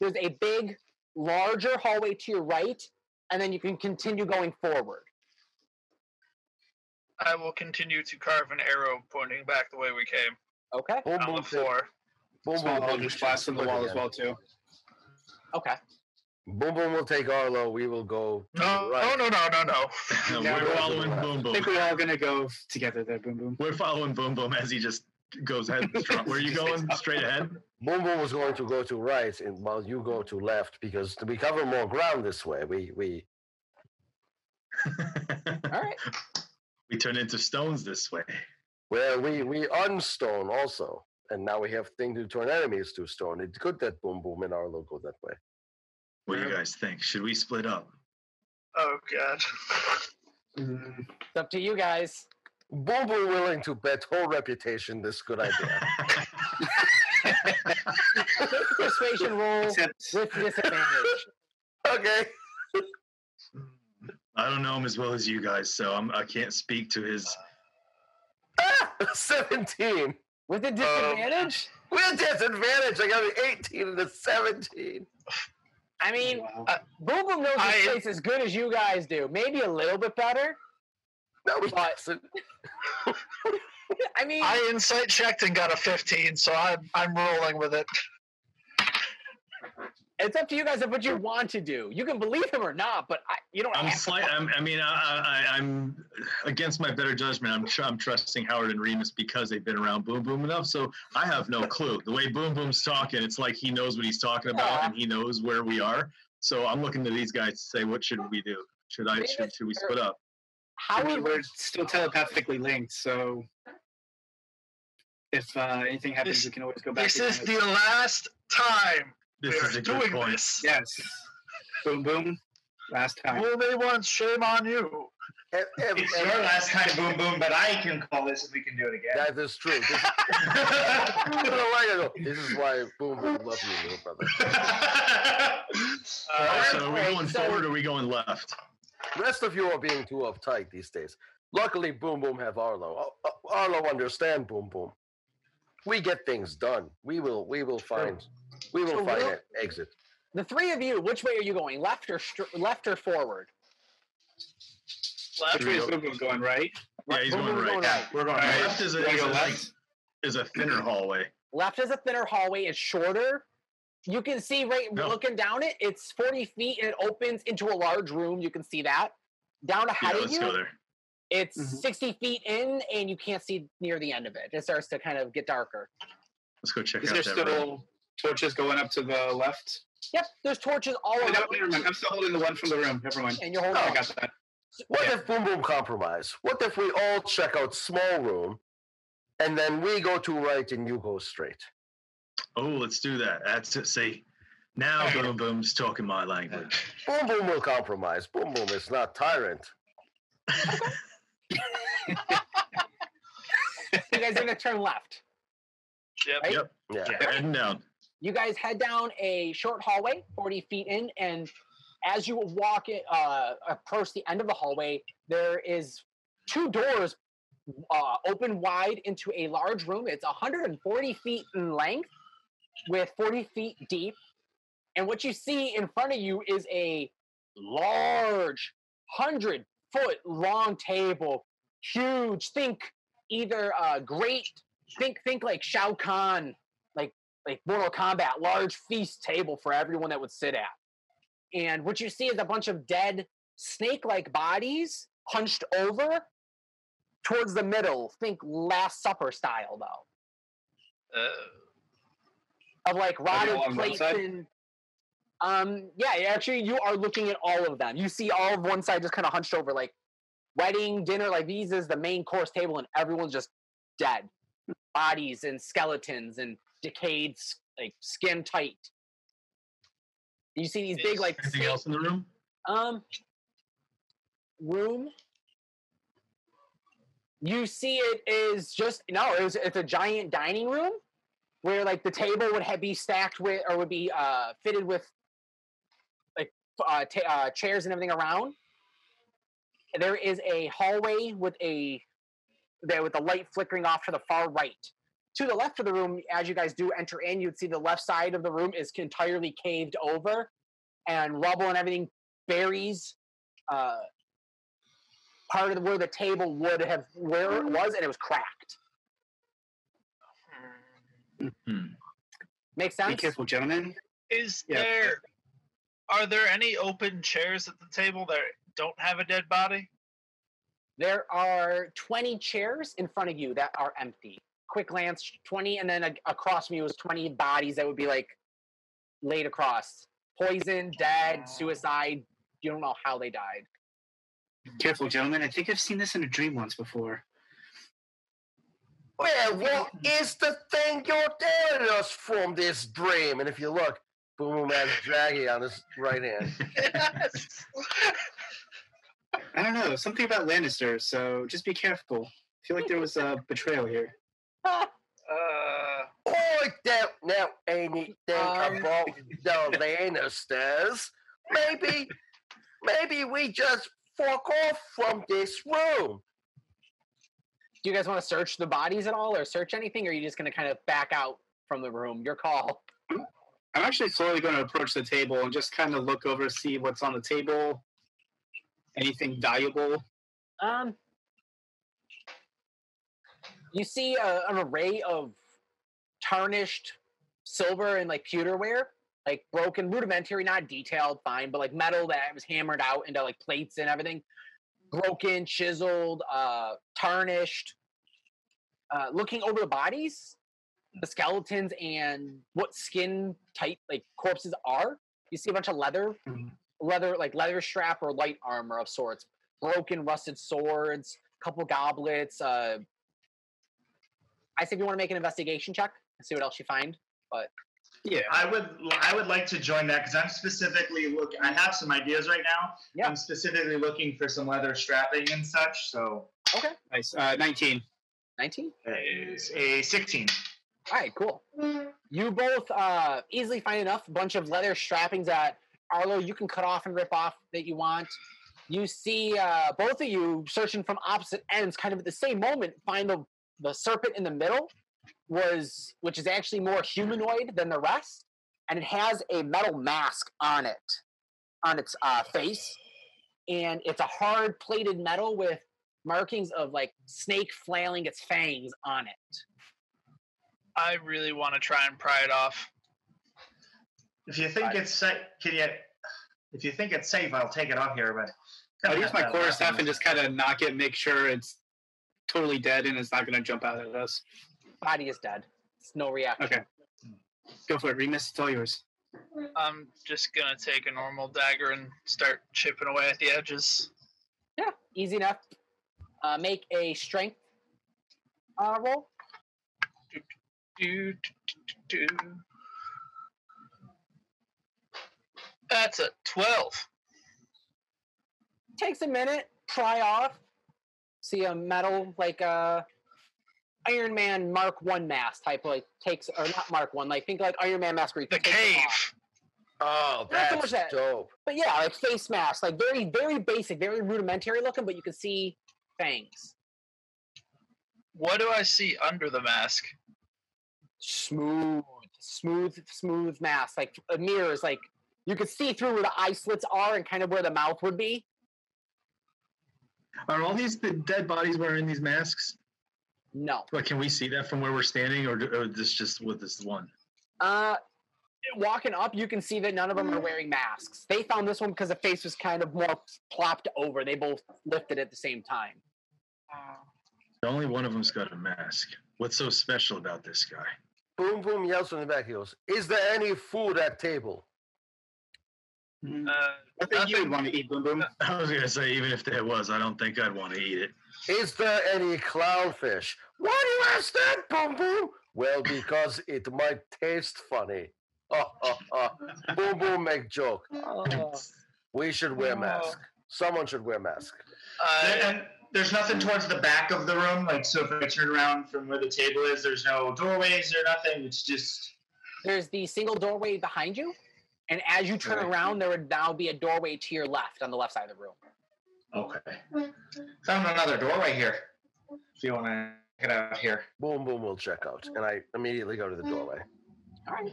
[SPEAKER 2] There's a big, larger hallway to your right, and then you can continue going forward.
[SPEAKER 7] I will continue to carve an arrow pointing back the way we came
[SPEAKER 2] Okay.
[SPEAKER 3] We'll
[SPEAKER 7] on the
[SPEAKER 3] move to
[SPEAKER 7] floor.
[SPEAKER 3] Boom
[SPEAKER 6] Small
[SPEAKER 3] Boom will
[SPEAKER 6] Eldritch Blast in the wall as well too.
[SPEAKER 2] Okay.
[SPEAKER 3] Boom Boom will take Arlo. We will go. to the
[SPEAKER 7] No,
[SPEAKER 3] right.
[SPEAKER 7] no, no, no, no, no.
[SPEAKER 4] No,
[SPEAKER 6] Yeah,
[SPEAKER 4] we're
[SPEAKER 6] we're-
[SPEAKER 4] following Boom
[SPEAKER 6] I
[SPEAKER 4] Boom.
[SPEAKER 6] think we're all gonna go together there, boom boom.
[SPEAKER 4] We're following Boom Boom as he just goes head. Where are you going? Straight ahead.
[SPEAKER 3] Boom Boom was going to go to right, and while you go to left because we cover more ground this way. We we
[SPEAKER 2] All right.
[SPEAKER 4] we turn into stones this way.
[SPEAKER 3] well we we unstone also, and now we have thing to turn enemies to stone. It's good that Boom Boom and Arlo go that way.
[SPEAKER 4] What do you guys think? Should we split up?
[SPEAKER 7] Oh god.
[SPEAKER 4] Mm-hmm.
[SPEAKER 2] It's up to you guys.
[SPEAKER 3] Boom Boom willing to bet whole reputation this good idea.
[SPEAKER 2] Make a persuasion roll
[SPEAKER 6] Except
[SPEAKER 2] with disadvantage.
[SPEAKER 3] okay.
[SPEAKER 4] I don't know him as well as you guys, so I'm, I can't speak to his.
[SPEAKER 3] Ah, 17.
[SPEAKER 2] With a disadvantage?
[SPEAKER 3] Um, With disadvantage, I got an 18 and a 17.
[SPEAKER 2] I mean,
[SPEAKER 6] Wow.
[SPEAKER 2] uh, Boom Boom knows his
[SPEAKER 7] I-
[SPEAKER 2] place as good as you guys do. Maybe a little bit better.
[SPEAKER 3] No, we
[SPEAKER 2] But-
[SPEAKER 3] doesn't.
[SPEAKER 2] I mean,
[SPEAKER 7] I insight checked and got a 15, so I'm I'm rolling with it.
[SPEAKER 2] It's up to you guys of what you want to do. You can believe him or not, but I, you don't
[SPEAKER 4] I'm
[SPEAKER 2] have
[SPEAKER 4] slight. I'm, I mean, I, I, I- I'm against my better judgment. I'm, tr- I'm trusting Howard and Remus because they've been around Boom Boom enough, so I have no clue. The way Boom Boom's talking, it's like he knows what he's talking about and he knows where we are. So I'm looking to these guys to say, what should we do? Should I? Should, should we split up?
[SPEAKER 2] How
[SPEAKER 6] I
[SPEAKER 2] would
[SPEAKER 6] mean, we're still telepathically linked, so if uh, anything happens,
[SPEAKER 7] This-
[SPEAKER 6] we can always go back.
[SPEAKER 7] This
[SPEAKER 6] and
[SPEAKER 7] is
[SPEAKER 6] do
[SPEAKER 7] the
[SPEAKER 6] it.
[SPEAKER 7] last time
[SPEAKER 4] This
[SPEAKER 7] we
[SPEAKER 4] is
[SPEAKER 7] are
[SPEAKER 4] a good
[SPEAKER 7] doing
[SPEAKER 4] point.
[SPEAKER 7] this.
[SPEAKER 6] yes. Boom boom. Last time.
[SPEAKER 7] Only once, shame on you.
[SPEAKER 3] Ev- ev-
[SPEAKER 5] It's
[SPEAKER 3] ev-
[SPEAKER 5] your last time, boom boom. But I can call this if we can do it again.
[SPEAKER 3] that is true. This is, this is why Boom Boom love you, little brother.
[SPEAKER 4] All right, so are we
[SPEAKER 7] Uh,
[SPEAKER 2] Alright,
[SPEAKER 4] going
[SPEAKER 2] so-
[SPEAKER 4] forward or are we going left?
[SPEAKER 3] Rest of you are being too uptight these days. Luckily, Boom Boom have Arlo. Ar- Ar- Arlo understand Boom Boom. We get things done. We will. We will find. We will
[SPEAKER 2] So
[SPEAKER 3] find
[SPEAKER 2] we'll-
[SPEAKER 3] an exit.
[SPEAKER 2] the three of you? Which way are you going? Left or str- left or forward?
[SPEAKER 6] Which way is boom boom going? Right.
[SPEAKER 4] Yeah, he's
[SPEAKER 2] Boom,
[SPEAKER 4] going
[SPEAKER 2] boom,
[SPEAKER 4] right.
[SPEAKER 2] going right.
[SPEAKER 4] We're going
[SPEAKER 6] All right.
[SPEAKER 4] left is a,
[SPEAKER 6] Wanna
[SPEAKER 4] is
[SPEAKER 6] go
[SPEAKER 4] a, like,
[SPEAKER 6] left?
[SPEAKER 4] is a thinner hallway.
[SPEAKER 2] Left is a thinner hallway. It's shorter. You can see right
[SPEAKER 4] No.
[SPEAKER 2] looking down it. It's forty feet and it opens into a large room. You can see that. Down
[SPEAKER 4] Yeah,
[SPEAKER 2] ahead of
[SPEAKER 4] let's go
[SPEAKER 2] you,
[SPEAKER 4] there.
[SPEAKER 2] it's
[SPEAKER 6] Mhm.
[SPEAKER 2] sixty feet in, and you can't see near the end of it. It starts to kind of get darker.
[SPEAKER 4] Let's go check
[SPEAKER 6] Is
[SPEAKER 4] out
[SPEAKER 6] there
[SPEAKER 4] that
[SPEAKER 6] still
[SPEAKER 4] room.
[SPEAKER 6] torches going up to the left?
[SPEAKER 2] Yep, there's torches all
[SPEAKER 6] Oh,
[SPEAKER 2] around,
[SPEAKER 6] no, never mind. I'm still holding the one from the room. Never mind. Oh,
[SPEAKER 2] and you're holding.
[SPEAKER 6] I
[SPEAKER 2] on.
[SPEAKER 6] got that.
[SPEAKER 3] What
[SPEAKER 6] Yeah.
[SPEAKER 3] if Boom Boom compromise? What if we all check out small room, and then we go to right and you go straight?
[SPEAKER 4] Oh, let's do that. That's it. See, now
[SPEAKER 6] Alright.
[SPEAKER 4] Boom Boom's talking my language.
[SPEAKER 3] Boom Boom will compromise. Boom Boom is not tyrant.
[SPEAKER 2] You guys are gonna turn left.
[SPEAKER 7] Yep.
[SPEAKER 2] Right?
[SPEAKER 4] Yep.
[SPEAKER 3] Yeah.
[SPEAKER 4] Heading down.
[SPEAKER 2] you guys head down a short hallway 40 feet in and as you walk it uh, approach the end of the hallway there is two doors uh, open wide into a large room it's 140 feet in length with 40 feet deep And what you see in front of you is a large, 100 foot long table. Huge, think either uh, great, think, think like Shao Kahn, like, like Mortal Kombat, large feast table for everyone that would sit at. And what you see is a bunch of dead snake like bodies hunched over towards the middle. Think Last Supper style, though
[SPEAKER 7] Uh,
[SPEAKER 6] Uh,
[SPEAKER 2] of like rotted
[SPEAKER 6] along one
[SPEAKER 2] plates
[SPEAKER 6] side?
[SPEAKER 2] and um yeah yeah, actually you are looking at all of them you see all of one side just kind of hunched over like wedding dinner like these is the main course table and everyone's just dead bodies and skeletons and decayed s- like skin tight you see these big
[SPEAKER 7] Is
[SPEAKER 2] like
[SPEAKER 4] Anything
[SPEAKER 2] snake-
[SPEAKER 4] else in the room?
[SPEAKER 2] um, room. You see, it is just no. It was, it's a giant dining room where like the table would have, be stacked with or would be uh, fitted with like f- uh, ta- uh, chairs and everything around. And there is a hallway with a there with the light flickering off to the far right. To the left of the room, as you guys do enter in, you'd see the left side of the room is entirely caved over, and rubble and everything buries uh, part of where the table would have where it was, and it was cracked. Make
[SPEAKER 6] Be
[SPEAKER 2] sense?
[SPEAKER 6] careful, gentlemen.
[SPEAKER 7] Is
[SPEAKER 6] Yeah.
[SPEAKER 7] there are there any open chairs at the table that don't have a dead body?
[SPEAKER 2] There are 20 chairs in front of you that are empty. Quick glance, 20, and then a, across from you is 20 bodies that would be like laid across. Poison, dead, suicide. You don't know how they died.
[SPEAKER 6] Careful, gentlemen. I think I've seen this in a dream once before.
[SPEAKER 3] Where what is the thing you're telling us from this dream? And if you look, Boom Boom has Draggy on his right hand.
[SPEAKER 6] I don't know. Something about Lannister, so just be careful. I feel like there was a betrayal here.
[SPEAKER 7] uh,
[SPEAKER 3] I don't know anything
[SPEAKER 2] Um.
[SPEAKER 3] e, about the Lannisters. Maybe, maybe we just fuck off from this room.
[SPEAKER 2] Do you guys want to search the bodies at all or search anything, or are you just going to kind of back out from the room? Your call.
[SPEAKER 6] I'm actually slowly going to approach the table and just kind of look over, see what's on the table. Anything valuable?
[SPEAKER 2] Um, you see uh an array of tarnished silver and like pewterware, like broken, rudimentary, not detailed, fine, but like metal that was hammered out into like plates and everything, broken, chiseled, uh, tarnished. Uh, looking over the bodies, the skeletons, and what skin type like corpses are, you see a bunch of leather,
[SPEAKER 6] Mhm.
[SPEAKER 2] leather like leather strap or light armor of sorts broken rusted swords, couple goblets. Uh, I say if you want to make an investigation check and see what else you find.
[SPEAKER 6] Yeah.
[SPEAKER 5] I would I would like to join that because I'm specifically look. I have some ideas right now.
[SPEAKER 2] Yeah.
[SPEAKER 5] I'm specifically looking for some leather strapping and such. So
[SPEAKER 6] Nice. Uh, 19.
[SPEAKER 2] 19?
[SPEAKER 5] it's a 16.
[SPEAKER 2] All right, cool. You both uh, easily find enough bunch of leather strappings that Arlo you can cut off and rip off that you want. You see uh, both of you searching from opposite ends, kind of at the same moment, find the the serpent in the middle was which is actually more humanoid than the rest, and it has a metal mask on it on its uh, face, and it's a hard plated metal with markings of like snake flailing its fangs on it.
[SPEAKER 7] I really want to try and pry it off.
[SPEAKER 5] If you think
[SPEAKER 3] I-
[SPEAKER 5] it's safe, can you? If you think it's safe, I'll take it off here. But
[SPEAKER 7] Oh,
[SPEAKER 6] I'll use my
[SPEAKER 5] Uh,
[SPEAKER 6] quarter staff and just kind of knock it, make sure it's totally dead and it's not going to jump out at us.
[SPEAKER 2] body is dead. It's no reaction.
[SPEAKER 6] Okay. Go for it, Remus. It's all yours.
[SPEAKER 7] I'm just gonna take a normal dagger and start chipping away at the edges.
[SPEAKER 2] Yeah, easy enough. Uh, make a strength uh, roll.
[SPEAKER 7] Do, do, do, do. That's a twelve.
[SPEAKER 2] Takes a minute. Pry off. See a metal like uh, Iron Man Mark One mask type like takes or not Mark One like think like Iron Man mask where you
[SPEAKER 7] The
[SPEAKER 2] take it
[SPEAKER 7] cave.
[SPEAKER 2] off.
[SPEAKER 3] Oh,
[SPEAKER 2] Not so
[SPEAKER 3] that's
[SPEAKER 2] much that-
[SPEAKER 3] dope.
[SPEAKER 2] But yeah, like face mask, like very very basic, very rudimentary looking, but you can see fangs.
[SPEAKER 7] What do I see under the mask?
[SPEAKER 2] Smooth smooth, smooth mass, like a mirror is like you could see through where the eye slits are and kind of where the mouth would be.
[SPEAKER 4] Are all these the dead bodies wearing these masks?
[SPEAKER 2] No.
[SPEAKER 4] Like, can we see that from where we're standing, or, or this just with this one?
[SPEAKER 2] Uh, walking up, you can see that none of them are wearing masks. They found this one because the face was kind of more plopped over. They both lifted at the same time.
[SPEAKER 5] Oh.
[SPEAKER 4] Only one of them's got a mask. What's so special about this guy?
[SPEAKER 3] Boom Boom yells from the back. He goes, "Is there any food at table?"
[SPEAKER 7] Uh,
[SPEAKER 6] I think you would want to eat Boom Boom.
[SPEAKER 4] I was gonna say, even if there was, I don't think I'd want to eat it.
[SPEAKER 3] Is there any clownfish? Why do you ask that, Boom Boom? Well, because it might taste funny. Ha, ha, ha. boom Boom make joke.
[SPEAKER 5] Uh,
[SPEAKER 3] We should wear mask. Someone should wear mask.
[SPEAKER 5] And- and there's nothing towards the back of the room. Like, so if I turn around from where the table is, there's no doorways or nothing. It's just
[SPEAKER 2] There's the single doorway behind you, and as you turn
[SPEAKER 5] Right.
[SPEAKER 2] around, there would now be a doorway to your left on the left side of the room.
[SPEAKER 5] okay. Found another doorway here. If you want to get out here.
[SPEAKER 3] Boom Boom will check out, and I immediately go to the
[SPEAKER 2] Mm-hmm.
[SPEAKER 3] doorway.
[SPEAKER 2] All right.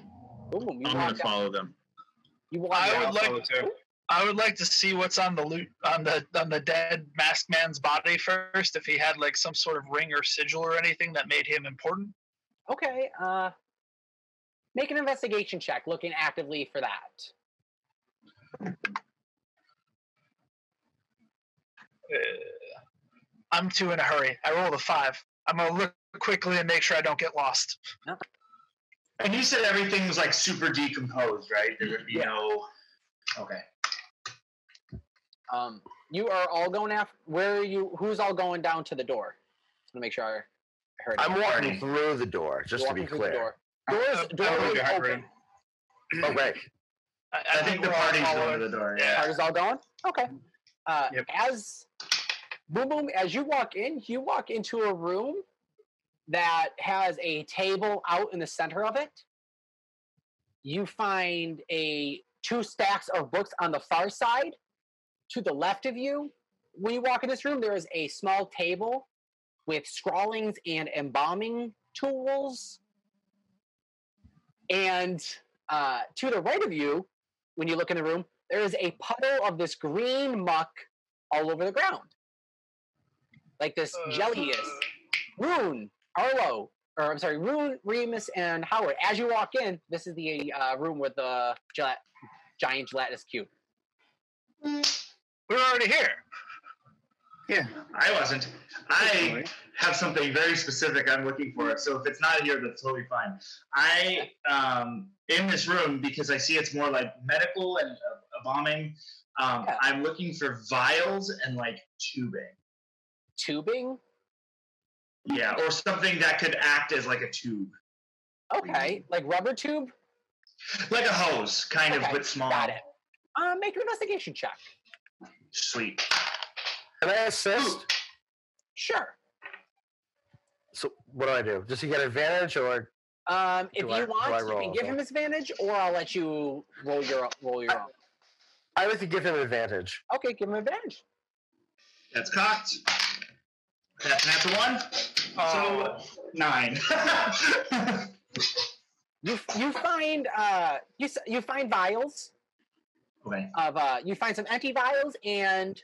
[SPEAKER 2] Boom. You
[SPEAKER 4] I'm gonna
[SPEAKER 2] walk, out,
[SPEAKER 4] follow them.
[SPEAKER 2] you walk
[SPEAKER 7] I
[SPEAKER 2] out.
[SPEAKER 7] would like to. I would like to see what's on the loot on the on the dead masked man's body first. If he had like some sort of ring or sigil or anything that made him important.
[SPEAKER 2] Okay. Uh, make an investigation check, looking actively for that.
[SPEAKER 7] Uh, I'm too in a hurry. I rolled a five. I'm gonna look quickly and make sure I don't get lost.
[SPEAKER 5] And you said everything's like super decomposed, right? There would be no. Okay.
[SPEAKER 2] Um, you are all going after. Where are you? Who's all going down to the door? Just want to make sure I heard.
[SPEAKER 3] I'm
[SPEAKER 2] it.
[SPEAKER 3] walking through the door, just to be
[SPEAKER 2] Walking through the
[SPEAKER 3] clear.
[SPEAKER 2] door. Door is,
[SPEAKER 7] Uh,
[SPEAKER 2] door
[SPEAKER 5] I would
[SPEAKER 2] is
[SPEAKER 5] be
[SPEAKER 2] open.
[SPEAKER 5] hovering.
[SPEAKER 3] Oh, right.
[SPEAKER 7] I,
[SPEAKER 5] I think the
[SPEAKER 7] we're all
[SPEAKER 5] party's
[SPEAKER 7] following-
[SPEAKER 5] going to the door. Yeah.
[SPEAKER 2] Card is all going. Okay. Uh,
[SPEAKER 7] Yep.
[SPEAKER 2] As boom boom, as you walk in, you walk into a room that has a table out in the center of it. You find a two stacks of books on the far side. To the left of you, when you walk in this room, there is a small table with scrawlings and embalming tools. And uh, to the right of you, when you look in the room, there is a puddle of this green muck all over the ground. Like this
[SPEAKER 7] Uh,
[SPEAKER 2] jelly is. Rune, Arlo, or I'm sorry, Rune, Remus, and Howard. As you walk in, this is the uh, room with the gel- giant gelatinous cube.
[SPEAKER 7] We're already here.
[SPEAKER 5] I wasn't. I have something very specific I'm looking for. So if it's not here, that's totally fine. I um, in this room because I see it's more like medical and uh, bombing. Um,
[SPEAKER 2] Yeah.
[SPEAKER 5] I'm looking for vials and like tubing.
[SPEAKER 2] Tubing?
[SPEAKER 5] Yeah, or something that could act as like a tube,
[SPEAKER 2] Okay,
[SPEAKER 3] Mm-hmm.
[SPEAKER 2] like rubber tube?
[SPEAKER 5] like a hose, kind
[SPEAKER 2] Okay,
[SPEAKER 5] of, but small.
[SPEAKER 2] Got it. Uh, make an investigation check.
[SPEAKER 5] Sweet.
[SPEAKER 3] Can I assist?
[SPEAKER 2] Sure.
[SPEAKER 3] So what do I do? Does he get advantage or
[SPEAKER 2] Um, if
[SPEAKER 3] Do
[SPEAKER 2] you
[SPEAKER 3] I- do I
[SPEAKER 2] want, you
[SPEAKER 3] roll,
[SPEAKER 2] can give
[SPEAKER 3] okay.
[SPEAKER 2] him his advantage, or I'll let you roll your roll your
[SPEAKER 3] I-
[SPEAKER 2] own.
[SPEAKER 3] I like to give him advantage.
[SPEAKER 2] Okay, give him advantage.
[SPEAKER 5] That's cocked. That's that's a one.
[SPEAKER 7] Oh.
[SPEAKER 5] So nine.
[SPEAKER 2] You you find uh you s- you find vials
[SPEAKER 5] okay.
[SPEAKER 2] of uh you find some empty vials and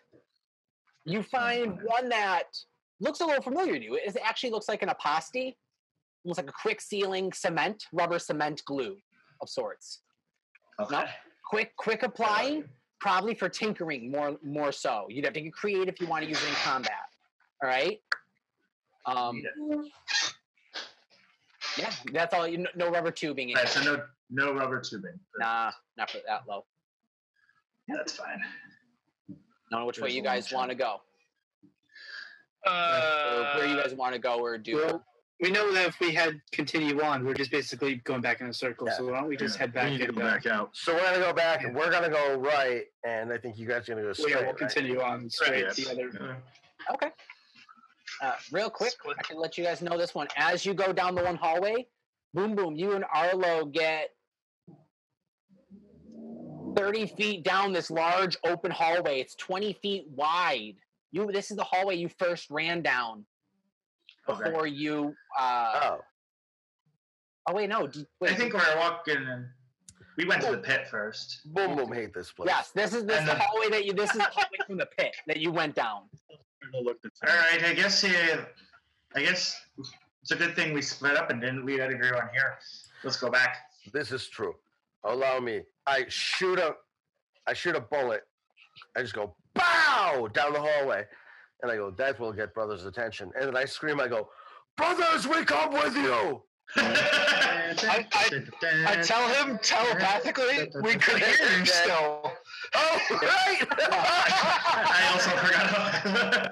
[SPEAKER 2] you find one that looks a little familiar to you. It actually looks like an aposty, almost like a quick sealing cement, rubber cement glue of sorts.
[SPEAKER 5] Okay.
[SPEAKER 2] No. Quick quick applying, probably for tinkering more more so. You'd have to get creative if you want to use it in combat. All right. Um, yeah, that's all. You no- no rubber tubing. In
[SPEAKER 5] All right,
[SPEAKER 2] here.
[SPEAKER 5] so no no rubber tubing.
[SPEAKER 2] Nah, not for that low.
[SPEAKER 5] That's fine.
[SPEAKER 2] Don't know which way
[SPEAKER 5] There's
[SPEAKER 2] you
[SPEAKER 5] a long
[SPEAKER 2] guys want to go. or
[SPEAKER 7] Uh,
[SPEAKER 2] where you guys want to go or do.
[SPEAKER 6] Well, we know that if we had continue on, we're just basically going back in a circle. So why don't we just
[SPEAKER 4] Yeah,
[SPEAKER 6] head back
[SPEAKER 4] We need to
[SPEAKER 6] and
[SPEAKER 4] go
[SPEAKER 6] uh,
[SPEAKER 4] back out.
[SPEAKER 3] So we're gonna go back and we're gonna go right, and I think you guys are gonna go
[SPEAKER 6] well,
[SPEAKER 3] straight.
[SPEAKER 6] uh, yeah, we'll
[SPEAKER 3] right?
[SPEAKER 6] continue on straight
[SPEAKER 4] Yes.
[SPEAKER 6] the other.
[SPEAKER 2] Okay. Uh, real quick,
[SPEAKER 7] Split.
[SPEAKER 2] I can let you guys know this one. As you go down the one hallway, boom, boom, you and Arlo get 30 feet down this large open hallway. It's 20 feet wide. You, this is the hallway you first ran down
[SPEAKER 5] Okay.
[SPEAKER 3] Uh,
[SPEAKER 2] before you uh,
[SPEAKER 3] Oh,
[SPEAKER 2] Oh wait, no. Do, wait.
[SPEAKER 5] I think we were walking and we went to the pit first.
[SPEAKER 3] Boom boom hate this place.
[SPEAKER 2] yes. This is this is
[SPEAKER 5] And
[SPEAKER 2] the
[SPEAKER 5] then-
[SPEAKER 2] hallway that you. This is the hallway from the pit that you went down.
[SPEAKER 5] All right, I guess uh, I guess it's a good thing we split up and didn't leave Edgar on here. Let's go back.
[SPEAKER 3] This is true. Allow me. I shoot a I shoot a bullet. I just go bow down the hallway. And I go, that will get brother's attention. And then I scream, I go, Brothers, we come with you.
[SPEAKER 7] I- I tell him telepathically we could hear you still.
[SPEAKER 3] Oh right.
[SPEAKER 5] I also forgot about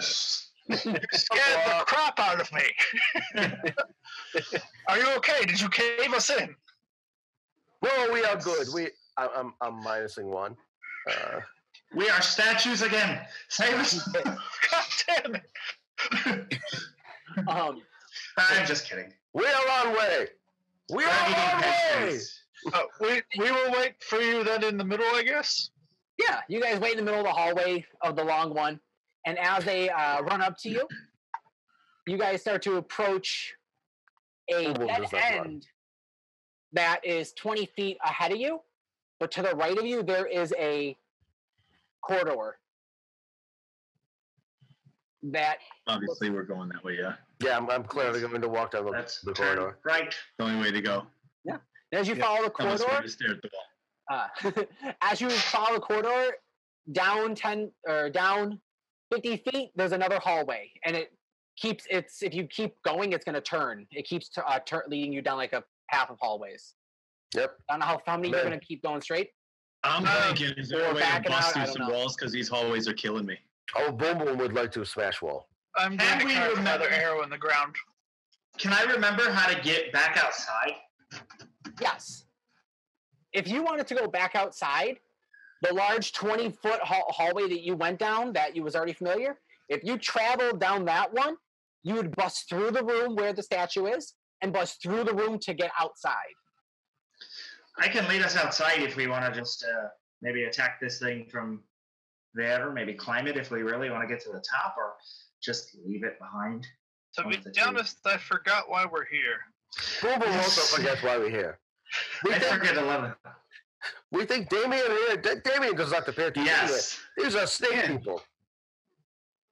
[SPEAKER 7] You scared the crap out of me. Are you okay? Did you cave us in?
[SPEAKER 3] well, we are good. We I, I'm I'm minusing one. Uh,
[SPEAKER 5] We are statues again. Save us.
[SPEAKER 7] God damn it.
[SPEAKER 2] Um,
[SPEAKER 5] I'm just kidding.
[SPEAKER 3] we are on way. We are on way.
[SPEAKER 7] Uh, we, we will wait for you then in the middle, I guess.
[SPEAKER 2] yeah, you guys wait in the middle of the hallway of the long one, and as they uh, run up to you, you guys start to approach a
[SPEAKER 3] Who will
[SPEAKER 2] dead
[SPEAKER 3] does that run?
[SPEAKER 2] end that is 20 feet ahead of you, but to the right of you there is a corridor that
[SPEAKER 4] Obviously, we're going that way. Yeah,
[SPEAKER 3] Yeah, I'm, I'm clearly going to walk down the,
[SPEAKER 5] That's
[SPEAKER 3] the
[SPEAKER 5] turn
[SPEAKER 3] corridor.
[SPEAKER 5] Right.
[SPEAKER 4] the only way to go.
[SPEAKER 2] as you follow the
[SPEAKER 4] Unless we
[SPEAKER 2] corridor,
[SPEAKER 4] just stare at the wall.
[SPEAKER 2] uh, as you follow the corridor down 10 or down 50 feet there's another hallway and it keeps it's if you keep going it's going to turn it keeps t- uh, tur leading you down like a path of hallways
[SPEAKER 3] Yep.
[SPEAKER 2] i don't know how, how many you're
[SPEAKER 3] Man.
[SPEAKER 2] going to keep going straight
[SPEAKER 4] I'm
[SPEAKER 2] Uh,
[SPEAKER 4] thinking, is there
[SPEAKER 2] we're
[SPEAKER 4] a way to
[SPEAKER 2] backing out,
[SPEAKER 4] bust
[SPEAKER 2] I
[SPEAKER 4] through
[SPEAKER 2] don't
[SPEAKER 4] some
[SPEAKER 2] know.
[SPEAKER 4] walls? Because these hallways are killing me.
[SPEAKER 3] Oh, Boom Boom would like to smash wall.
[SPEAKER 7] I'm
[SPEAKER 5] Can
[SPEAKER 7] going to
[SPEAKER 5] we
[SPEAKER 7] carve
[SPEAKER 5] remember-
[SPEAKER 7] another arrow in the ground.
[SPEAKER 5] Can I remember how to get back outside?
[SPEAKER 2] yes if you wanted to go back outside the large 20 foot hall- hallway that you went down that you was already familiar if you traveled down that one you would bust through the room where the statue is and bust through the room to get outside
[SPEAKER 5] I can lead us outside if we want to just uh, maybe attack this thing from there, maybe climb it if we really want to get to the top, or just leave it behind.
[SPEAKER 7] To be
[SPEAKER 5] One, two, three.
[SPEAKER 7] honest, I forgot why we're here.
[SPEAKER 3] Boom Boom also forgets why we're here. We
[SPEAKER 5] I
[SPEAKER 3] think,
[SPEAKER 5] forget eleven.
[SPEAKER 3] we think Damien here. Da- Damien does not appear to be here.
[SPEAKER 5] Yes.
[SPEAKER 3] These are snake people.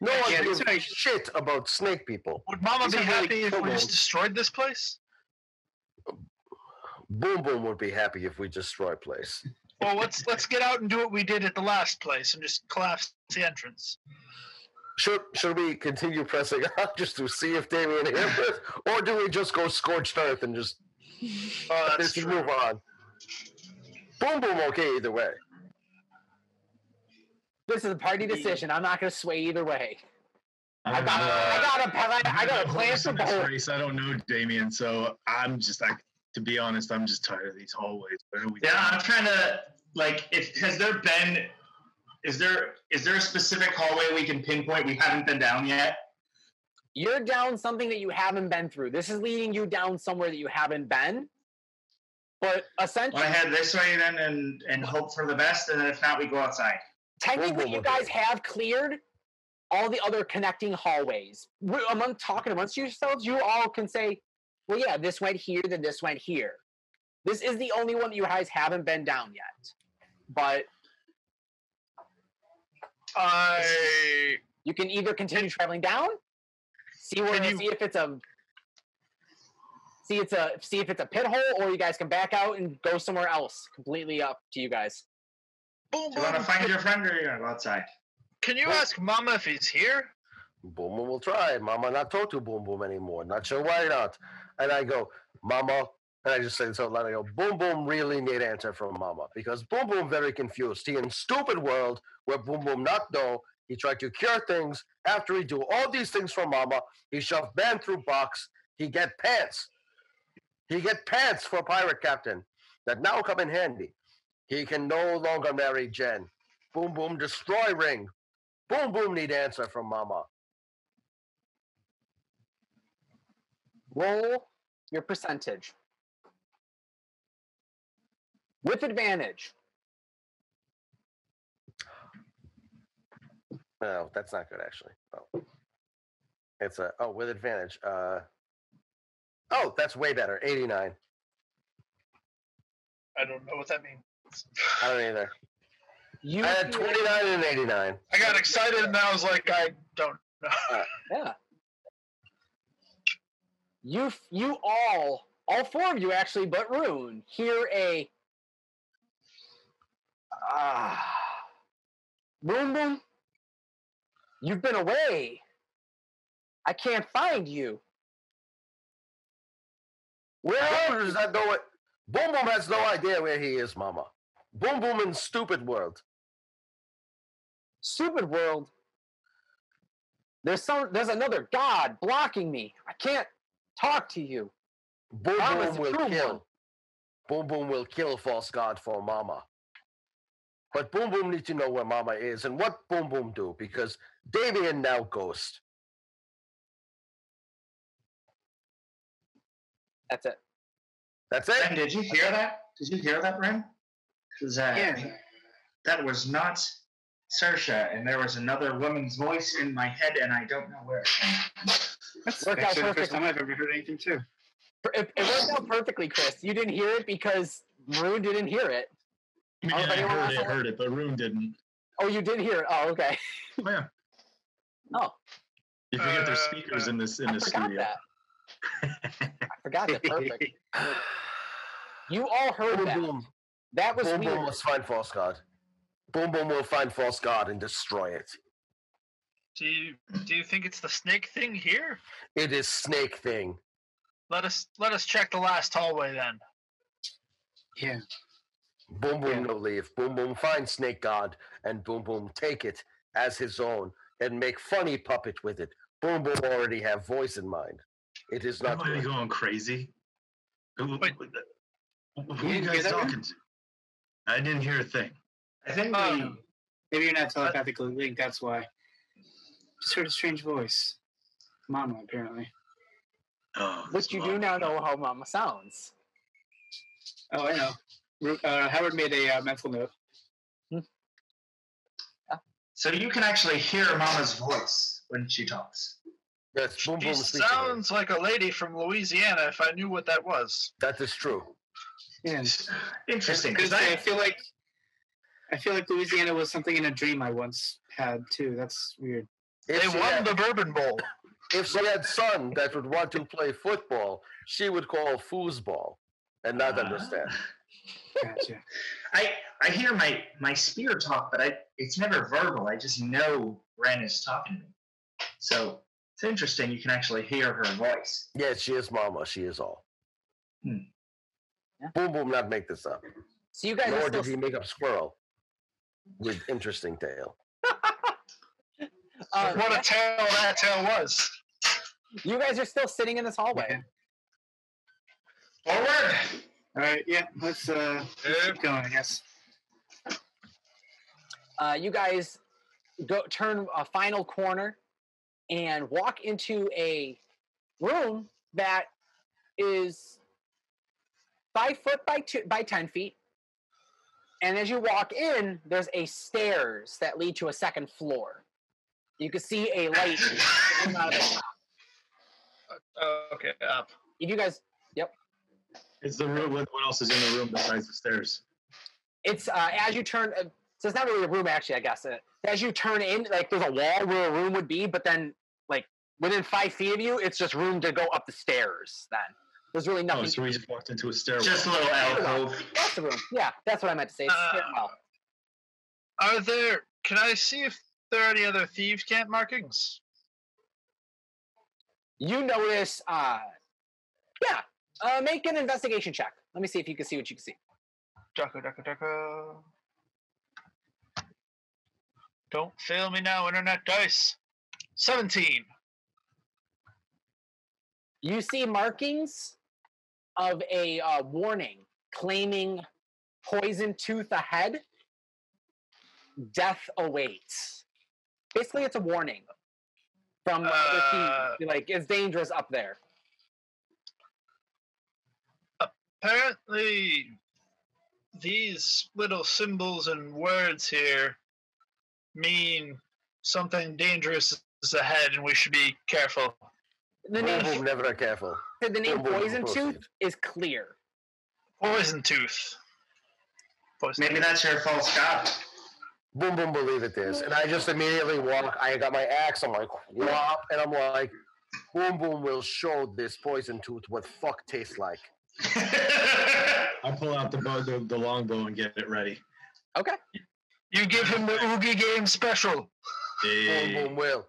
[SPEAKER 3] No one
[SPEAKER 6] Yeah,
[SPEAKER 3] gives
[SPEAKER 6] that's right.
[SPEAKER 3] shit about snake people.
[SPEAKER 7] Would Mama
[SPEAKER 3] These
[SPEAKER 7] be
[SPEAKER 3] are really
[SPEAKER 7] happy if we
[SPEAKER 3] troubles.
[SPEAKER 7] just destroyed this place?
[SPEAKER 3] Boom Boom would be happy if we destroy place.
[SPEAKER 7] Well, let's let's get out and do what we did at the last place and just collapse the entrance.
[SPEAKER 3] Should should we continue pressing on just to see if Damien here first, or do we just go scorched earth and just
[SPEAKER 7] Oh, that's
[SPEAKER 3] just
[SPEAKER 7] true.
[SPEAKER 3] move on? Boom Boom okay either way.
[SPEAKER 2] This is a party decision. I'm not going to sway either way. I
[SPEAKER 4] I'm,
[SPEAKER 2] got, I
[SPEAKER 4] uh,
[SPEAKER 2] got a, plan- I got a plan for
[SPEAKER 4] in this
[SPEAKER 2] both.
[SPEAKER 4] race. I don't know, Damien. So I'm just like, to be honest, I'm just tired of these hallways. Where are we
[SPEAKER 5] Yeah, I'm trying to like. If has there been? Is there is there a specific hallway we can pinpoint we haven't been down yet?
[SPEAKER 2] You're down something that you haven't been through. This is leading you down somewhere that you haven't been. But
[SPEAKER 5] Well, I
[SPEAKER 2] essentially,
[SPEAKER 5] head this way then and and hope for the best, and then if not, we go outside.
[SPEAKER 2] technically,
[SPEAKER 3] Whoa,
[SPEAKER 2] you
[SPEAKER 3] whoa, whoa.
[SPEAKER 2] guys have cleared all the other connecting hallways. We're- Among talking amongst yourselves, you all can say, "Well, yeah, this went here, then this went here." This is the only one that you guys haven't been down yet. But
[SPEAKER 7] I
[SPEAKER 2] You can either continue traveling down, see where
[SPEAKER 7] Can you-
[SPEAKER 2] see if it's a see it's a see if it's a pit hole, or you guys can back out and go somewhere else. Completely up to you guys.
[SPEAKER 7] boom
[SPEAKER 5] Do you want to
[SPEAKER 7] boom.
[SPEAKER 5] find your friend, or you want to go outside?
[SPEAKER 7] Can you ask Mama if he's here?
[SPEAKER 3] Boom Boom will try. Mama not talk to Boom Boom anymore. Not sure why not. And I go, Mama, and I just say this out loud. I go, Boom Boom really need answer from Mama because Boom Boom very confused. He in stupid world where Boom Boom not know. He tried to cure things. After he do all these things for Mama, he shove man through box. He get pants. He get pants for pirate captain that now come in handy. He can no longer marry Jen. Boom Boom destroy ring. Boom Boom need answer from Mama.
[SPEAKER 2] Roll your percentage with advantage.
[SPEAKER 3] No, that's not good actually. Oh. It's a oh with advantage. Uh oh, that's way better. 89.
[SPEAKER 7] I don't know what that means.
[SPEAKER 3] I don't either.
[SPEAKER 2] You
[SPEAKER 3] I had 29 and 89.
[SPEAKER 7] I got excited and I was like, I don't know.
[SPEAKER 2] Yeah. You you all all four of you actually, but Rune hear a ah Rune Rune. You've been away. I can't find you.
[SPEAKER 3] Well, does that know it? Boom Boom has no idea where he is, Mama. Boom Boom in stupid world.
[SPEAKER 2] Stupid world. There's some there's another god blocking me. I can't talk to you.
[SPEAKER 3] Boom
[SPEAKER 2] Mama's
[SPEAKER 3] Boom
[SPEAKER 2] a
[SPEAKER 3] will
[SPEAKER 2] true
[SPEAKER 3] kill.
[SPEAKER 2] one.
[SPEAKER 3] Boom Boom will kill false god for Mama. But Boom Boom needs to know where Mama is and what Boom Boom do because Damien now ghost.
[SPEAKER 2] That's it.
[SPEAKER 3] That's it.
[SPEAKER 5] Ren, did you hear that? Did you hear that, Ren? Because uh,
[SPEAKER 6] Yeah.
[SPEAKER 5] that was not Sersha, and there was another woman's voice in my head, and I don't know where. it came from.
[SPEAKER 6] That's
[SPEAKER 2] Worked out
[SPEAKER 6] actually the first
[SPEAKER 2] perfectly.
[SPEAKER 6] time I've ever heard anything too.
[SPEAKER 2] It, it worked out perfectly, Chris. You didn't hear it because Rune didn't hear it.
[SPEAKER 4] I mean,
[SPEAKER 2] Oh,
[SPEAKER 4] yeah, I
[SPEAKER 2] anyone
[SPEAKER 4] heard
[SPEAKER 2] else
[SPEAKER 4] it,
[SPEAKER 2] have-
[SPEAKER 4] heard it, but Rune didn't.
[SPEAKER 2] Oh, you did hear it. Oh, okay.
[SPEAKER 4] Yeah.
[SPEAKER 2] Oh,
[SPEAKER 4] You forget
[SPEAKER 7] Uh,
[SPEAKER 4] there's speakers in this in
[SPEAKER 2] I
[SPEAKER 4] the
[SPEAKER 2] forgot
[SPEAKER 4] studio.
[SPEAKER 2] that. I forgot that. Perfect. You all heard
[SPEAKER 3] Boom
[SPEAKER 2] that.
[SPEAKER 3] Boom.
[SPEAKER 2] That was
[SPEAKER 3] Boom
[SPEAKER 2] weird.
[SPEAKER 3] Boom must find false god. Boom Boom will find false god and destroy it.
[SPEAKER 7] Do you do you think it's the snake thing here?
[SPEAKER 3] It is snake thing.
[SPEAKER 7] Let us let us check the last hallway then.
[SPEAKER 6] yeah.
[SPEAKER 3] Boom Boom no leave. Boom Boom find Snake God and Boom Boom take it as his own and make funny puppet with it. Boom Boom already have voice in mind. It is
[SPEAKER 7] Oh
[SPEAKER 3] not.
[SPEAKER 4] Am I
[SPEAKER 3] good.
[SPEAKER 4] going crazy? Who,
[SPEAKER 7] Wait.
[SPEAKER 4] who
[SPEAKER 6] You
[SPEAKER 4] you
[SPEAKER 6] didn't hear
[SPEAKER 4] guys
[SPEAKER 6] that one?
[SPEAKER 4] talking to? I didn't hear a thing.
[SPEAKER 5] I think
[SPEAKER 6] Um, Maybe you're not telepathically linked. That's why. Just heard a strange voice. Mama, apparently.
[SPEAKER 4] Oh,
[SPEAKER 2] Which you do now know how Mama sounds.
[SPEAKER 6] Oh, I know. Ru- Uh, Howard made a uh, mental note.
[SPEAKER 5] so. You can actually hear Mama's voice when she talks.
[SPEAKER 3] Yes, Boom
[SPEAKER 7] She
[SPEAKER 3] Boom speaking.
[SPEAKER 7] sounds like a lady from Louisiana. If I knew what that was,
[SPEAKER 3] That is true.
[SPEAKER 6] Yeah.
[SPEAKER 5] Interesting,
[SPEAKER 6] Because
[SPEAKER 5] because
[SPEAKER 6] I, I
[SPEAKER 5] I
[SPEAKER 6] feel like I feel like Louisiana was something in a dream I once had too. That's weird.
[SPEAKER 3] If
[SPEAKER 7] they
[SPEAKER 3] she,
[SPEAKER 7] won
[SPEAKER 3] had,
[SPEAKER 7] the Bourbon Bowl.
[SPEAKER 3] if she had son that would want to play football, she would call foosball and not
[SPEAKER 4] Ah.
[SPEAKER 3] understand.
[SPEAKER 6] Gotcha.
[SPEAKER 5] I I hear my my spear talk, but I it's never verbal. I just know Ren is talking to me. So it's interesting. You can actually hear her voice.
[SPEAKER 3] Yes, she is Mama. She is all.
[SPEAKER 5] Hmm.
[SPEAKER 2] Yeah.
[SPEAKER 3] Boom Boom, not make this up.
[SPEAKER 2] So you guys
[SPEAKER 3] Nor
[SPEAKER 2] are
[SPEAKER 3] did
[SPEAKER 2] still,
[SPEAKER 3] he make up squirrel with interesting tale.
[SPEAKER 2] uh,
[SPEAKER 7] what a tale that tale was.
[SPEAKER 2] you guys are still sitting in this hallway.
[SPEAKER 6] Yeah.
[SPEAKER 5] Forward.
[SPEAKER 6] All right. Yeah. Let's uh let's keep going. I guess.
[SPEAKER 2] Uh, you guys go turn a final corner and walk into a room that is five foot by two by ten feet. And as you walk in, there's a stairs that lead to a second floor. You can see a light come out of the top.
[SPEAKER 7] Uh, okay, up.
[SPEAKER 2] If you guys
[SPEAKER 4] It's the room. What what else is in the room besides the stairs?
[SPEAKER 2] it's uh, as you turn. Uh, so it's not really a room, actually. I guess uh, as you turn in, like there's a wall where a room would be, but then like within five feet of you, it's just room to go up the stairs. Then there's really
[SPEAKER 4] Oh,
[SPEAKER 2] nothing.
[SPEAKER 4] so we just walked into a stairwell.
[SPEAKER 5] Just a little alcove.
[SPEAKER 2] That's the room. Yeah, that's what I meant to say. It's
[SPEAKER 7] Uh,
[SPEAKER 2] stairwell.
[SPEAKER 7] Are there? Can I see if there are any other thieves' camp markings?
[SPEAKER 2] You notice. Uh, yeah. Uh, make an investigation check. Let me see if you can see what you can see.
[SPEAKER 7] Ducko, ducko, ducko. Don't fail me now, internet dice. Seventeen.
[SPEAKER 2] You see markings of a uh, warning claiming poison tooth ahead, death awaits. Basically, it's a warning from the other
[SPEAKER 7] Uh,
[SPEAKER 2] team. You're Like, it's dangerous up there.
[SPEAKER 7] apparently these little symbols and words here mean something dangerous is ahead and we should be careful
[SPEAKER 2] The
[SPEAKER 3] Boom Boom
[SPEAKER 2] name,
[SPEAKER 3] never careful.
[SPEAKER 2] the name
[SPEAKER 3] Boom Boom
[SPEAKER 2] poison tooth
[SPEAKER 3] proceed.
[SPEAKER 2] is clear.
[SPEAKER 7] poison tooth supposed
[SPEAKER 5] Maybe
[SPEAKER 7] to.
[SPEAKER 5] that's your false god.
[SPEAKER 3] boom, boom, believe it is. And I just immediately walk. I got my axe. I'm like, whop, and I'm like, boom, boom will show this poison tooth what fuck tastes like.
[SPEAKER 4] I pull out the, bow, the the longbow and get it ready.
[SPEAKER 7] You give him the Oogie game special.
[SPEAKER 3] Boom,
[SPEAKER 4] Hey.
[SPEAKER 3] boom will.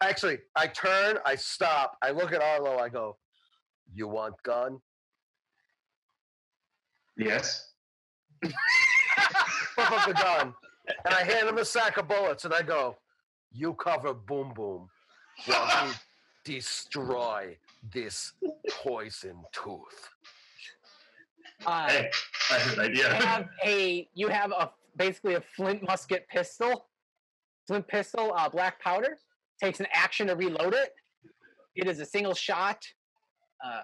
[SPEAKER 3] Actually, I turn, I stop, I look at Arlo, I go, "You want gun?"
[SPEAKER 5] yes.
[SPEAKER 3] Flip up the gun, and I hand him a sack of bullets, and I go, "You cover boom, boom, while we destroy this poison tooth."
[SPEAKER 2] Uh,
[SPEAKER 5] Hey, that's an
[SPEAKER 2] you
[SPEAKER 5] idea.
[SPEAKER 2] have a you have a basically a flint musket pistol, flint pistol, uh, black powder. Takes an action to reload it. It is a single shot. Uh,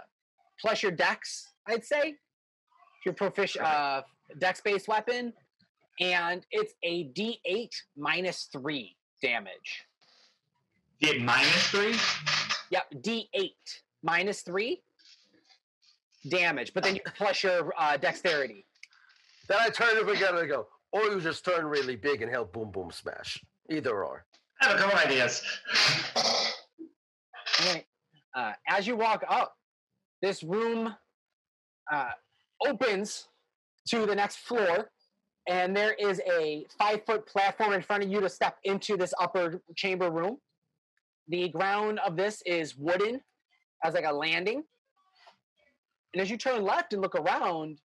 [SPEAKER 2] plus your dex, I'd say. Your proficient uh, dex based weapon, and it's a D8 minus three damage.
[SPEAKER 5] Get minus three.
[SPEAKER 2] Yep, D8 minus three damage, but then you plus your uh, dexterity.
[SPEAKER 3] Then I turn him again, and I go, "Or you just turn really big and help boom, boom smash." Either or.
[SPEAKER 5] I have a couple ideas.
[SPEAKER 2] Right. Uh, as you walk up, this room uh, opens to the next floor, and there is a five foot platform in front of you to step into this upper chamber room. The ground of this is wooden as like a landing. And as you turn left and look around,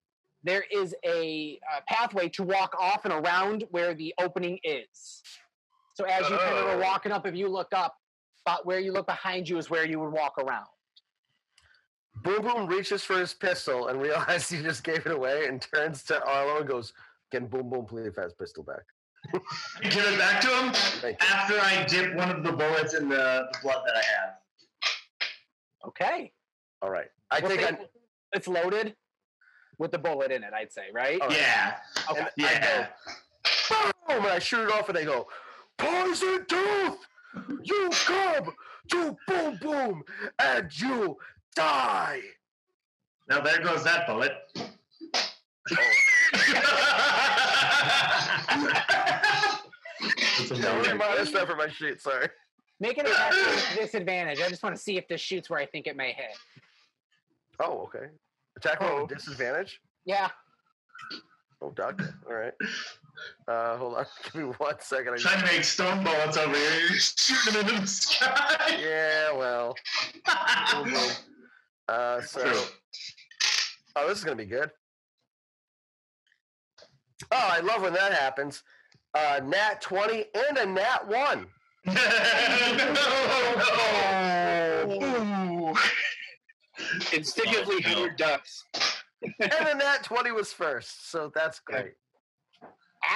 [SPEAKER 2] there is a uh, pathway to walk off and around where the opening is. So as you kind of
[SPEAKER 5] Oh.
[SPEAKER 2] were walking up, if you look up, about where you look behind you is where you would walk around.
[SPEAKER 3] Boom Boom reaches for his pistol and realizes he just gave it away and turns to Arlo and goes, Can Boom Boom please have his pistol back?
[SPEAKER 5] Give it back to him
[SPEAKER 3] Thank you.
[SPEAKER 5] after I dip one of the bullets in the, the blood that I have.
[SPEAKER 2] Okay.
[SPEAKER 3] All right. I
[SPEAKER 2] We'll
[SPEAKER 3] think
[SPEAKER 2] say it's loaded with the bullet in it, I'd say, right?
[SPEAKER 3] All right.
[SPEAKER 5] Yeah.
[SPEAKER 2] Okay.
[SPEAKER 3] And-
[SPEAKER 5] Yeah.
[SPEAKER 3] I boom and I shoot it off and they go, Poison Tooth! You come to Boom Boom and you die!
[SPEAKER 5] Now there goes that bullet.
[SPEAKER 3] Oh.
[SPEAKER 4] It's a
[SPEAKER 3] Yeah,
[SPEAKER 4] loaded-
[SPEAKER 3] minus that for my sheet, sorry.
[SPEAKER 2] Make an attack with disadvantage. I just want to see if this shoots where I think it may hit.
[SPEAKER 3] Oh, okay. Attack roll
[SPEAKER 7] Oh.
[SPEAKER 3] with disadvantage?
[SPEAKER 2] Yeah.
[SPEAKER 3] Oh, duck. All right. Uh, hold on. Give me one second. I just-
[SPEAKER 5] Trying to make stone bullets over here, You're shooting them into the sky.
[SPEAKER 3] Yeah, well. Boom Boom. Uh, so. Oh, this is gonna be good. Oh, I love when that happens. Uh, nat twenty and a nat one.
[SPEAKER 5] no,
[SPEAKER 7] Ooh.
[SPEAKER 6] Instinctively,
[SPEAKER 4] Oh, no.
[SPEAKER 6] Hunter ducks.
[SPEAKER 3] and a nat twenty was first, so that's
[SPEAKER 6] Yeah.
[SPEAKER 3] great.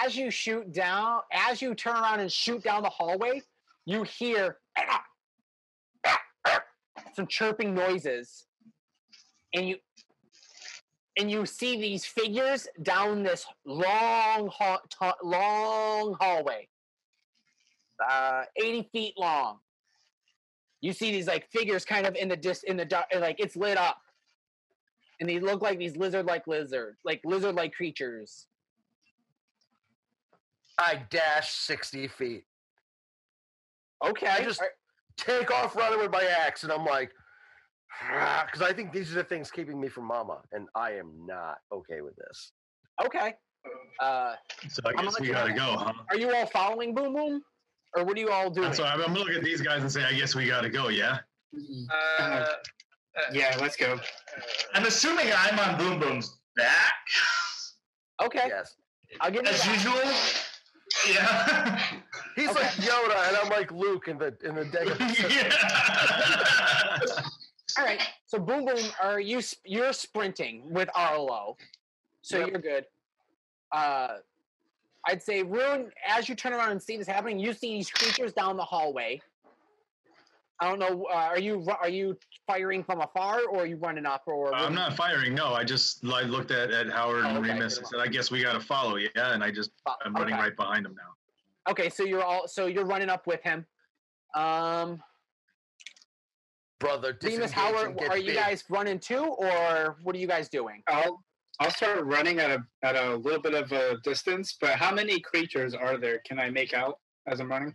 [SPEAKER 2] As you shoot down, as you turn around and shoot down the hallway, you hear some chirping noises. And you and you see these figures down this long hall, ta- long hallway. Uh, 80 feet long. You see these like figures kind of in the dis in the dark like it's lit up. And they look like these lizard-like lizard, like lizard-like creatures.
[SPEAKER 3] I dash sixty feet,
[SPEAKER 2] Okay.
[SPEAKER 3] just-
[SPEAKER 2] all right.
[SPEAKER 3] take off running with my axe, and I'm like, because I think these are the things keeping me from Mama, and I am not okay with this.
[SPEAKER 2] Okay. Uh,
[SPEAKER 4] So I guess we gotta go, huh?
[SPEAKER 2] are you all following Boom Boom? Or what are you all doing?
[SPEAKER 4] That's why I'm gonna look at these guys and say, I guess we gotta go. Yeah.
[SPEAKER 7] Uh,
[SPEAKER 6] Mm-hmm. Yeah, let's go.
[SPEAKER 5] I'm assuming I'm on Boom Boom's back
[SPEAKER 2] Okay.
[SPEAKER 3] Yes,
[SPEAKER 2] I'll give you
[SPEAKER 5] as
[SPEAKER 2] that.
[SPEAKER 5] usual. Yeah.
[SPEAKER 3] he's
[SPEAKER 2] Okay.
[SPEAKER 3] like Yoda, and I'm like Luke in the in the deck. Of the
[SPEAKER 5] yeah.
[SPEAKER 2] All right. So Boom Boom, are you sp- you're sprinting with Arlo. So
[SPEAKER 3] Yep.
[SPEAKER 2] you're good. Uh I'd say Rune, as you turn around and see this happening, you see these creatures down the hallway. I don't know. Uh, are you ru- are you firing from afar, or are you running up, or
[SPEAKER 4] I'm not firing. No, I just like looked at, at Howard
[SPEAKER 2] Oh,
[SPEAKER 4] and
[SPEAKER 2] okay,
[SPEAKER 4] Remus
[SPEAKER 2] good
[SPEAKER 4] and said, I guess we gotta follow. Yeah, and I just I'm running
[SPEAKER 2] Oh, Okay.
[SPEAKER 4] right behind him now.
[SPEAKER 2] Okay, so you're all so you're running up with him. Um,
[SPEAKER 3] Brother,
[SPEAKER 2] Remus,
[SPEAKER 3] disengage
[SPEAKER 2] how are,
[SPEAKER 3] and get
[SPEAKER 2] are you
[SPEAKER 3] big.
[SPEAKER 2] guys running too, or what are you guys doing?
[SPEAKER 6] I'll I'll start running at a at a little bit of a distance. But how many creatures are there? Can I make out as I'm running?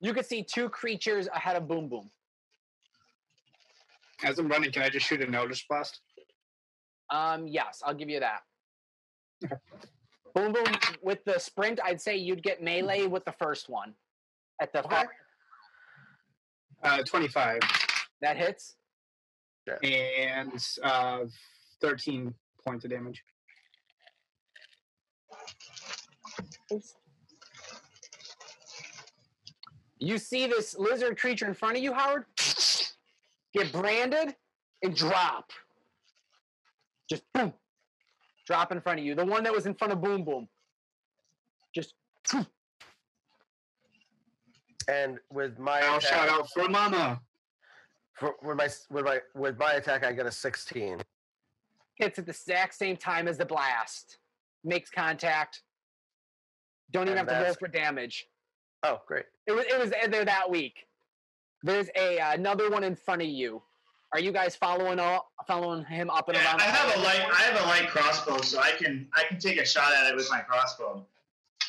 [SPEAKER 2] You can see two creatures ahead of Boom Boom.
[SPEAKER 6] As I'm running, can I just shoot an Eldritch Blast?
[SPEAKER 2] Um, yes, I'll give you that. boom Boom with the sprint, I'd say you'd get melee with the first one. At the far,
[SPEAKER 6] Uh, 25
[SPEAKER 2] that hits.
[SPEAKER 6] and uh, 13 points of damage.
[SPEAKER 2] You see this lizard creature in front of you, Howard, get branded and drop. Just boom, drop in front of you. The one that was in front of Boom Boom. Just
[SPEAKER 3] And with my
[SPEAKER 2] Oh,
[SPEAKER 6] I'll
[SPEAKER 3] attack-
[SPEAKER 6] shout out for Mama.
[SPEAKER 3] for, with my s- with my with my attack, I get a sixteen.
[SPEAKER 2] hits at the exact same time as the blast. Makes contact. Don't even
[SPEAKER 3] And
[SPEAKER 2] have to roll
[SPEAKER 3] that's-
[SPEAKER 2] for damage.
[SPEAKER 3] Oh, great!
[SPEAKER 2] It was it was there that week. There's a uh, another one in front of you. Are you guys following all following him up and
[SPEAKER 5] Yeah,
[SPEAKER 2] around?
[SPEAKER 5] I have a light. I have a light crossbow, so I can I can take a shot at it with my crossbow.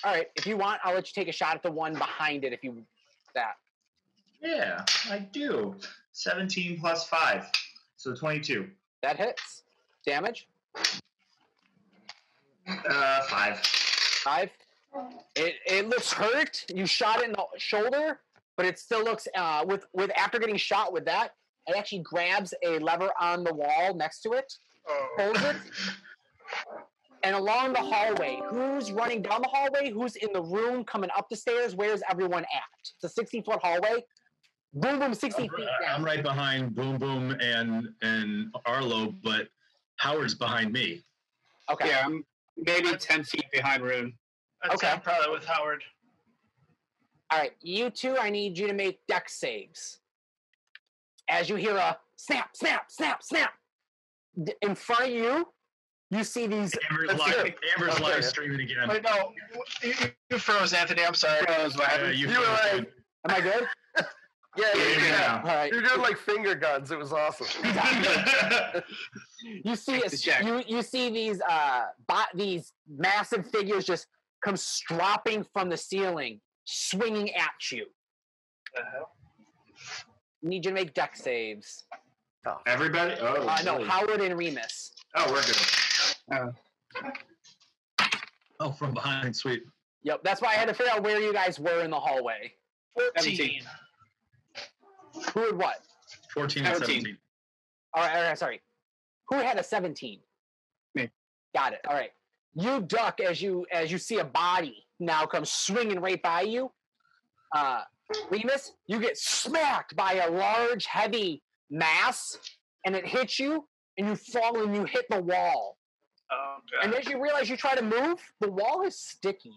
[SPEAKER 2] All right, if you want, I'll let you take a shot at the one behind it. If you that
[SPEAKER 5] Yeah, I do. Seventeen plus five, so twenty-two.
[SPEAKER 2] that hits damage
[SPEAKER 5] Uh, five.
[SPEAKER 2] five. It it looks hurt. You shot it in the shoulder, but it still looks uh with with after getting shot with that, it actually grabs a lever on the wall next to it,
[SPEAKER 7] Oh.
[SPEAKER 2] holds it, and along the hallway. Who's running down the hallway? Who's in the room coming up the stairs? Where's everyone at? It's a 16 foot hallway. Boom, boom, 60 feet
[SPEAKER 4] I'm
[SPEAKER 2] down.
[SPEAKER 4] right behind Boom Boom and and Arlo, but Howard's behind me.
[SPEAKER 2] Okay.
[SPEAKER 6] Yeah, I'm maybe 10 feet behind Rune.
[SPEAKER 7] That's
[SPEAKER 2] Okay.
[SPEAKER 7] okay. Probably with Howard.
[SPEAKER 2] All right, you two, I need you to make deck saves. As you hear a snap, snap, snap, snap d- in front of you, you see these.
[SPEAKER 4] Amber's
[SPEAKER 3] Let's do
[SPEAKER 4] live,
[SPEAKER 3] it.
[SPEAKER 4] Amber's
[SPEAKER 3] Let's do
[SPEAKER 4] live
[SPEAKER 3] it.
[SPEAKER 4] streaming again.
[SPEAKER 7] Wait, no, you, you- you froze, Anthony. I'm sorry.
[SPEAKER 4] Yeah,
[SPEAKER 6] Yeah,
[SPEAKER 4] you
[SPEAKER 3] You were
[SPEAKER 4] froze.
[SPEAKER 3] like,
[SPEAKER 2] Am I good?
[SPEAKER 3] yeah, yeah,
[SPEAKER 5] Yeah.
[SPEAKER 3] yeah.
[SPEAKER 2] All right.
[SPEAKER 3] You're doing like finger guns. It was awesome.
[SPEAKER 2] you see
[SPEAKER 6] Take the
[SPEAKER 2] it's-
[SPEAKER 6] check.
[SPEAKER 2] you you see these uh bot these massive figures just come stropping from the ceiling swinging at you
[SPEAKER 6] Uh-huh.
[SPEAKER 2] need you to make deck saves
[SPEAKER 5] Everybody. Oh
[SPEAKER 2] uh, no
[SPEAKER 5] really?
[SPEAKER 2] howard and remus
[SPEAKER 5] Oh, we're good.
[SPEAKER 4] Oh, from behind, sweet.
[SPEAKER 2] yep that's why i had to figure out where you guys were in the hallway
[SPEAKER 7] 14.
[SPEAKER 2] who had what
[SPEAKER 4] 14 and
[SPEAKER 6] 17.
[SPEAKER 4] 17.
[SPEAKER 2] all right, all right sorry who had a 17
[SPEAKER 6] Me.
[SPEAKER 2] got it all right you duck as you as you see a body now come swinging right by you uh remus you get smacked by a large heavy mass and it hits you and you fall and you hit the wall
[SPEAKER 7] Oh,
[SPEAKER 2] and
[SPEAKER 7] God.
[SPEAKER 2] as you realize you try to move the wall is sticky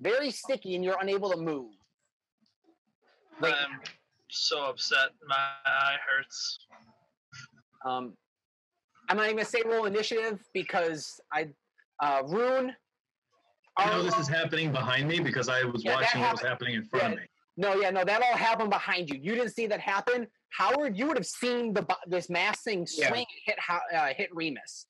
[SPEAKER 2] very sticky and you're unable to move
[SPEAKER 7] I'm so upset. My eye hurts.
[SPEAKER 2] Um, I'm not even gonna say roll initiative because I uh, Rune.
[SPEAKER 4] I know
[SPEAKER 2] Arlo-
[SPEAKER 7] Oh.
[SPEAKER 4] this is happening behind me because I was
[SPEAKER 2] Yeah, that
[SPEAKER 4] watching what was
[SPEAKER 2] happened.
[SPEAKER 4] happening in front of
[SPEAKER 2] Yeah.
[SPEAKER 4] me.
[SPEAKER 2] no, yeah, no, that all happened behind you. You didn't see that happen, Howard. You would have seen the bo- this mass thing
[SPEAKER 6] Yeah.
[SPEAKER 2] swing and hit Ho- uh, hit Remus.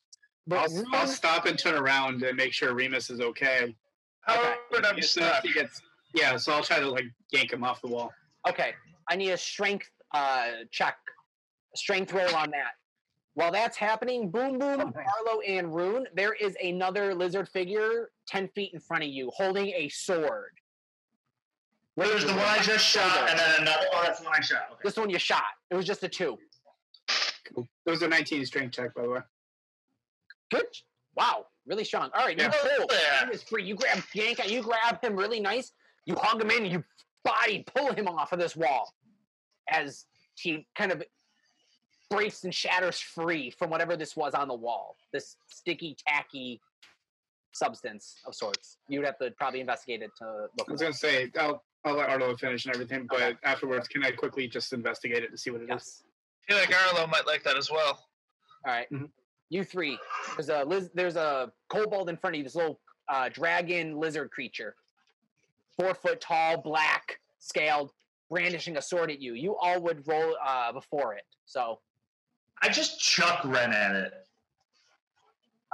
[SPEAKER 2] But
[SPEAKER 6] I'll, I'll
[SPEAKER 2] Rune,
[SPEAKER 6] stop and turn around and make sure Remus is okay.
[SPEAKER 7] Howard, I'm
[SPEAKER 6] If
[SPEAKER 7] stuck.
[SPEAKER 6] he gets- yeah, so I'll try to like yank him off the wall.
[SPEAKER 2] okay, I need a strength uh, check, strength roll on that. While that's happening, Boom Boom, Arlo, and Rune, there is another lizard figure ten feet in front of you, holding a sword.
[SPEAKER 5] There's the one I just shot, and then another. Oh, that's the one I shot. Okay.
[SPEAKER 2] This one you shot. It was just a two.
[SPEAKER 6] Those are 19 strength check, by the way.
[SPEAKER 2] Good. Wow. Really strong. All right.
[SPEAKER 6] Yeah.
[SPEAKER 2] You pull.
[SPEAKER 7] Yeah.
[SPEAKER 2] He was free. You grab Yanka. You grab him really nice. You hug him in. You body pull him off of this wall as he kind of breaks and shatters free from whatever this was on the wall. This sticky, tacky substance of sorts. You'd have to probably investigate it to look.
[SPEAKER 6] I was gonna say I'll I'll let Arlo finish and everything, but
[SPEAKER 2] Okay.
[SPEAKER 6] afterwards, can I quickly just investigate it to see what it is?
[SPEAKER 2] Yes.
[SPEAKER 7] I feel like Arlo might like that as well.
[SPEAKER 2] All right.
[SPEAKER 6] Mhm.
[SPEAKER 2] You three. There's a liz- there's a kobold in front of you. This little uh, dragon lizard creature, four foot tall, black, scaled, brandishing a sword at you. You all would roll uh, before it. So
[SPEAKER 5] I just chuck Ren at it.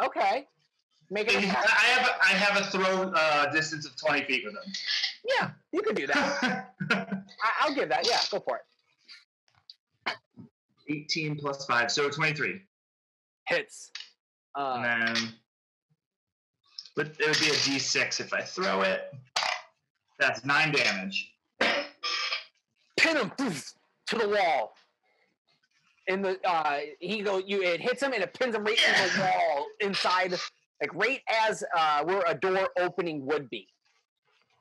[SPEAKER 2] Okay. Make
[SPEAKER 5] I
[SPEAKER 2] it.
[SPEAKER 5] have I have a throw uh, distance of twenty feet with
[SPEAKER 2] Yeah, you could do that.
[SPEAKER 5] him.
[SPEAKER 2] I, I'll give that. Yeah, go for it.
[SPEAKER 5] Eighteen plus five, so twenty-three.
[SPEAKER 2] Hits. Uh,
[SPEAKER 5] And then, but it would be a D6 if I throw it. That's nine damage.
[SPEAKER 2] pin him poof, to the wall. And the uh, he go you it hits him and it pins him right in the wall inside, like right as uh, where a door opening would be.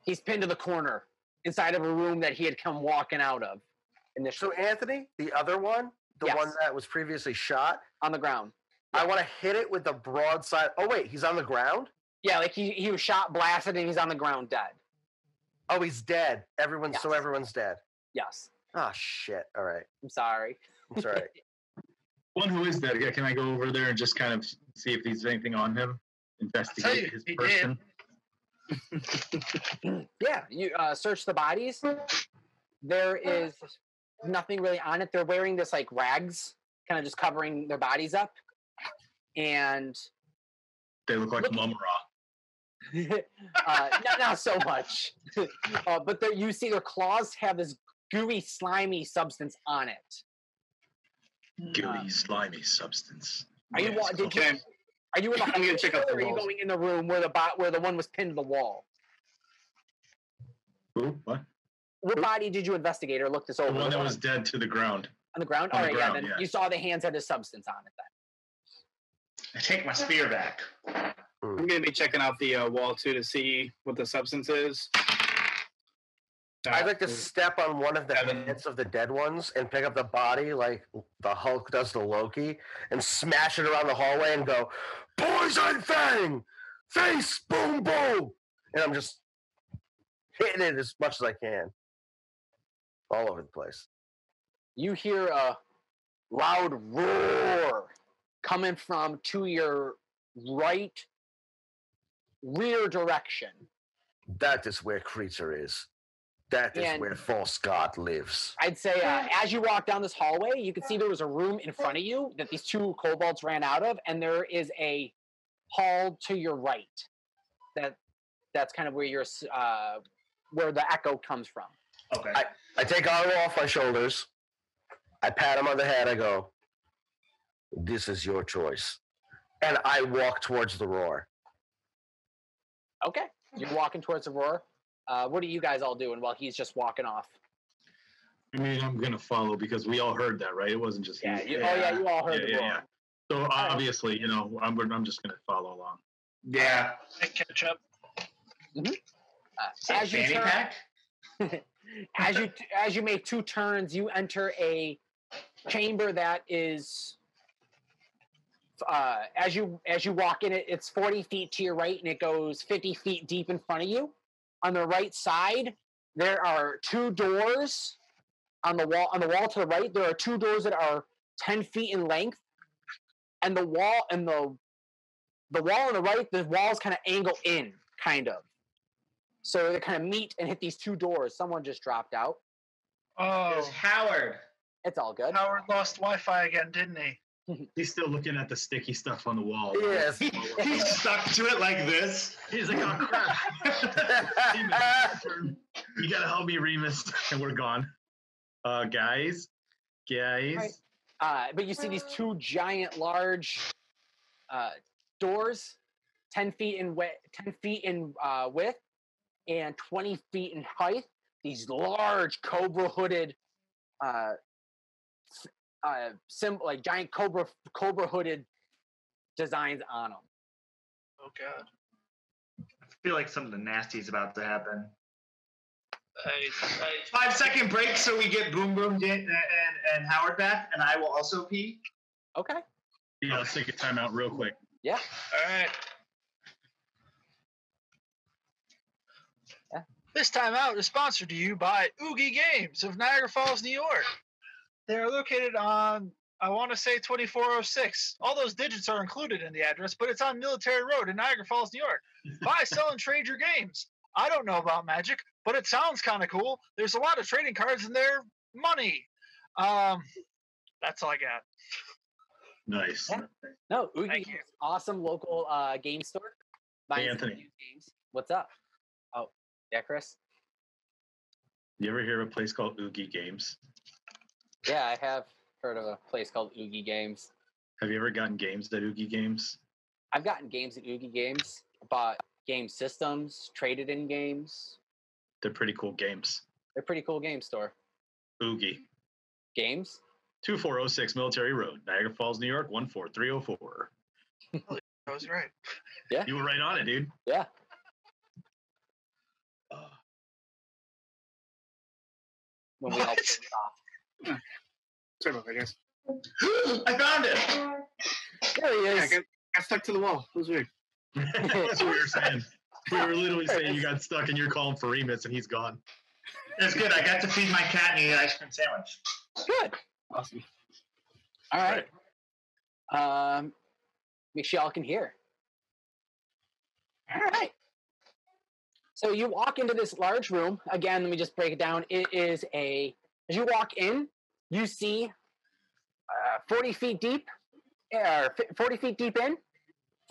[SPEAKER 2] He's pinned to the corner inside of a room that he had come walking out of
[SPEAKER 3] So
[SPEAKER 2] initially
[SPEAKER 3] Anthony, the other one, the
[SPEAKER 2] Yes.
[SPEAKER 3] one that was previously shot,
[SPEAKER 2] on the ground.
[SPEAKER 3] I want to hit it with the broadside. Oh wait, he's on the ground.
[SPEAKER 2] Yeah, like he, he was shot, blasted, and he's on the ground dead.
[SPEAKER 3] Oh, he's dead. Everyone, so
[SPEAKER 2] Yes.
[SPEAKER 3] everyone's dead.
[SPEAKER 2] Yes,
[SPEAKER 3] Oh shit. All right,
[SPEAKER 2] I'm sorry.
[SPEAKER 3] it's all right.
[SPEAKER 4] One who is dead. yeah, Can I go over there and just kind of see if there's anything on him? Investigate
[SPEAKER 7] you,
[SPEAKER 4] his
[SPEAKER 7] he did.
[SPEAKER 4] person.
[SPEAKER 2] Yeah, you uh, search the bodies. There is nothing really on it. They're wearing this like rags, kind of just covering their bodies up, and
[SPEAKER 4] They look like
[SPEAKER 2] Look-
[SPEAKER 4] Mumra.
[SPEAKER 2] uh, not, not so much. uh, but there, you see their claws have this gooey, slimy substance on it.
[SPEAKER 4] Gooey, slimy substance.
[SPEAKER 2] Are you
[SPEAKER 4] Yes,
[SPEAKER 2] wa-
[SPEAKER 4] cool.
[SPEAKER 2] did you,
[SPEAKER 6] Okay,
[SPEAKER 2] are you in the
[SPEAKER 6] I'm gonna check out the
[SPEAKER 2] or are you
[SPEAKER 6] walls.
[SPEAKER 2] going in the room where the bot where the one was pinned to the wall?
[SPEAKER 4] Who? What?
[SPEAKER 2] What body did you investigate or look this over?
[SPEAKER 4] The one that was dead to the ground.
[SPEAKER 2] on the ground.
[SPEAKER 4] on
[SPEAKER 2] All
[SPEAKER 4] the
[SPEAKER 2] right,
[SPEAKER 4] ground,
[SPEAKER 2] yeah. Then
[SPEAKER 4] yeah.
[SPEAKER 2] you saw the hands had a substance on it. Then.
[SPEAKER 5] I take my spear back.
[SPEAKER 6] I'm gonna be checking out the uh, wall too to see what the substance is.
[SPEAKER 3] I'd like to step on one of the
[SPEAKER 5] Seven.
[SPEAKER 3] heads of the dead ones and pick up the body like the Hulk does to Loki and smash it around the hallway and go, Poison Fang! Face boom boom! And I'm just hitting it as much as I can. All over the place.
[SPEAKER 2] you hear a loud roar coming from to your right rear direction.
[SPEAKER 3] That is where creature is. That is
[SPEAKER 2] And-
[SPEAKER 3] where false god lives.
[SPEAKER 2] I'd say uh, as you walk down this hallway, you can see there was a room in front of you that these two kobolds ran out of, and there is a hall to your right. That that's kind of where your s- uh, where the echo comes from.
[SPEAKER 5] Okay.
[SPEAKER 3] I take Otto off my shoulders. I pat him on the head. I go, This is your choice. And I walk towards the roar.
[SPEAKER 2] Okay, you're walking towards Aurora. Uh, what are you guys all doing while he's just walking off?
[SPEAKER 4] I mean, I'm gonna follow because we all heard that, right? It wasn't just
[SPEAKER 2] Yeah,
[SPEAKER 4] he.
[SPEAKER 2] you, oh yeah, you all heard
[SPEAKER 4] Yeah,
[SPEAKER 2] the
[SPEAKER 4] yeah,
[SPEAKER 2] roar.
[SPEAKER 4] yeah. So obviously, you know, I'm I'm just gonna follow along.
[SPEAKER 5] Yeah.
[SPEAKER 7] I catch up.
[SPEAKER 2] Uh, as you
[SPEAKER 5] Fanny
[SPEAKER 2] turn,
[SPEAKER 5] pack?
[SPEAKER 2] as you as you make two turns, you enter a chamber that is. Uh, as you as you walk in it, it's forty feet to your right, and it goes fifty feet deep in front of you. On the right side, there are two doors. On the wall on the wall to the right, there are two doors that are ten feet in length, and the wall and the the wall on the right, the walls kind of angle in, kind of. So they kind of meet and hit these two doors. Someone just dropped out.
[SPEAKER 5] There's
[SPEAKER 7] Oh,
[SPEAKER 5] Howard.
[SPEAKER 2] It's all good.
[SPEAKER 7] Howard lost Wi-Fi again, didn't he?
[SPEAKER 4] He's still looking at the sticky stuff on the wall.
[SPEAKER 3] Yes.
[SPEAKER 5] He stuck to it like this.
[SPEAKER 4] He's like, oh crap. Remus, you gotta help me, Remus. And we're gone. Uh, guys, guys.
[SPEAKER 2] Right. Uh, but you see these
[SPEAKER 7] Oh.
[SPEAKER 2] two giant, large uh, doors, ten feet in wi- ten feet in uh, width, and twenty feet in height. These large cobra-hooded, uh, s- uh, sim- like giant cobra cobra-hooded designs on them.
[SPEAKER 7] Oh God.
[SPEAKER 5] I feel like something nasty is about to happen.
[SPEAKER 7] I, I,
[SPEAKER 5] Five second break so we get Boom Boom Dan- and, and, and Howard back, and I will also pee.
[SPEAKER 2] Okay.
[SPEAKER 4] Yeah, let's take a timeout real quick.
[SPEAKER 2] Yeah.
[SPEAKER 7] all right.
[SPEAKER 2] Yeah.
[SPEAKER 7] This time out is sponsored to you by Oogie Games of Niagara Falls, New York. They are located on, I want to say 2406. All those digits are included in the address, but it's on Military Road in Niagara Falls, New York. Buy, sell, and trade your games. I don't know about magic, but it sounds kind of cool. There's a lot of trading cards in there, money. Um, that's all I got.
[SPEAKER 4] Nice.
[SPEAKER 2] Yeah. No, Oogie
[SPEAKER 7] Thank
[SPEAKER 2] is
[SPEAKER 7] you.
[SPEAKER 2] awesome local uh, game store. Buy
[SPEAKER 4] Hey,
[SPEAKER 2] some
[SPEAKER 4] Anthony.
[SPEAKER 2] used Games. What's up? Oh, yeah, Chris.
[SPEAKER 4] You ever hear of a place called Oogie Games?
[SPEAKER 2] Yeah, I have heard of a place called Oogie Games.
[SPEAKER 4] Have you ever gotten games at Oogie Games?
[SPEAKER 2] I've gotten games at Oogie Games. Bought game systems, traded in games.
[SPEAKER 4] They're pretty cool games.
[SPEAKER 2] They're pretty cool game store.
[SPEAKER 4] Oogie.
[SPEAKER 2] Games?
[SPEAKER 4] 2406 Military Road, Niagara Falls, New York, 14304.
[SPEAKER 7] I was right.
[SPEAKER 4] You were right on it, dude.
[SPEAKER 2] Yeah. When we all
[SPEAKER 7] What?
[SPEAKER 2] pissed off.
[SPEAKER 6] Sorry about that, guys.
[SPEAKER 5] I found it.
[SPEAKER 2] There he
[SPEAKER 6] Yeah, I
[SPEAKER 2] is.
[SPEAKER 6] got, got stuck to the wall. It was weird.
[SPEAKER 4] That's what we were saying. We were literally saying you got stuck and you're calling for Remus and he's gone.
[SPEAKER 5] It's good. I got to feed my cat and eat an ice cream sandwich.
[SPEAKER 2] Good.
[SPEAKER 6] Awesome.
[SPEAKER 2] All right. Um, make sure y'all can hear. All right. So you walk into this large room. Again, let me just break it down. It is a, as you walk in, you see uh, 40 feet deep, or 40 feet deep in,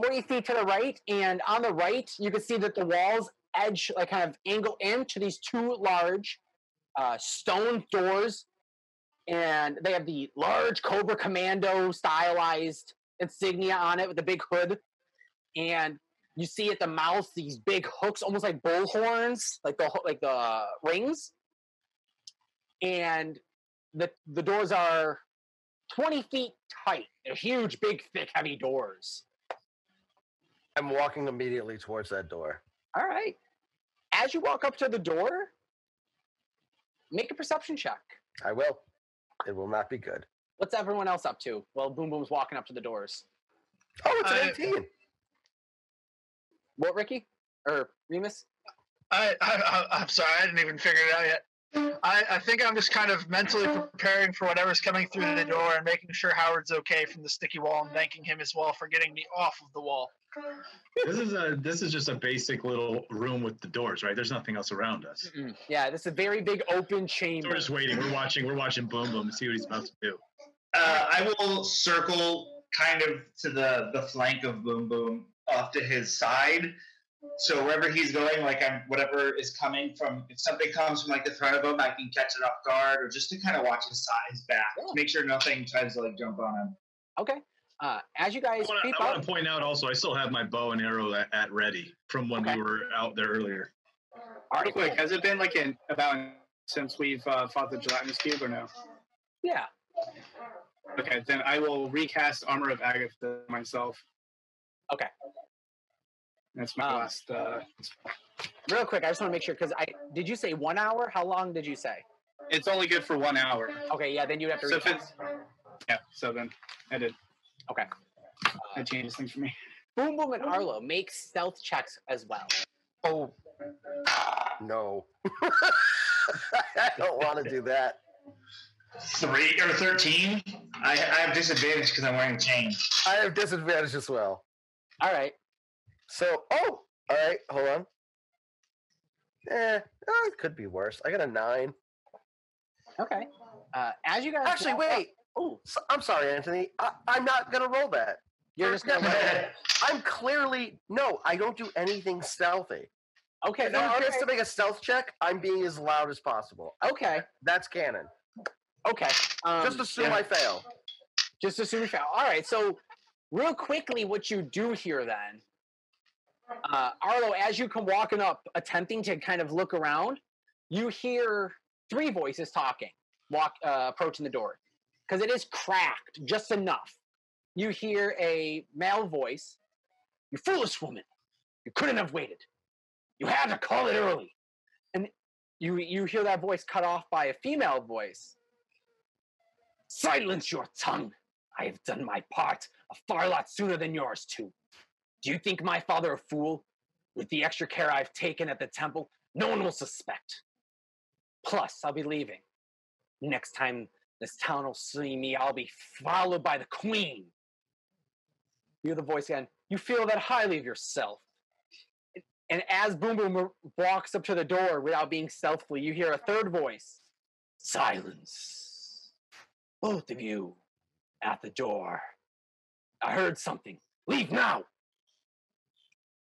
[SPEAKER 2] 40 feet to the right. And on the right, you can see that the walls edge, like kind of angle in to these two large uh, stone doors and they have the large Cobra Commando stylized insignia on it with the big hood. And you see at the mouth these big hooks, almost like bull horns, like the ho- like the uh, rings. And the the doors are twenty feet tight. They're huge, big, thick, heavy doors.
[SPEAKER 3] I'm walking immediately towards that door.
[SPEAKER 2] All right. As you walk up to the door, make a perception check.
[SPEAKER 3] I will. It will not be good.
[SPEAKER 2] What's everyone else up to? Well, Boom Boom's walking up to the doors.
[SPEAKER 3] Oh, it's an
[SPEAKER 7] I-
[SPEAKER 3] 18.
[SPEAKER 2] What, Ricky or Remus?
[SPEAKER 7] I, I, I I'm sorry, I didn't even figure it out yet. I, I think I'm just kind of mentally preparing for whatever's coming through the door and making sure Howard's okay from the sticky wall and thanking him as well for getting me off of the wall.
[SPEAKER 4] This is a this is just a basic little room with the doors, right? There's nothing else around us.
[SPEAKER 2] Mm, Yeah, this is a very big open
[SPEAKER 4] So
[SPEAKER 2] chamber.
[SPEAKER 4] we're just waiting. We're watching. We're watching Boom Boom and see what he's about to do.
[SPEAKER 5] Uh, I will circle kind of to the the flank of Boom Boom off to his side. So wherever he's going, like I'm whatever is coming from, if something comes from like the front of him, I can catch it off guard, or just to kind of watch his side, his back,
[SPEAKER 2] Yeah.
[SPEAKER 5] to make sure nothing tries to like jump on him.
[SPEAKER 2] Okay. Uh, as you guys
[SPEAKER 4] I wanna-
[SPEAKER 2] creep
[SPEAKER 4] I want
[SPEAKER 2] up,
[SPEAKER 4] to point out also, I still have my bow and arrow at, at ready from when
[SPEAKER 2] Okay.
[SPEAKER 4] we were out there earlier.
[SPEAKER 2] all
[SPEAKER 6] Real
[SPEAKER 2] right,
[SPEAKER 6] quick, has it been like an about an- since we've uh, fought the gelatinous cube or no?
[SPEAKER 2] yeah,
[SPEAKER 6] Okay, then I will recast Armor of Agatha myself.
[SPEAKER 2] Okay.
[SPEAKER 6] That's my
[SPEAKER 2] Um,
[SPEAKER 6] last. Uh,
[SPEAKER 2] real quick, I just want to make sure because I did you say one hour? How long did you say?
[SPEAKER 6] it's only good for one hour.
[SPEAKER 2] Okay, yeah, then you'd have to
[SPEAKER 6] So if
[SPEAKER 2] recast.
[SPEAKER 6] it's, yeah, so then I did.
[SPEAKER 2] Okay.
[SPEAKER 6] That changes things for me.
[SPEAKER 2] Boom Boom and Arlo make stealth checks as well.
[SPEAKER 3] Oh, no. I don't want to do that.
[SPEAKER 5] Three or thirteen? I, I have disadvantage because I'm wearing a chain.
[SPEAKER 3] I have disadvantage as well.
[SPEAKER 2] All right,
[SPEAKER 3] So, oh, all right, hold on. Eh, oh, it could be worse. I got a nine.
[SPEAKER 2] okay. Uh, as you guys
[SPEAKER 3] Actually,
[SPEAKER 2] walk up-
[SPEAKER 3] wait.
[SPEAKER 2] oh,
[SPEAKER 3] So, I'm sorry, Anthony. I, I'm not gonna roll that.
[SPEAKER 2] you're just gonna.
[SPEAKER 3] I'm clearly no. I don't do anything stealthy.
[SPEAKER 2] Okay,
[SPEAKER 3] If
[SPEAKER 2] no,
[SPEAKER 3] anyone
[SPEAKER 2] okay,
[SPEAKER 3] gets to make a stealth check, I'm being as loud as possible.
[SPEAKER 2] okay,
[SPEAKER 3] That's canon.
[SPEAKER 2] okay. Um,
[SPEAKER 3] Just assume
[SPEAKER 2] yeah.
[SPEAKER 3] I fail.
[SPEAKER 2] Just a super shout. All right, so real quickly, what you do here then, uh, Arlo, as you come walking up, attempting to kind of look around, you hear three voices talking, walk uh, approaching the door, because it is cracked just enough. You hear a male voice, "You foolish woman! You couldn't have waited. You had to call it early." And you you hear that voice cut off by a female voice. Silence your tongue! I have done my part a far lot sooner than yours, too. Do you think my father a fool? With the extra care I've taken at the temple, no one will suspect. Plus, I'll be leaving. Next time this town will see me, I'll be followed by the queen. You're the voice again. You feel that highly of yourself. And as Boom Boom walks up to the door without being stealthily, you hear a third voice. Silence both of you at the door. I heard something. Leave now.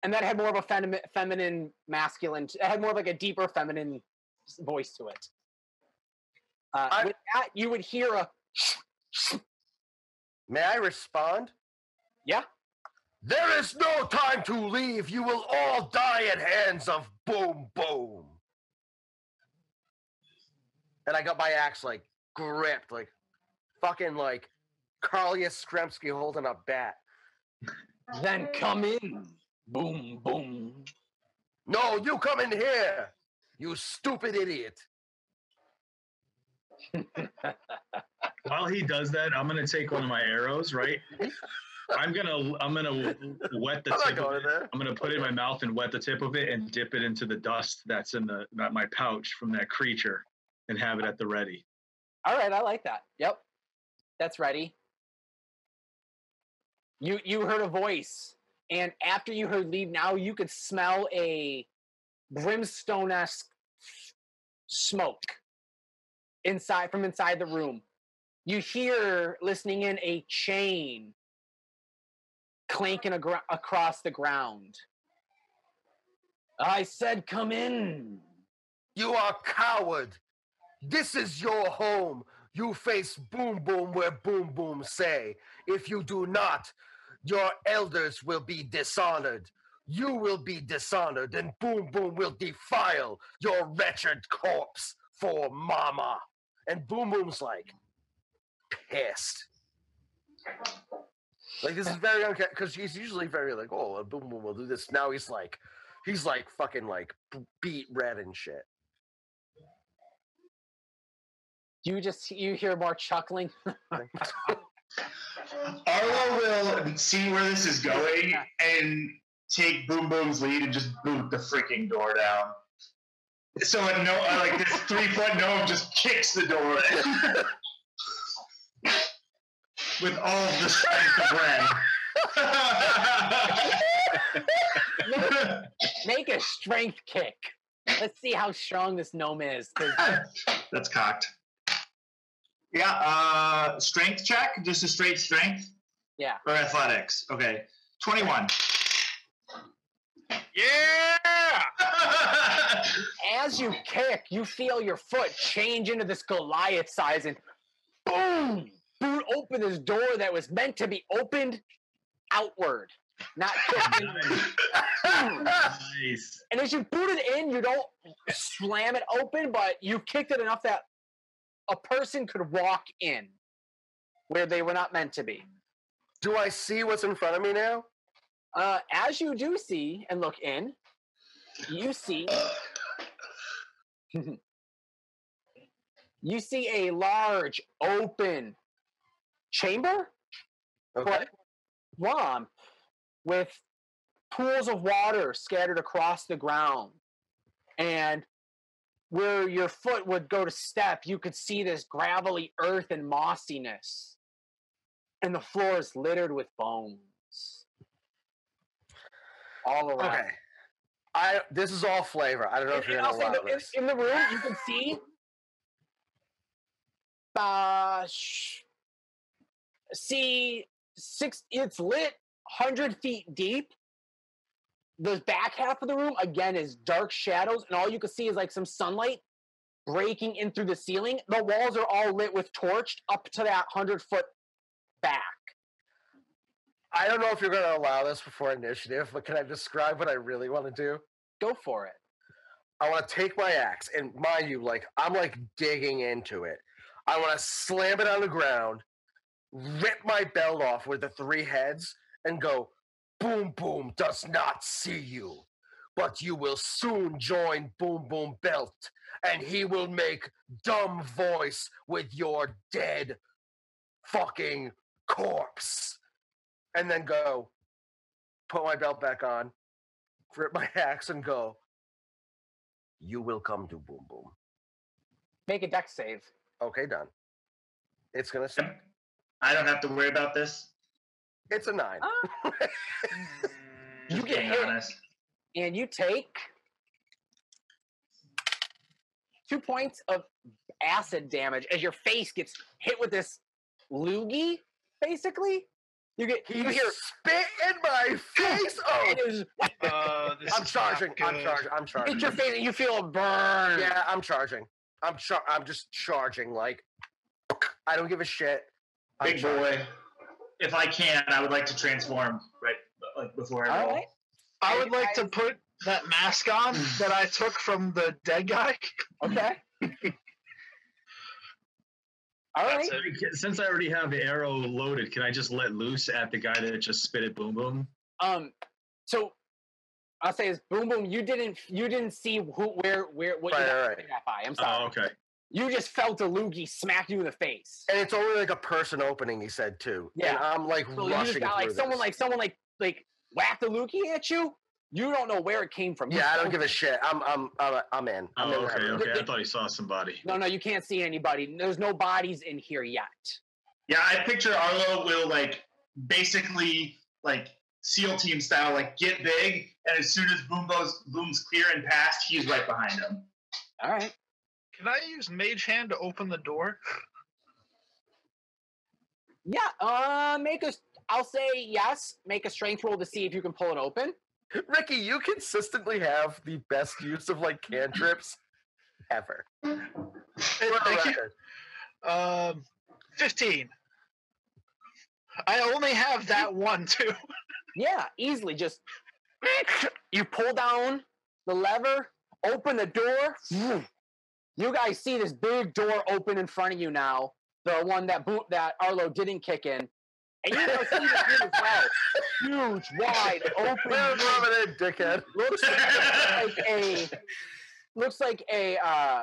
[SPEAKER 2] And that had more of a femi- feminine, masculine. It had more of like a deeper feminine voice to it. Uh,
[SPEAKER 3] I-
[SPEAKER 2] with that, you would hear a
[SPEAKER 3] May I respond?
[SPEAKER 2] Yeah.
[SPEAKER 3] There is no time to leave. You will all die at hands of boom boom. And I got my axe like gripped, like fucking like Carlius Skremsky holding a bat.
[SPEAKER 2] then come in. Boom, boom.
[SPEAKER 3] No, you come in here, you stupid idiot.
[SPEAKER 4] While he does that, I'm gonna take one of my arrows, right? I'm gonna I'm gonna wet the
[SPEAKER 3] I'm not
[SPEAKER 4] tip. Of
[SPEAKER 3] going
[SPEAKER 4] it.
[SPEAKER 3] there.
[SPEAKER 4] I'm gonna put it in my mouth and wet the tip of it and dip it into the dust that's in the that my pouch from that creature and have it at the ready.
[SPEAKER 2] All right, I like that. Yep, that's ready. You you heard a voice, and after you heard "leave now," you could smell a brimstone esque smoke inside from inside the room. You hear listening in a chain clanking agro- across the ground. I said, "Come in."
[SPEAKER 3] You are coward. This is your home. You face boom boom where boom boom say. If you do not, your elders will be dishonored. You will be dishonored, and boom boom will defile your wretched corpse for mama. And boom boom's like pissed. Like this is very unca because he's usually very like, oh, boom boom will do this. Now he's like, he's like fucking like b- beat red and shit.
[SPEAKER 2] You just you hear more chuckling.
[SPEAKER 5] Arlo will see where this is going and take Boom Boom's lead and just boot the freaking door down. So a no, uh, like this three foot gnome just kicks the door in. with all of the strength of Ren.
[SPEAKER 2] Make a strength kick. Let's see how strong this gnome is. 'cause
[SPEAKER 5] That's cocked. Yeah, uh, strength check, just a straight strength.
[SPEAKER 2] Yeah.
[SPEAKER 5] Or athletics. Okay, twenty-one.
[SPEAKER 7] Yeah!
[SPEAKER 2] As you kick, you feel your foot change into this Goliath size and boom! Boot open this door that was meant to be opened outward, not kicked in.
[SPEAKER 4] Nice.
[SPEAKER 2] Boom.
[SPEAKER 4] nice.
[SPEAKER 2] And as you boot it in, you don't slam it open, but you kicked it enough that a person could walk in where they were not meant to be.
[SPEAKER 3] Do I see what's in front of me now?
[SPEAKER 2] Uh, as you do see and look in, you see you see a large open chamber,
[SPEAKER 3] Okay.
[SPEAKER 2] but warm, with pools of water scattered across the ground, and where your foot would go to step, you could see this gravelly earth and mossiness, and the floor is littered with bones all around.
[SPEAKER 3] Okay. I this is all flavor. I don't know
[SPEAKER 2] And-
[SPEAKER 3] if you're
[SPEAKER 2] and
[SPEAKER 3] gonna
[SPEAKER 2] I'll say
[SPEAKER 3] allow
[SPEAKER 2] that in-
[SPEAKER 3] this.
[SPEAKER 2] in, the room, you can see uh, sh- see six. It's lit hundred feet deep. The back half of the room again is dark shadows, and all you can see is like some sunlight breaking in through the ceiling. The walls are all lit with torch up to that hundred foot back.
[SPEAKER 3] I don't know if you're gonna allow this before initiative, but can I describe what I really want to do?
[SPEAKER 2] Go for it.
[SPEAKER 3] I want to take my axe and mind you, like I'm like digging into it. I want to slam it on the ground, rip my belt off with the three heads, and go, boom boom does not see you, but you will soon join boom boom belt, and he will make dumb voice with your dead fucking corpse, and then go, put my belt back on, rip my axe, and go you will come to boom boom.
[SPEAKER 2] Make a deck save.
[SPEAKER 3] Okay, done. It's gonna. s-
[SPEAKER 5] I don't have to worry about this.
[SPEAKER 3] It's a nine.
[SPEAKER 2] You
[SPEAKER 5] Just
[SPEAKER 2] get
[SPEAKER 5] being
[SPEAKER 2] hit.
[SPEAKER 5] honest.
[SPEAKER 2] and you take two points of acid damage as your face gets hit with this loogie, basically. You get
[SPEAKER 3] He
[SPEAKER 2] you hear
[SPEAKER 3] spit in my face. Oh,
[SPEAKER 2] it is
[SPEAKER 7] Uh, this
[SPEAKER 3] I'm
[SPEAKER 7] is not
[SPEAKER 3] charging. I'm
[SPEAKER 7] good.
[SPEAKER 3] charging. I'm
[SPEAKER 2] it's
[SPEAKER 3] charging.
[SPEAKER 2] your face and you feel a burn.
[SPEAKER 3] Yeah, I'm charging. I'm char- I'm just charging. Like, I don't give a shit. I'm
[SPEAKER 5] Big
[SPEAKER 3] charging.
[SPEAKER 5] boy. If I can, I would like to transform right like before I
[SPEAKER 2] All
[SPEAKER 5] roll.
[SPEAKER 2] right.
[SPEAKER 7] I would like to put that mask on that I took from the dead guy.
[SPEAKER 2] Okay. All right.
[SPEAKER 7] That's it.
[SPEAKER 4] Since I already have the arrow loaded, can I just let loose at the guy that just spit it boom boom?
[SPEAKER 2] Um. So I'll say this: Boom, boom. You didn't. You didn't see who, where, where, what you
[SPEAKER 3] Right,
[SPEAKER 2] got
[SPEAKER 3] right, right.
[SPEAKER 2] hit by. I'm sorry.
[SPEAKER 4] Oh, okay.
[SPEAKER 2] You just felt a loogie smack you in the face.
[SPEAKER 3] And it's only like a person opening. He said too.
[SPEAKER 2] Yeah.
[SPEAKER 3] And I'm like
[SPEAKER 2] So you
[SPEAKER 3] rushing
[SPEAKER 2] just got like
[SPEAKER 3] through
[SPEAKER 2] someone
[SPEAKER 3] this.
[SPEAKER 2] like someone like like whacked a loogie at you. You don't know where it came from. You
[SPEAKER 3] Yeah, I don't
[SPEAKER 2] felt
[SPEAKER 3] give a
[SPEAKER 2] it.
[SPEAKER 3] shit. I'm I'm I'm, I'm in. I'm
[SPEAKER 4] Oh,
[SPEAKER 3] in.
[SPEAKER 4] okay,
[SPEAKER 3] there.
[SPEAKER 4] okay. I thought he saw somebody.
[SPEAKER 2] No, no, you can't see anybody. There's no bodies in here yet.
[SPEAKER 5] Yeah, I picture Arlo will like basically like SEAL team style, like get big, and as soon as Boom goes, Boom's clear and past, he's right behind him.
[SPEAKER 2] All right.
[SPEAKER 7] Can I use Mage Hand to open the door?
[SPEAKER 2] Yeah. Uh, make a. I'll say yes. Make a strength roll to see if you can pull it open.
[SPEAKER 3] Ricky, you consistently have the best use of like cantrips ever.
[SPEAKER 7] Hey,
[SPEAKER 3] For the
[SPEAKER 7] thank you.
[SPEAKER 3] record.
[SPEAKER 7] Um, 15. I only have that one, too.
[SPEAKER 2] Yeah, easily. Just you pull down the lever, open the door. You guys see this big door open in front of you now. The one that boot that Arlo didn't kick in. And you guys see this thing as well. Huge, wide,
[SPEAKER 3] Live,
[SPEAKER 2] open.
[SPEAKER 3] love it, dickhead.
[SPEAKER 2] looks like a looks like a uh,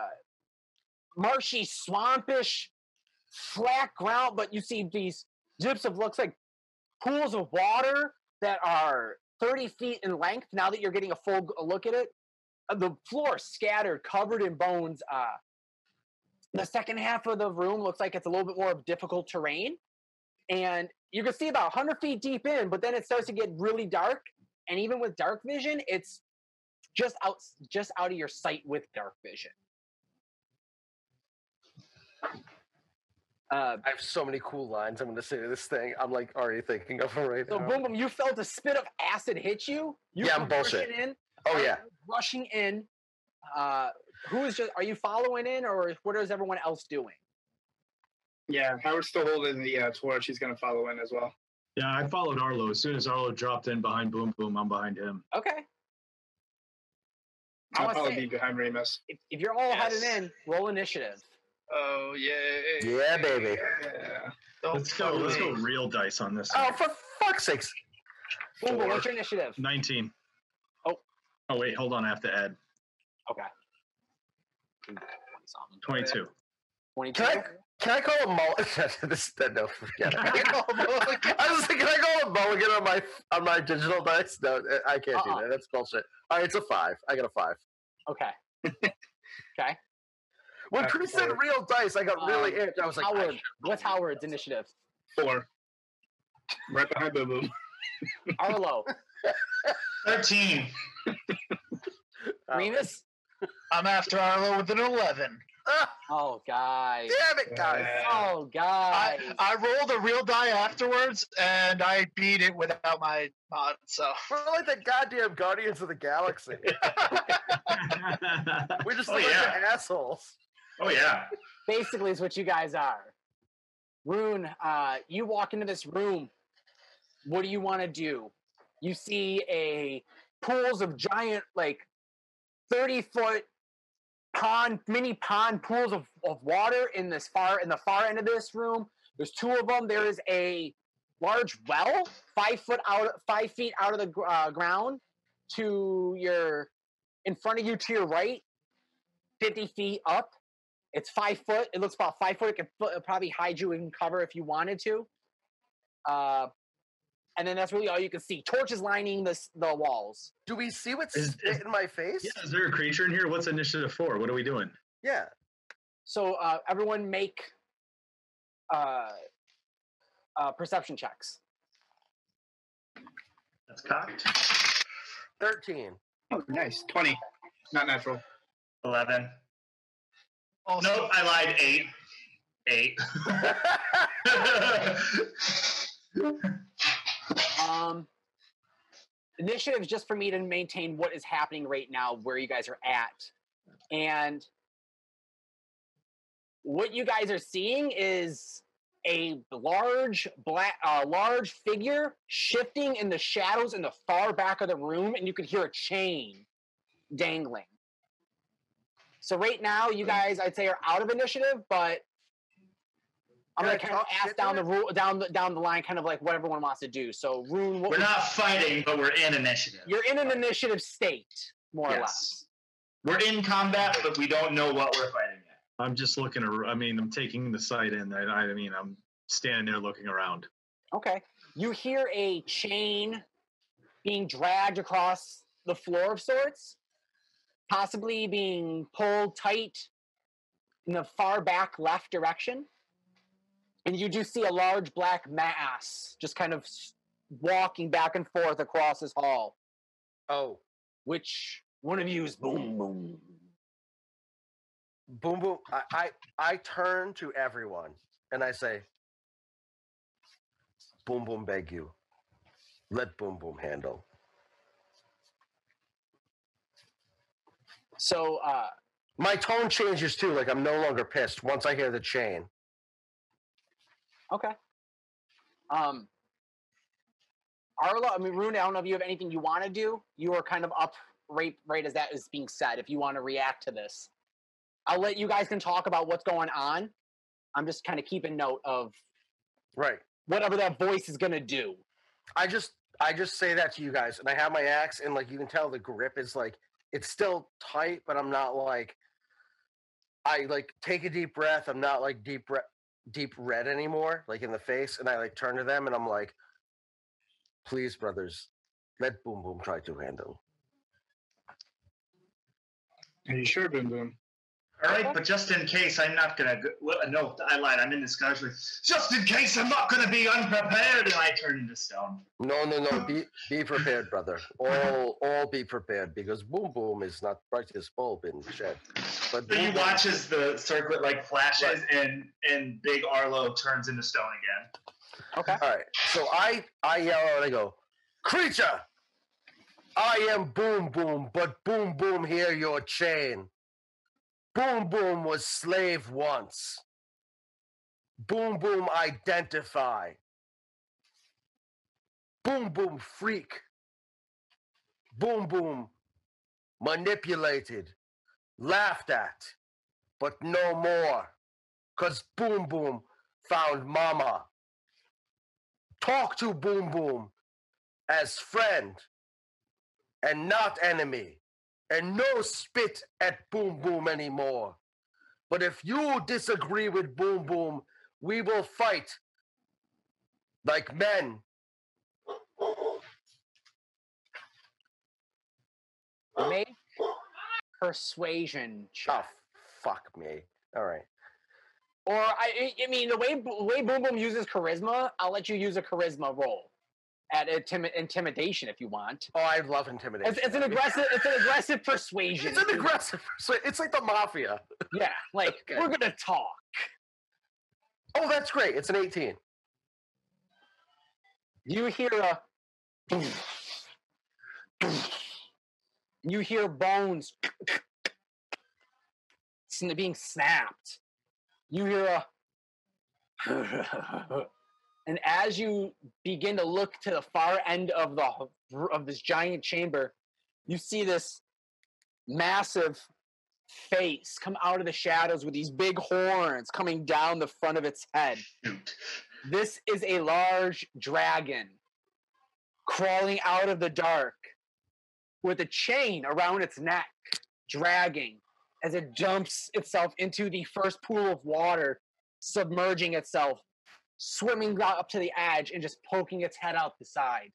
[SPEAKER 2] marshy swampish flat ground but you see these dips of looks like pools of water that are 30 feet in length now that you're getting a full g- look at it Uh, the floor is scattered covered in bones uh, the second half of the room looks like it's a little bit more of difficult terrain and you can see about 100 feet deep in but then it starts to get really dark and even with dark vision it's just out just out of your sight with dark vision uh,
[SPEAKER 3] I have so many cool lines I'm gonna say to this thing. I'm like already thinking of them right
[SPEAKER 2] so
[SPEAKER 3] now.
[SPEAKER 2] boom boom you felt a spit of acid hit you, you
[SPEAKER 3] Yeah, I'm
[SPEAKER 2] come rushing
[SPEAKER 3] bullshit.
[SPEAKER 2] in,
[SPEAKER 3] Oh yeah.
[SPEAKER 2] rushing in uh, who is just are you following in or what is everyone else doing
[SPEAKER 6] Yeah, Howard's still holding the uh, torch. He's gonna follow in as well.
[SPEAKER 4] Yeah, I followed Arlo. As soon as Arlo dropped in behind Boom Boom, I'm behind him.
[SPEAKER 2] okay I
[SPEAKER 6] I'll
[SPEAKER 2] wanna
[SPEAKER 6] probably
[SPEAKER 2] say-
[SPEAKER 6] be behind Remus.
[SPEAKER 2] if, if you're all
[SPEAKER 7] Yes.
[SPEAKER 2] headed in roll initiative
[SPEAKER 7] Oh, yeah.
[SPEAKER 3] Yeah, baby.
[SPEAKER 6] Yeah.
[SPEAKER 7] Don't
[SPEAKER 4] Let's go. Let's go.
[SPEAKER 7] play.
[SPEAKER 4] Real dice on this.
[SPEAKER 3] Oh, for fuck's sakes.
[SPEAKER 2] boom boom
[SPEAKER 3] Four.
[SPEAKER 2] what's your initiative
[SPEAKER 4] Nineteen.
[SPEAKER 2] Oh.
[SPEAKER 4] Oh wait, hold on. I have to add twenty-two.
[SPEAKER 3] Can I
[SPEAKER 2] 22
[SPEAKER 3] can I call a mulligan? this that no forget it. I was like, can I call a mulligan on my on my digital dice? No, uh, I can't
[SPEAKER 2] Uh-uh.
[SPEAKER 3] do that. That's bullshit. All right, it's a five. I got a five.
[SPEAKER 2] okay
[SPEAKER 3] When
[SPEAKER 6] That's
[SPEAKER 3] Chris said
[SPEAKER 6] cool.
[SPEAKER 3] real dice, I got really
[SPEAKER 2] Um,
[SPEAKER 3] amped. I was like, I
[SPEAKER 2] howard
[SPEAKER 3] should
[SPEAKER 2] what's
[SPEAKER 3] roll.
[SPEAKER 2] howard's initiative
[SPEAKER 6] Four. Right behind Boom Boom.
[SPEAKER 2] arlo
[SPEAKER 5] Thirteen.
[SPEAKER 3] Oh.
[SPEAKER 2] remus
[SPEAKER 7] I'm after Arlo with an 11.
[SPEAKER 3] Ah,
[SPEAKER 2] oh guys
[SPEAKER 3] damn it, guys.
[SPEAKER 6] Yeah.
[SPEAKER 2] Oh
[SPEAKER 7] I,
[SPEAKER 2] God!
[SPEAKER 7] I rolled a real die afterwards, and I beat it without my mod, so.
[SPEAKER 3] We're like the goddamn Guardians of the Galaxy. We're just
[SPEAKER 5] Oh,
[SPEAKER 3] like
[SPEAKER 5] yeah.
[SPEAKER 3] assholes.
[SPEAKER 5] Oh yeah.
[SPEAKER 2] Basically, is what you guys are. Rune, uh, you walk into this room. What do you want to do? You see a pools of giant, like thirty foot pond, mini pond pools of, of water in this far in the far end of this room. There's two of them. There is a large well, five foot out, five feet out of the gr- uh, ground, to your in front of you to your right, fifty feet up. It's five foot. It looks about five foot. It could fo- probably hide you in cover if you wanted to. Uh, and then that's really all you can see. Torches lining the s- the walls.
[SPEAKER 3] Do we see what's
[SPEAKER 4] Is-
[SPEAKER 3] spit
[SPEAKER 4] is-
[SPEAKER 3] in my face?
[SPEAKER 4] yeah, is there a creature in here? What's initiative for? What are we doing?
[SPEAKER 3] Yeah.
[SPEAKER 2] So uh, everyone make uh, uh, perception checks.
[SPEAKER 5] That's cocked.
[SPEAKER 3] 13.
[SPEAKER 6] Oh, nice. Twenty. Not natural.
[SPEAKER 5] Eleven.
[SPEAKER 7] Also,
[SPEAKER 5] Nope, I lied. Eight. Eight.
[SPEAKER 2] initiative is Um, just for me to maintain what is happening right now, where you guys are at. And what you guys are seeing is a large black uh, large figure shifting in the shadows in the far back of the room and you can hear a chain dangling so right now you guys i'd say are out of initiative but i'm
[SPEAKER 3] Can I
[SPEAKER 2] gonna kind of
[SPEAKER 3] talk
[SPEAKER 2] ask
[SPEAKER 3] shit
[SPEAKER 2] down
[SPEAKER 3] to
[SPEAKER 2] the rule down the down the line kind of like what everyone wants to do so rune what
[SPEAKER 5] We're not fighting, but we're in initiative.
[SPEAKER 2] you're in an initiative state more or less
[SPEAKER 5] Yes. We're in combat, but we don't know what we're fighting yet.
[SPEAKER 4] I'm just looking. ar- I mean, I'm taking the sight in. I, I mean, I'm standing there looking around.
[SPEAKER 2] Okay. You hear a chain being dragged across the floor of sorts, possibly being pulled tight in the far back left direction. And you do see a large black mass just kind of s- walking back and forth across this hall,
[SPEAKER 3] Oh,
[SPEAKER 2] which one of you is boom, boom.
[SPEAKER 3] boom, boom. I, I, I turn to everyone and I say, Boom, boom, beg you. Let boom, boom handle.
[SPEAKER 2] So, uh,
[SPEAKER 3] My tone changes too. Like I'm no longer pissed once I hear the chain.
[SPEAKER 2] Okay. Um, Arla, I mean, Rune, I don't know if you have anything you want to do. You are kind of up right, right as that is being said. If you want to react to this, I'll let you guys can talk about what's going on. I'm just kind of keeping note of
[SPEAKER 3] Right.
[SPEAKER 2] whatever that voice is going to do.
[SPEAKER 3] I just I just say that to you guys, and I have my axe, and like you can tell the grip is like it's still tight, but I'm not like I like take a deep breath. I'm not like deep re- deep red anymore, like in the face, and I like turn to them and I'm like, please, brothers, let Boom Boom try to handle.
[SPEAKER 6] Are you sure, Boom Boom?
[SPEAKER 5] All right, but just in case, I'm not gonna. Go, well, no, I lied. I'm in disguise with. Just in case, I'm not gonna be unprepared, and I turn into stone.
[SPEAKER 3] No, no, no. Be be prepared, brother. All all be prepared because Boom Boom is not brightest bulb in shed. But
[SPEAKER 5] So
[SPEAKER 3] Boom
[SPEAKER 5] you
[SPEAKER 3] Boom-
[SPEAKER 5] watch as the circlet like flashes, and and Big Arlo turns into stone again.
[SPEAKER 2] Okay.
[SPEAKER 3] All right. So I I yell out and I go, creature. I am Boom Boom, but Boom Boom hear your chain. Boom Boom was slave once. Boom Boom identify. Boom Boom freak. Boom Boom manipulated, laughed at, but no more. Cause Boom Boom found Mama talk to Boom Boom as friend and not enemy, and no spit at Boom Boom anymore. But if you disagree with Boom Boom, we will fight like men.
[SPEAKER 2] Make persuasion. check.
[SPEAKER 3] Oh, fuck me. All right.
[SPEAKER 2] Or I, I- I mean, the way the way Boom Boom uses charisma, I'll let you use a charisma roll at intimi- intimidation if you want.
[SPEAKER 3] Oh, I love intimidation.
[SPEAKER 2] It's, it's an aggressive. It's an aggressive persuasion.
[SPEAKER 3] It's an aggressive. So it's like the mafia.
[SPEAKER 2] Yeah, like
[SPEAKER 3] Okay.
[SPEAKER 2] we're gonna talk.
[SPEAKER 3] Oh, that's great. It's an 18.
[SPEAKER 2] You hear a. You hear bones sn- being snapped. You hear a. And as you begin to look to the far end of the h- of this giant chamber, you see this massive face come out of the shadows with these big horns coming down the front of its head.
[SPEAKER 5] Shoot.
[SPEAKER 2] This is a large dragon crawling out of the dark with a chain around its neck, dragging as it jumps itself into the first pool of water, submerging itself, swimming out up to the edge, and just poking its head out the side.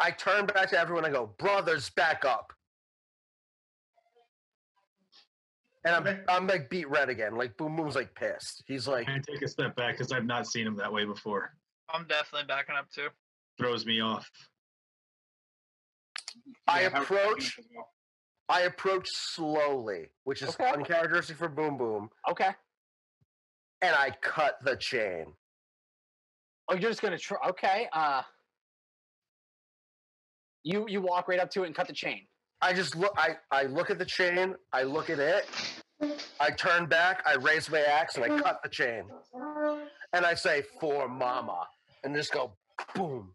[SPEAKER 3] I turn back to everyone and go, brothers, back up. And I'm,
[SPEAKER 5] Okay.
[SPEAKER 3] I'm like beat red again. Like Boom Boom's like pissed. He's like,
[SPEAKER 4] I take a step back because I've not seen him that way before.
[SPEAKER 7] I'm definitely backing up too.
[SPEAKER 4] Throws me off.
[SPEAKER 3] I
[SPEAKER 6] Yeah, how-
[SPEAKER 3] approach, I approach slowly, which is
[SPEAKER 2] Okay.
[SPEAKER 3] uncharacteristic for Boom Boom,
[SPEAKER 2] Okay.
[SPEAKER 3] and I cut the chain.
[SPEAKER 2] Oh, you're just gonna try. Okay. Uh, You you walk right up to it and cut the chain.
[SPEAKER 3] I just look. I, I look at the chain. I look at it. I turn back. I raise my axe and I cut the chain. And I say for mama, and just go boom.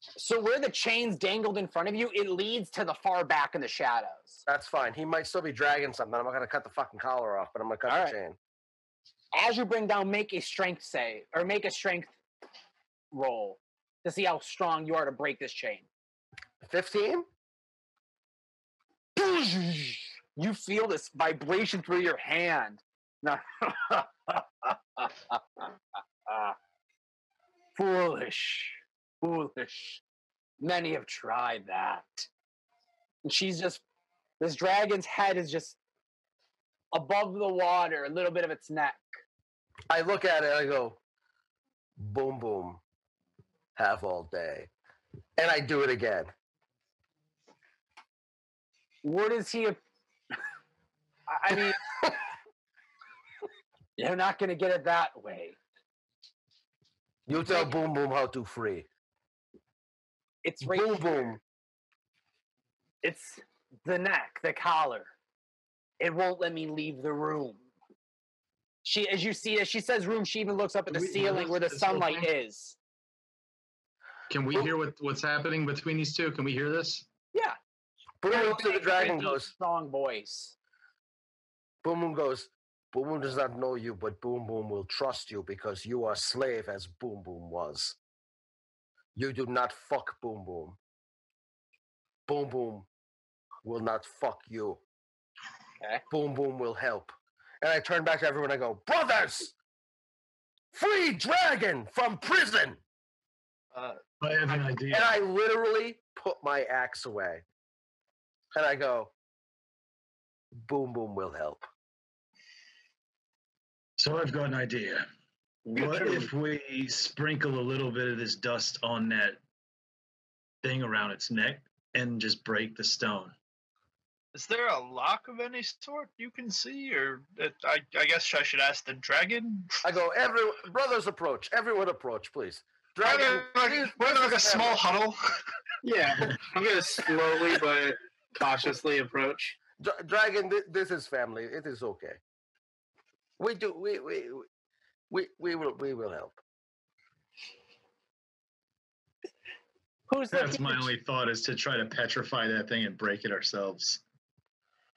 [SPEAKER 2] So where the chain's dangled in front of you, it leads to the far back in the shadows.
[SPEAKER 3] That's fine. He might still be dragging something. I'm not gonna cut the fucking collar off, but I'm gonna cut
[SPEAKER 2] All
[SPEAKER 3] the
[SPEAKER 2] right.
[SPEAKER 3] chain.
[SPEAKER 2] As you bring down, make a strength save or make a strength roll to see how strong you are to break this chain.
[SPEAKER 3] Fifteen.
[SPEAKER 2] You feel this vibration through your hand. Now- foolish, foolish. Many have tried that. And she's just, this dragon's head is just above the water, a little bit of its neck.
[SPEAKER 3] I look at it and I go, boom, boom, have all day. And I do it again.
[SPEAKER 2] What is he? ap- I I mean, you're not going to get it that way.
[SPEAKER 3] You tell boom, boom how to free.
[SPEAKER 2] It's right
[SPEAKER 3] Boom, boom.
[SPEAKER 2] It's the neck, the collar. It won't let me leave the room. She, as you see, as she says room, she even looks up at the
[SPEAKER 9] We- we
[SPEAKER 2] ceiling
[SPEAKER 9] looked
[SPEAKER 2] where the
[SPEAKER 9] at this whole
[SPEAKER 2] sunlight
[SPEAKER 9] thing.
[SPEAKER 2] is.
[SPEAKER 9] Can we hear what, what's happening between these two? Can we hear this?
[SPEAKER 2] Yeah.
[SPEAKER 3] Boom, boom to the
[SPEAKER 2] Big,
[SPEAKER 3] dragon
[SPEAKER 2] deep,
[SPEAKER 3] goes,
[SPEAKER 2] Strong voice.
[SPEAKER 3] boom, boom goes, boom, boom does not know you, but boom, boom will trust you because you are slave as boom, boom was. You do not fuck boom, boom. Boom, boom will not fuck you.
[SPEAKER 2] Okay.
[SPEAKER 3] Boom, boom will help. And I turn back to everyone. I go, brothers, free dragon from prison.
[SPEAKER 4] I have an idea.
[SPEAKER 3] And I literally put my axe away. And I go, boom, boom will help.
[SPEAKER 4] So I've got an idea. What if we sprinkle a little bit of this dust on that thing around its neck and just break the stone?
[SPEAKER 7] Is there a lock of any sort you can see, or uh, I, I guess I should ask the dragon?
[SPEAKER 3] I go, every brothers approach, everyone approach, please.
[SPEAKER 7] We're in
[SPEAKER 3] Dragon,
[SPEAKER 7] like, we're in like a small huddle.
[SPEAKER 6] Yeah, I'm gonna slowly but cautiously approach.
[SPEAKER 3] dra- dragon, thi- this is family. It is okay. We do, we, we, we- we, we will, we will help.
[SPEAKER 2] Who's the
[SPEAKER 4] That's my only thought is to try to petrify that thing and break it ourselves.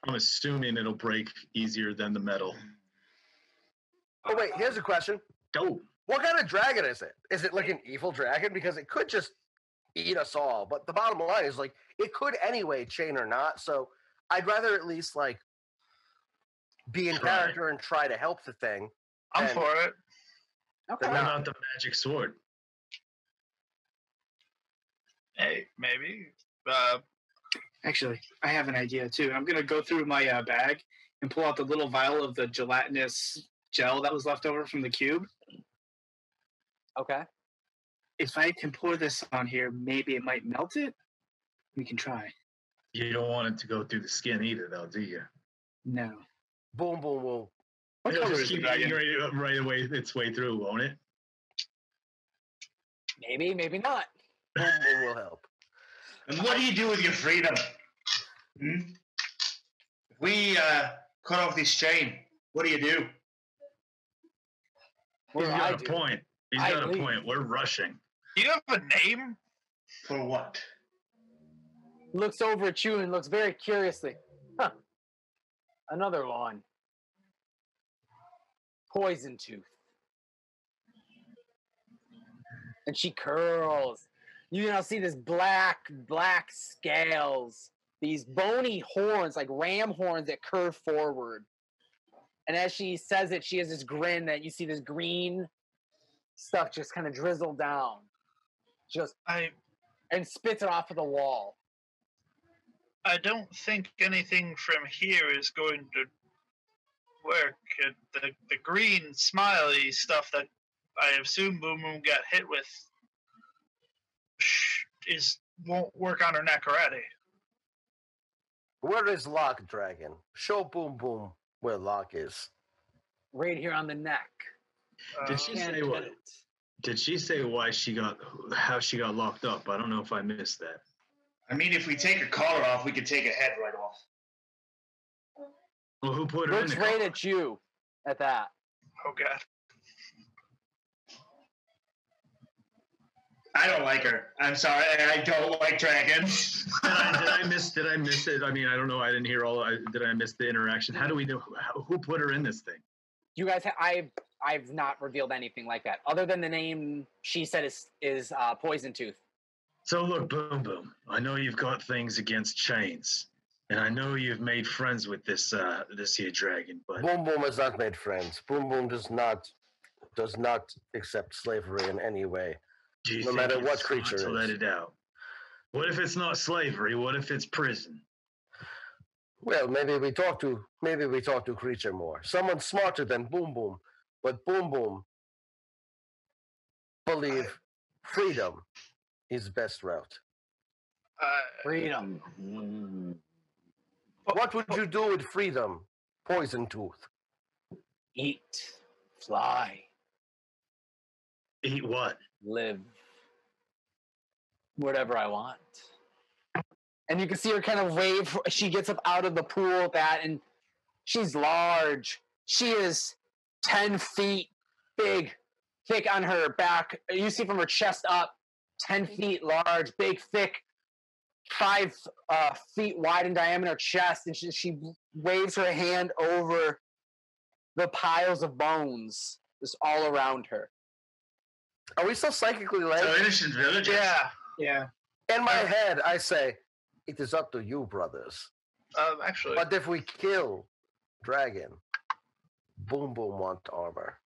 [SPEAKER 4] I'm assuming it'll break easier than the metal.
[SPEAKER 3] Oh wait, here's a question:
[SPEAKER 4] Go.
[SPEAKER 3] What kind of dragon is it? Is it like an evil dragon? Because it could just eat us all. But the bottom line is like it could anyway, chain or not. So I'd rather at least like be in
[SPEAKER 4] Try.
[SPEAKER 3] character and try to help the thing.
[SPEAKER 7] I'm
[SPEAKER 3] And-
[SPEAKER 7] for it.
[SPEAKER 2] Okay.
[SPEAKER 4] What about the magic sword?
[SPEAKER 7] Hey, maybe. Uh,
[SPEAKER 6] Actually, I have an idea too. I'm gonna go through my uh, bag and pull out the little vial of the gelatinous gel that was left over from the cube.
[SPEAKER 2] Okay.
[SPEAKER 6] If I can pour this on here, maybe it might melt it. We can try.
[SPEAKER 4] You don't want it to go through the skin either, though, do you?
[SPEAKER 6] No.
[SPEAKER 3] Boom, boom, boom.
[SPEAKER 6] What
[SPEAKER 4] It'll
[SPEAKER 6] color
[SPEAKER 4] just
[SPEAKER 6] is the
[SPEAKER 4] keep eating
[SPEAKER 6] dragon?
[SPEAKER 4] right, right away its way through, won't it?
[SPEAKER 2] Maybe, maybe not.
[SPEAKER 3] Boom, boom will help.
[SPEAKER 5] And what do you do with your freedom? Hmm? If we uh, cut off this chain, what do you do?
[SPEAKER 2] What
[SPEAKER 4] He's
[SPEAKER 2] do I
[SPEAKER 4] got a
[SPEAKER 2] do?
[SPEAKER 4] point. He's
[SPEAKER 2] I
[SPEAKER 4] got a
[SPEAKER 2] leave.
[SPEAKER 4] point. We're rushing.
[SPEAKER 7] do you have a name?
[SPEAKER 5] For what?
[SPEAKER 2] Looks over at you and looks very curiously. Huh. Another lawn. Poison tooth. And she curls. You now see this black, black scales. These bony horns, like ram horns that curve forward. And as she says it, she has this grin that you see this green stuff just kind of drizzle down. Just
[SPEAKER 7] I
[SPEAKER 2] and spits it off of the wall.
[SPEAKER 7] I don't think anything from here is going to work. Uh, The the green smiley stuff that I assume Boom Boom got hit with sh- is won't work on her neck already.
[SPEAKER 3] Where is Lock Dragon? Show Boom Boom where Lock is.
[SPEAKER 2] right here on the neck.
[SPEAKER 7] Uh,
[SPEAKER 4] Did she say
[SPEAKER 2] cut
[SPEAKER 4] what?
[SPEAKER 2] it.
[SPEAKER 4] Did she say why she got how she got locked up? I don't know if I missed that.
[SPEAKER 5] I mean, if we take a collar off, we could take a head right off.
[SPEAKER 4] Well, who put her
[SPEAKER 2] Looks
[SPEAKER 4] in the
[SPEAKER 2] right at you at that.
[SPEAKER 7] Oh god.
[SPEAKER 5] I don't like her. I'm sorry. I don't like dragons.
[SPEAKER 4] did, I, did I miss? Did I miss it? I mean, I don't know. I didn't hear all. I, did I miss the interaction? How do we know? How, who put her in this thing?
[SPEAKER 2] You guys, ha- I I've not revealed anything like that other than the name she said is is uh, Poison Tooth.
[SPEAKER 4] So look, boom, boom. I know you've got things against chains, and I know you've made friends with this uh this here dragon. But
[SPEAKER 3] Boom Boom has not made friends. Boom Boom does not does not accept slavery in any way.
[SPEAKER 4] do you
[SPEAKER 3] no
[SPEAKER 4] think
[SPEAKER 3] matter
[SPEAKER 4] it's
[SPEAKER 3] what
[SPEAKER 4] smart
[SPEAKER 3] creature
[SPEAKER 4] to
[SPEAKER 3] it
[SPEAKER 4] let
[SPEAKER 3] is.
[SPEAKER 4] it out? What if it's not slavery? What if it's prison?
[SPEAKER 3] Well, maybe we talk to maybe we talk to creature more. Someone smarter than Boom Boom, but Boom Boom believe freedom is best route.
[SPEAKER 7] Uh,
[SPEAKER 2] Freedom.
[SPEAKER 3] What would you do with freedom? Poison tooth.
[SPEAKER 2] Eat. Fly.
[SPEAKER 4] Eat what?
[SPEAKER 2] live whatever I want. And you can see her kind of wave. She gets up out of the pool with that, and she's large. She is 10 feet big, thick on her back. You see from her chest up, 10 feet large, big, thick, five uh, feet wide in diameter chest. And she, she waves her hand over the piles of bones just all around her.
[SPEAKER 3] Are we still psychically linked?
[SPEAKER 5] so innocent villagers.
[SPEAKER 7] yeah. Yeah.
[SPEAKER 3] In my head, I say, it is up to you, brothers.
[SPEAKER 7] Um, actually,
[SPEAKER 3] But if we kill Dragon, Boom Boom want armor.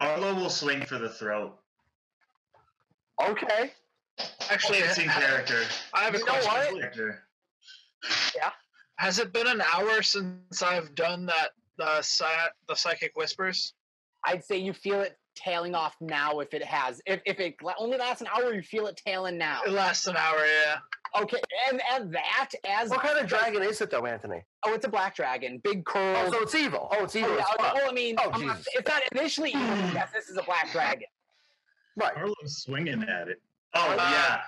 [SPEAKER 5] Arlo will swing for the throat.
[SPEAKER 3] Okay.
[SPEAKER 7] actually,
[SPEAKER 5] It's in character.
[SPEAKER 7] I have a
[SPEAKER 2] You know
[SPEAKER 7] question.
[SPEAKER 2] what?
[SPEAKER 5] Character.
[SPEAKER 7] Has it been an hour since I've done that? The sci- the psychic whispers.
[SPEAKER 2] I'd say you feel it tailing off now if it has. If, if it gla- only lasts an hour, you feel it tailing now.
[SPEAKER 7] It lasts an hour. Yeah.
[SPEAKER 2] Okay, and and that as
[SPEAKER 3] What kind of dragon is it, though, Anthony?
[SPEAKER 2] oh, it's a black dragon, big curls.
[SPEAKER 3] Oh, so it's evil. Oh, it's
[SPEAKER 2] Oh,
[SPEAKER 3] evil.
[SPEAKER 2] yeah,
[SPEAKER 3] as
[SPEAKER 2] oh,
[SPEAKER 3] fuck.
[SPEAKER 2] well, I mean,
[SPEAKER 3] Oh,
[SPEAKER 2] I'm not-
[SPEAKER 3] Jesus.
[SPEAKER 2] it's not initially. evil, yes, this is a black dragon.
[SPEAKER 3] Right.
[SPEAKER 4] Harlem's swinging at it.
[SPEAKER 5] Oh, yeah.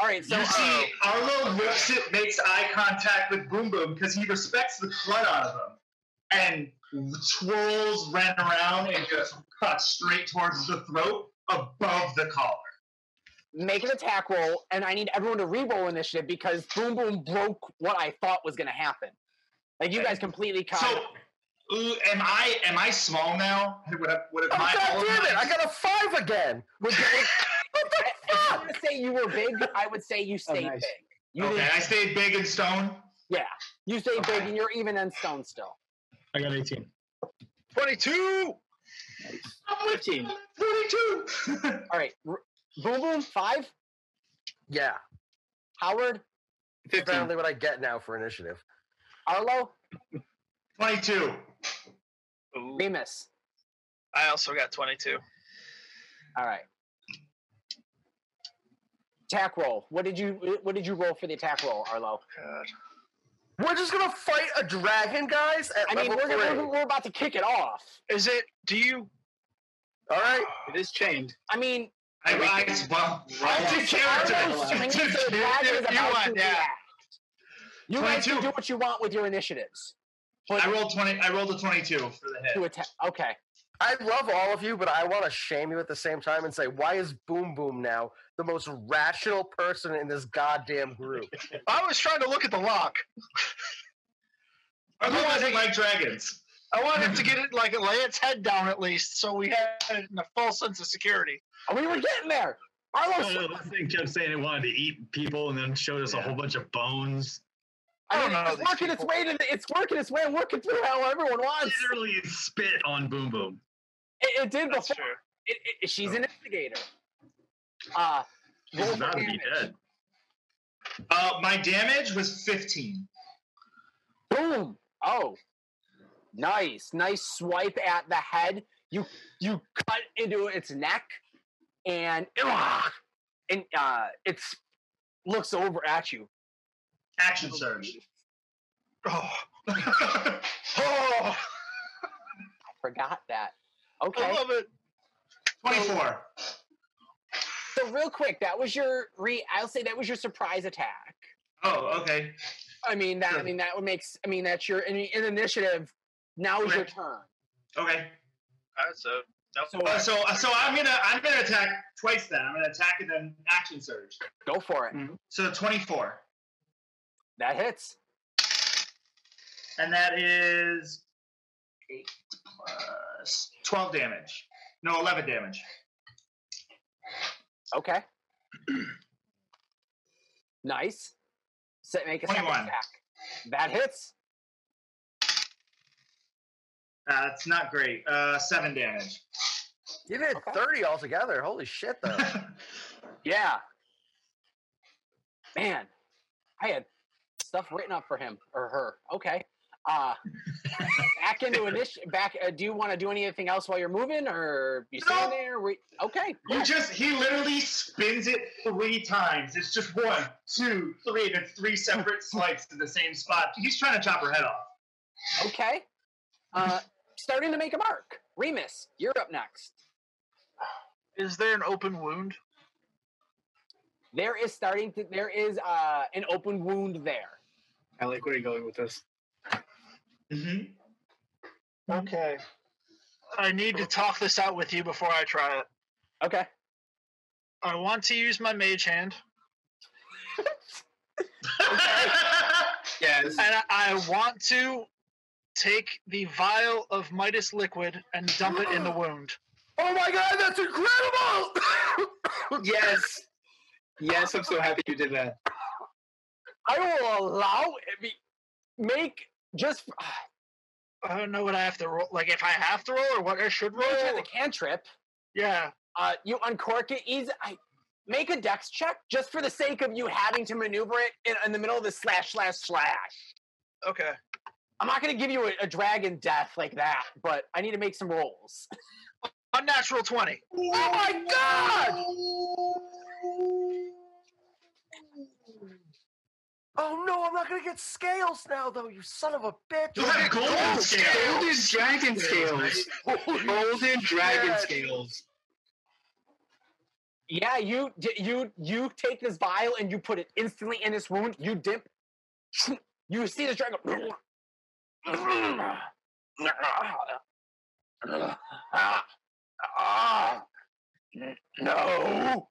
[SPEAKER 2] All right, so
[SPEAKER 5] you see,
[SPEAKER 2] uh,
[SPEAKER 5] Arlo looks at, makes eye contact with Boom Boom because he respects the crud out of him and twirls Ren around and just cuts straight towards the throat above the collar.
[SPEAKER 2] make an attack roll, and I need everyone to re-roll initiative because Boom Boom broke what I thought was going to happen. Like you guys completely caught.
[SPEAKER 5] So, ooh, am I am I small now? Would I, would
[SPEAKER 3] Oh,
[SPEAKER 5] my,
[SPEAKER 3] God
[SPEAKER 5] all of
[SPEAKER 3] damn it!
[SPEAKER 5] my-
[SPEAKER 3] I got a five again.
[SPEAKER 2] Would you- would-
[SPEAKER 3] What the
[SPEAKER 2] if you
[SPEAKER 3] fuck? Oh,
[SPEAKER 2] were to say you were big, I would say you stayed
[SPEAKER 6] nice.
[SPEAKER 2] big. You
[SPEAKER 5] okay,
[SPEAKER 2] didn't-
[SPEAKER 5] I stayed big and stone.
[SPEAKER 2] you stayed big,
[SPEAKER 5] Okay.
[SPEAKER 2] and you're even in stone still.
[SPEAKER 4] I got 18.
[SPEAKER 7] Twenty-two.
[SPEAKER 6] Fifteen.
[SPEAKER 5] 42!
[SPEAKER 2] All right, R- boom boom five.
[SPEAKER 3] Yeah,
[SPEAKER 2] Howard,
[SPEAKER 6] Fifteen.
[SPEAKER 3] apparently what I get now for initiative.
[SPEAKER 2] Arlo,
[SPEAKER 5] 22.
[SPEAKER 7] Ooh,
[SPEAKER 2] Remus.
[SPEAKER 7] I also got twenty-two.
[SPEAKER 2] All right. Attack roll. What did you What did you roll for the attack roll, Arlo?
[SPEAKER 7] God.
[SPEAKER 3] We're just gonna fight a dragon, guys. At
[SPEAKER 2] I mean,
[SPEAKER 3] level
[SPEAKER 2] we're,
[SPEAKER 3] three.
[SPEAKER 2] we're, we're about to kick it off.
[SPEAKER 7] Is it? Do you?
[SPEAKER 3] All right.
[SPEAKER 6] It is chained.
[SPEAKER 2] I mean,
[SPEAKER 5] I rise. Well, right
[SPEAKER 2] Arlo's
[SPEAKER 5] to character.
[SPEAKER 2] swinging, so the dragon is
[SPEAKER 7] You
[SPEAKER 2] about
[SPEAKER 7] want
[SPEAKER 2] to
[SPEAKER 7] that.
[SPEAKER 2] react. You guys can
[SPEAKER 5] 22.
[SPEAKER 2] do what you want with your initiatives. But
[SPEAKER 5] I rolled 20. I rolled a 22 for the hit.
[SPEAKER 2] to attack. Okay.
[SPEAKER 3] I love all of you, but I want to shame you at the same time and say, why is Boom Boom now the most rational person in this goddamn group?
[SPEAKER 7] I was trying to look at the lock.
[SPEAKER 5] Arlo doesn't like dragons.
[SPEAKER 7] I wanted to get it like lay its head down at least, so we had it in a full sense of security.
[SPEAKER 2] We were getting there. Arlo.
[SPEAKER 4] Oh, no, that thing kept saying it wanted to eat people, and then showed us a whole bunch of bones.
[SPEAKER 2] I mean,
[SPEAKER 7] I don't know
[SPEAKER 2] it's
[SPEAKER 7] these
[SPEAKER 2] working its way to the, It's working its way and working through how everyone wants.
[SPEAKER 4] Literally spit on Boom Boom.
[SPEAKER 2] It, it did
[SPEAKER 7] That's
[SPEAKER 2] before.
[SPEAKER 7] true. Oh.
[SPEAKER 2] It, it, she's an instigator. Uh, roll
[SPEAKER 4] He's
[SPEAKER 2] for
[SPEAKER 4] about to be
[SPEAKER 2] damage.
[SPEAKER 4] dead.
[SPEAKER 5] Uh, my damage was 15.
[SPEAKER 2] Boom! Oh, nice, nice swipe at the head. You you cut into its neck, and ah, and uh, it's looks over at you.
[SPEAKER 5] Action surge.
[SPEAKER 7] Oh,
[SPEAKER 5] oh,
[SPEAKER 2] Forgot that.
[SPEAKER 7] I
[SPEAKER 2] Okay,
[SPEAKER 7] love it.
[SPEAKER 5] 24.
[SPEAKER 2] so But real quick, that was your re. I'll say that was your surprise attack.
[SPEAKER 5] Oh, okay.
[SPEAKER 2] I mean that. I
[SPEAKER 5] Sure.
[SPEAKER 2] mean that would make. s- I mean that's your. I mean, in initiative, now is your
[SPEAKER 5] Correct.
[SPEAKER 2] turn.
[SPEAKER 5] Okay.
[SPEAKER 7] All right, so nope.
[SPEAKER 2] So
[SPEAKER 5] Uh, so so I'm gonna I'm gonna attack twice then. I'm gonna attack and then action surge.
[SPEAKER 2] go for it.
[SPEAKER 5] So 24.
[SPEAKER 2] That hits.
[SPEAKER 5] And that is eight plus 12 damage. No, 11 damage.
[SPEAKER 2] Okay. nice. Set. Make a second
[SPEAKER 5] 21.
[SPEAKER 2] attack. That hits.
[SPEAKER 5] Uh, it's not great. Uh, seven damage.
[SPEAKER 3] You did
[SPEAKER 2] Okay.
[SPEAKER 3] 30 altogether. Holy shit, though.
[SPEAKER 2] Yeah. Man, I had stuff written up for him or her. Okay. Uh back into initiative. Back. Uh, do you want to do anything else while you're moving, or you stand
[SPEAKER 5] No.
[SPEAKER 2] there? Re- okay.
[SPEAKER 5] You just, he literally spins it three times. It's just one, two, three, and it's three separate swipes to the same spot. He's trying to chop her head off.
[SPEAKER 2] Okay. Uh, starting to make a mark. Remus, you're up next.
[SPEAKER 7] is there an open wound?
[SPEAKER 2] There is starting to. There is uh, an open wound there.
[SPEAKER 6] I like where you're going with this.
[SPEAKER 5] Mm-hmm.
[SPEAKER 7] Okay. I need to talk this out with you before I try it.
[SPEAKER 2] Okay.
[SPEAKER 7] I want to use my mage hand,
[SPEAKER 6] Yeah, this-
[SPEAKER 7] and I, I want to take the vial of Midas liquid and dump it in the wound.
[SPEAKER 3] oh my god, that's incredible!
[SPEAKER 6] yes, yes. I'm so happy you did that.
[SPEAKER 2] I will allow. Be, make just.
[SPEAKER 7] I don't know what I have to roll. Like if I have to roll or what I should
[SPEAKER 2] Rage has
[SPEAKER 7] roll.
[SPEAKER 5] Oh.
[SPEAKER 2] a cantrip.
[SPEAKER 7] Yeah.
[SPEAKER 2] Uh, you uncork it. Easy. I make a dex check just for the sake of you having to maneuver it in, in the middle of the slash slash slash.
[SPEAKER 7] Okay.
[SPEAKER 2] I'm not going to give you a, a dragon death like that, but I need to make some rolls.
[SPEAKER 7] Unnatural twenty.
[SPEAKER 2] oh my god!
[SPEAKER 3] oh no, I'm not gonna get scales now, though, you son of a bitch!
[SPEAKER 5] You'll have golden scale.
[SPEAKER 6] Golden dragon scales. Golden dragon
[SPEAKER 3] shit.
[SPEAKER 6] scales.
[SPEAKER 2] Yeah, you d- you you take this vial and you put it instantly in this wound. You dip. You see this dragon. No.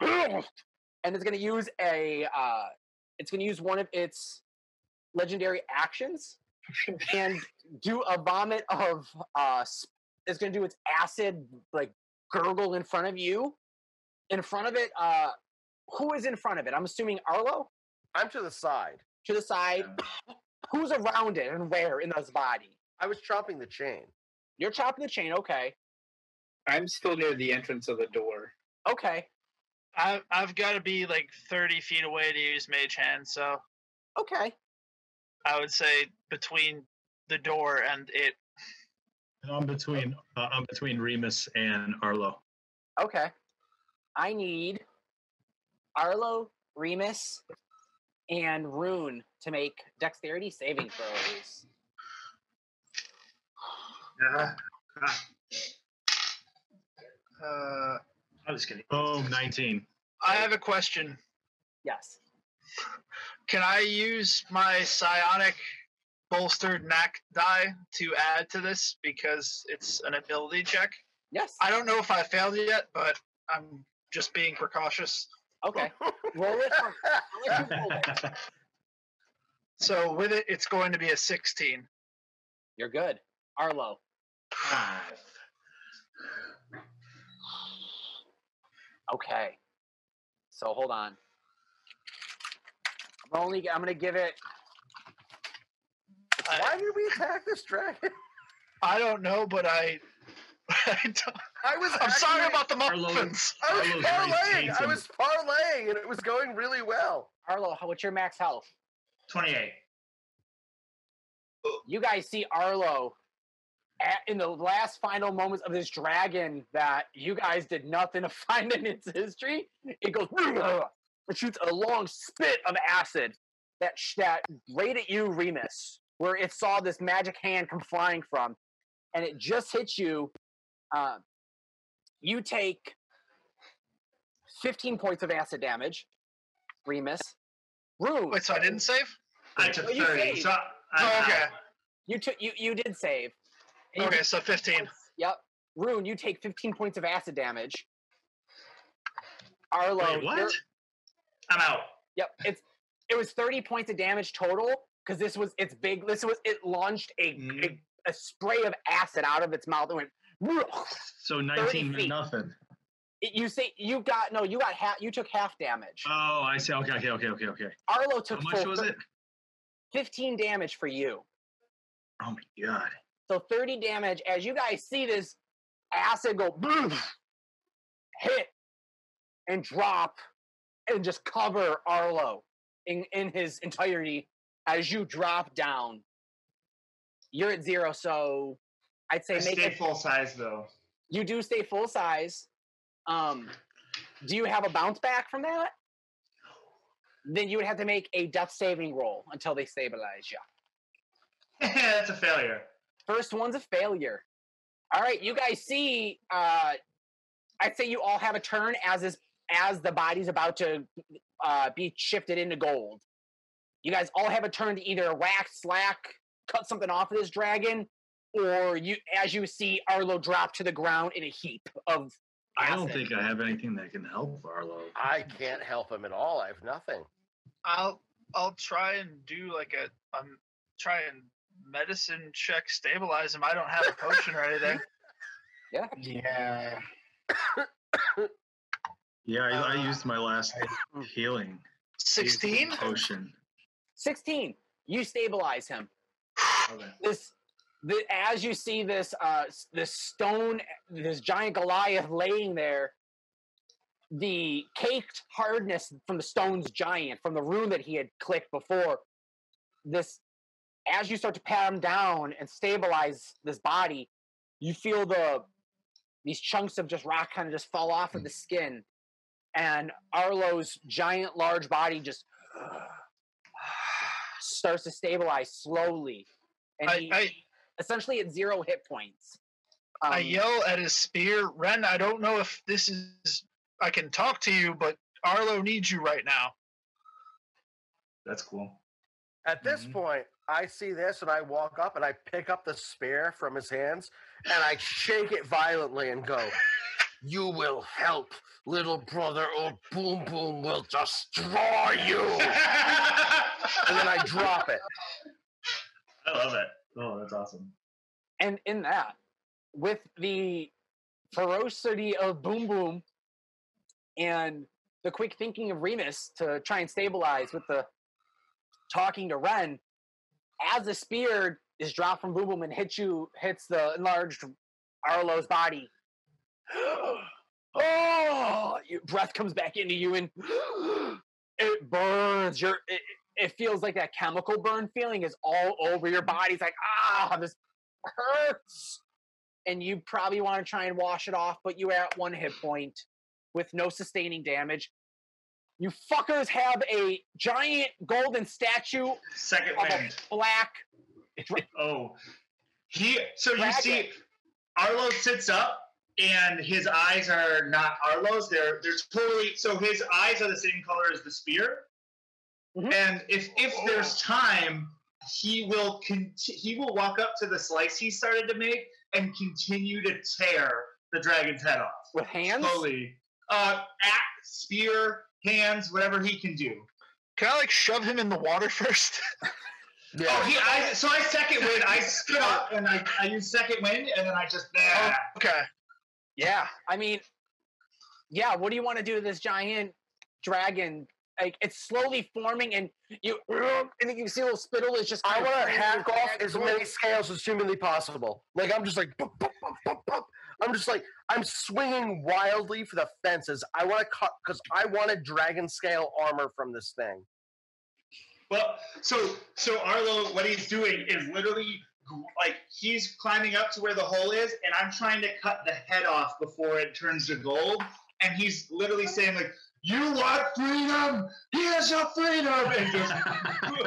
[SPEAKER 2] And it's gonna use a. Uh, it's gonna use one of its legendary actions and do a vomit of. Uh, sp- it's gonna do its acid like gurgle in front of you. In front of it, uh, who is in front of it? I'm assuming Arlo
[SPEAKER 3] I'm to the side.
[SPEAKER 2] to the side. Who's around it and where in this body?
[SPEAKER 3] I was chopping the chain.
[SPEAKER 2] You're chopping the chain. Okay.
[SPEAKER 6] I'm still near the entrance of the door.
[SPEAKER 2] Okay.
[SPEAKER 7] I I've got to be like thirty feet away to use mage hand, so
[SPEAKER 2] Okay.
[SPEAKER 7] I would say between the door and it.
[SPEAKER 9] And I'm between uh, I'm between Remus and Arlo.
[SPEAKER 2] Okay. I need Arlo, Remus, and Rune to make dexterity saving throws.
[SPEAKER 5] Uh,
[SPEAKER 7] Uh,
[SPEAKER 5] I'm just kidding.
[SPEAKER 9] Oh, 19.
[SPEAKER 7] I have a question.
[SPEAKER 2] Yes.
[SPEAKER 7] Can I use my psionic bolstered knack die to add to this because it's an ability check?
[SPEAKER 2] Yes.
[SPEAKER 7] I don't know if I failed it yet, but I'm just being precautious.
[SPEAKER 2] Okay. roll it. For, I'll let you roll it.
[SPEAKER 7] So with it, it's going to be a 16.
[SPEAKER 2] You're good. Arlo.
[SPEAKER 5] Five.
[SPEAKER 2] Okay. So hold on. I'm only. I'm gonna give it.
[SPEAKER 3] Why did we attack this dragon?
[SPEAKER 7] I don't know, but I. I don't,
[SPEAKER 3] I was
[SPEAKER 7] I'm sorry
[SPEAKER 3] actually-
[SPEAKER 7] about the
[SPEAKER 9] Arlo.
[SPEAKER 7] muffins.
[SPEAKER 3] I
[SPEAKER 9] Arlo's
[SPEAKER 3] was
[SPEAKER 9] raised
[SPEAKER 3] parlaying. I
[SPEAKER 9] Satan.
[SPEAKER 3] was parlaying, and it was going really well.
[SPEAKER 2] Arlo, how- what's your max health?
[SPEAKER 5] 28.
[SPEAKER 2] You guys see Arlo at, in the last final moments of this dragon that you guys did nothing to find in its history. It goes and shoots a long spit of acid that sh- that right at you, Remus, where it saw this magic hand come flying from, and it just hits you. Uh, you um, take 15 points of acid damage. Remus. Rune.
[SPEAKER 7] Wait, so I didn't save?
[SPEAKER 5] I took
[SPEAKER 2] Well, you
[SPEAKER 5] 30.
[SPEAKER 2] saved.
[SPEAKER 5] So I,
[SPEAKER 7] Oh, okay.
[SPEAKER 2] You took you you did save. And you
[SPEAKER 7] Okay,
[SPEAKER 2] took
[SPEAKER 7] so 15.
[SPEAKER 2] points- Yep. Rune, you take 15 points of acid damage. Arlo,
[SPEAKER 4] Wait, what?
[SPEAKER 2] you're-
[SPEAKER 5] I'm out.
[SPEAKER 2] Yep. It's it was 30 points of damage total because this was its big. This was it launched a,
[SPEAKER 4] Mm-hmm.
[SPEAKER 5] Mhm.
[SPEAKER 2] a a spray of acid out of its mouth and went. "Whoa."
[SPEAKER 4] So 19
[SPEAKER 2] feet.
[SPEAKER 4] nothing.
[SPEAKER 2] It- You say you got no. You got half. You took half damage.
[SPEAKER 4] Oh, I see. Okay, okay, okay, okay, okay.
[SPEAKER 2] Arlo
[SPEAKER 4] Uh, How
[SPEAKER 2] took
[SPEAKER 4] much
[SPEAKER 2] full
[SPEAKER 4] was
[SPEAKER 2] thir-
[SPEAKER 4] it?
[SPEAKER 2] 15 damage for you.
[SPEAKER 4] Oh my god.
[SPEAKER 2] So 30 damage as you guys see this acid go boom, hit, and drop, and just cover Arlo in, in his entirety as you drop down. You're at zero, so I'd say
[SPEAKER 5] I
[SPEAKER 2] make
[SPEAKER 5] stay
[SPEAKER 2] it,
[SPEAKER 5] full size though.
[SPEAKER 2] you do stay full size. Um, do you have a bounce back from that? Then you would have to make a death saving roll until they stabilize you.
[SPEAKER 5] That's a failure.
[SPEAKER 2] First one's a failure. All right, you guys see. Uh, I'd say you all have a turn as is as the body's about to uh, be shifted into gold. You guys all have a turn to either whack, slack, cut something off of this dragon, or you as you see Arlo drop to the ground in a heap of.
[SPEAKER 4] I don't
[SPEAKER 2] acid.
[SPEAKER 4] think I have anything that can help Arlo.
[SPEAKER 3] I can't help him at all. I have nothing.
[SPEAKER 7] I'll I'll try and do like a um try and medicine check stabilize him. I don't have a potion or anything.
[SPEAKER 6] Yeah.
[SPEAKER 4] Yeah, I,
[SPEAKER 7] Uh,
[SPEAKER 4] I used my last healing used the
[SPEAKER 7] Sixteen.
[SPEAKER 4] potion.
[SPEAKER 2] Sixteen. You stabilize him.
[SPEAKER 5] Okay.
[SPEAKER 2] this the, as you see this uh s- this stone this giant goliath laying there the caked hardness from the stone's giant from the rune that he had clicked before this as you start to pat him down and stabilize this body you feel the these chunks of just rock kind of just fall off of the skin and arlo's giant large body just starts to stabilize slowly and
[SPEAKER 7] I,
[SPEAKER 2] he-
[SPEAKER 7] I
[SPEAKER 2] essentially at zero hit points. Um,
[SPEAKER 7] I yell at his spear, Ren. I don't know if this is I can talk to you, but Arlo needs you right now.
[SPEAKER 5] That's cool.
[SPEAKER 3] At this
[SPEAKER 5] Mhm.
[SPEAKER 3] point, I see this and I walk up and I pick up the spear from his hands and I shake it violently and go, You will help, little brother, or Boom Boom will destroy you. and then I drop it.
[SPEAKER 5] I love it. Oh, that's awesome.
[SPEAKER 2] And in that, with the ferocity of Boom Boom and the quick thinking of Remus to try and stabilize with the talking to Ren, as the spear is dropped from Boom Boom and hits you, hits the enlarged Arlo's body. oh, your breath comes back into you and it burns. Your it, it feels like that chemical burn feeling is all over your body. It's like ah, this hurts. And you probably want to try and wash it off, but you are at one hit point with no sustaining damage. You fuckers have a giant golden statue of
[SPEAKER 5] Second
[SPEAKER 2] a
[SPEAKER 5] wind.
[SPEAKER 2] black.
[SPEAKER 5] Oh, he. So you
[SPEAKER 2] Drag
[SPEAKER 5] see, Arlo sits up, and his eyes are not Arlo's. They're they're totally. So his eyes are the same color as the spear.
[SPEAKER 2] Mhm.
[SPEAKER 5] And if if there's time, he will con- he will walk up to the slice he started to make and continue to tear the dragon's head off
[SPEAKER 2] With hands?
[SPEAKER 5] slowly. Uh, axe, spear, hands, whatever he can do.
[SPEAKER 7] Can I like shove him in the water first?
[SPEAKER 3] Yeah.
[SPEAKER 5] Oh, he, I, so I second wind. I stood up and I, I used second wind, and then I just
[SPEAKER 4] Oh.
[SPEAKER 5] nah.
[SPEAKER 7] okay.
[SPEAKER 2] Yeah. I mean, yeah, what do you want to do to this giant dragon? Like it's slowly forming and you and then you see a little spittle is just
[SPEAKER 3] I
[SPEAKER 2] kind of
[SPEAKER 3] want to
[SPEAKER 2] forming
[SPEAKER 3] hack
[SPEAKER 2] your
[SPEAKER 3] off
[SPEAKER 2] back
[SPEAKER 3] as
[SPEAKER 2] door.
[SPEAKER 3] many scales as humanly possible. Like I'm just like, "Bop, bop, bop, bop, bop." I'm just like, I'm swinging wildly for the fences. I want to cut because I wanted dragon scale armor from this thing.
[SPEAKER 5] Well, so so Arlo, what he's doing is literally gr- like he's climbing up to where the hole is, and I'm trying to cut the head off before it turns to gold. And he's literally saying like, "You want freedom? Here's your freedom!" And,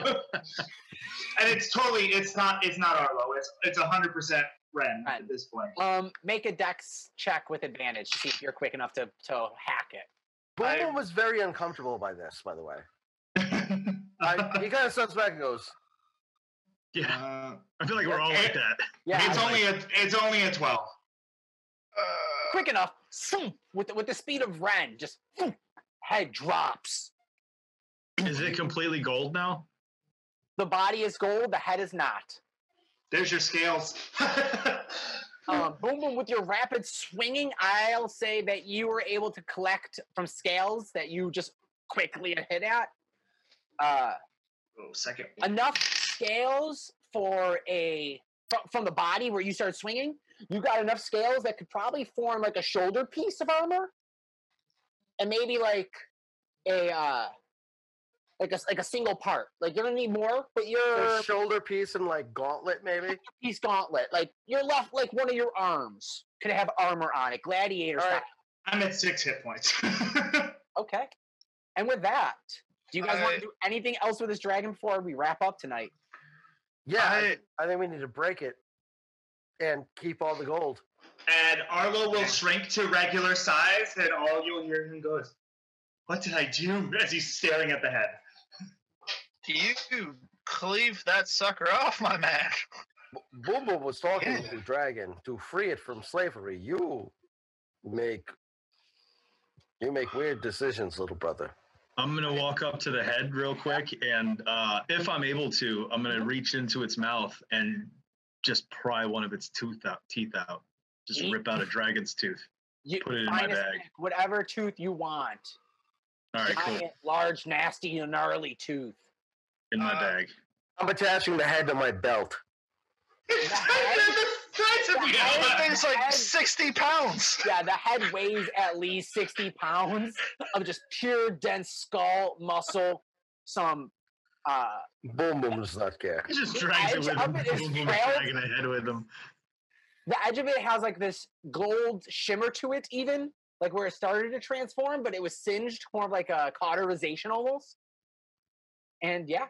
[SPEAKER 5] just, and it's totally, it's not, it's not Arlo. It's it's hundred percent Ren
[SPEAKER 2] Ren.
[SPEAKER 5] at this point.
[SPEAKER 2] Um, make a dex check with advantage to see if you're quick enough to to hack it.
[SPEAKER 3] Boom
[SPEAKER 7] I-
[SPEAKER 3] Boom was very uncomfortable by this, by the way. I, he kind of steps back and goes,
[SPEAKER 4] Yeah,
[SPEAKER 5] Uh,
[SPEAKER 4] I feel like we're all like that.
[SPEAKER 2] Yeah,
[SPEAKER 5] it's
[SPEAKER 2] I-
[SPEAKER 5] only a it's only a twelve.
[SPEAKER 4] Uh,
[SPEAKER 2] quick enough. Zoom, with the, with the speed of Ren, just zoom, head drops.
[SPEAKER 4] Is it completely gold now?
[SPEAKER 2] The body is gold. The head is not.
[SPEAKER 5] There's your scales.
[SPEAKER 2] Um, boom, boom, with your rapid swinging, I'll say that you were able to collect from scales that you just quickly hit at. Uh,
[SPEAKER 5] oh, second.
[SPEAKER 2] enough scales for a from, from the body where you started swinging. You got enough scales that could probably form like a shoulder piece of armor, and maybe like a uh, like a s- like a single part. Like you're gonna need more, but your
[SPEAKER 3] "There's shoulder piece and like gauntlet, maybe.
[SPEAKER 2] piece gauntlet, like your left, like one of your arms could have armor on it, gladiator
[SPEAKER 3] All
[SPEAKER 2] style.
[SPEAKER 3] right.
[SPEAKER 5] I'm at six hit points.
[SPEAKER 2] Okay. And with that, do you guys want
[SPEAKER 7] I-
[SPEAKER 2] to do anything else with this dragon before we wrap up tonight?
[SPEAKER 3] Yeah, I, I think we need to break it and keep all the gold.
[SPEAKER 5] and Arlo will shrink to regular size, and all you'll hear him goes, "What did I do?" As he's staring at the head.
[SPEAKER 7] You cleave that sucker off, my man.
[SPEAKER 3] B- Boom Boom was talking to the dragon to free it from slavery. You make you make weird decisions, little brother.
[SPEAKER 4] I'm gonna walk up to the head real quick, and uh, if I'm able to, I'm gonna reach into its mouth and just pry one of its tooth out, teeth out. Just
[SPEAKER 2] Yeet.
[SPEAKER 4] rip out a dragon's tooth.
[SPEAKER 2] You,
[SPEAKER 4] Put it in my
[SPEAKER 2] minus
[SPEAKER 4] bag.
[SPEAKER 2] Whatever tooth you want.
[SPEAKER 4] All right, cool.
[SPEAKER 2] Giant, large, nasty, gnarly tooth.
[SPEAKER 4] In my
[SPEAKER 7] Uh,
[SPEAKER 4] bag.
[SPEAKER 3] I'm attaching the head to my belt.
[SPEAKER 7] That
[SPEAKER 2] Yeah.
[SPEAKER 7] thing's like 60 pounds.
[SPEAKER 2] Yeah, the head weighs at least 60 pounds of just pure dense skull, muscle, some uh
[SPEAKER 3] Boom Boom does not care.
[SPEAKER 4] He just
[SPEAKER 2] The
[SPEAKER 4] drags it
[SPEAKER 2] edge
[SPEAKER 4] with him.
[SPEAKER 2] of it is
[SPEAKER 4] Boom, boom,
[SPEAKER 2] frail.
[SPEAKER 4] dragging a head with him.
[SPEAKER 2] the edge of it has like this gold shimmer to it even like where it started to transform but it was singed more of like a cauterization almost and yeah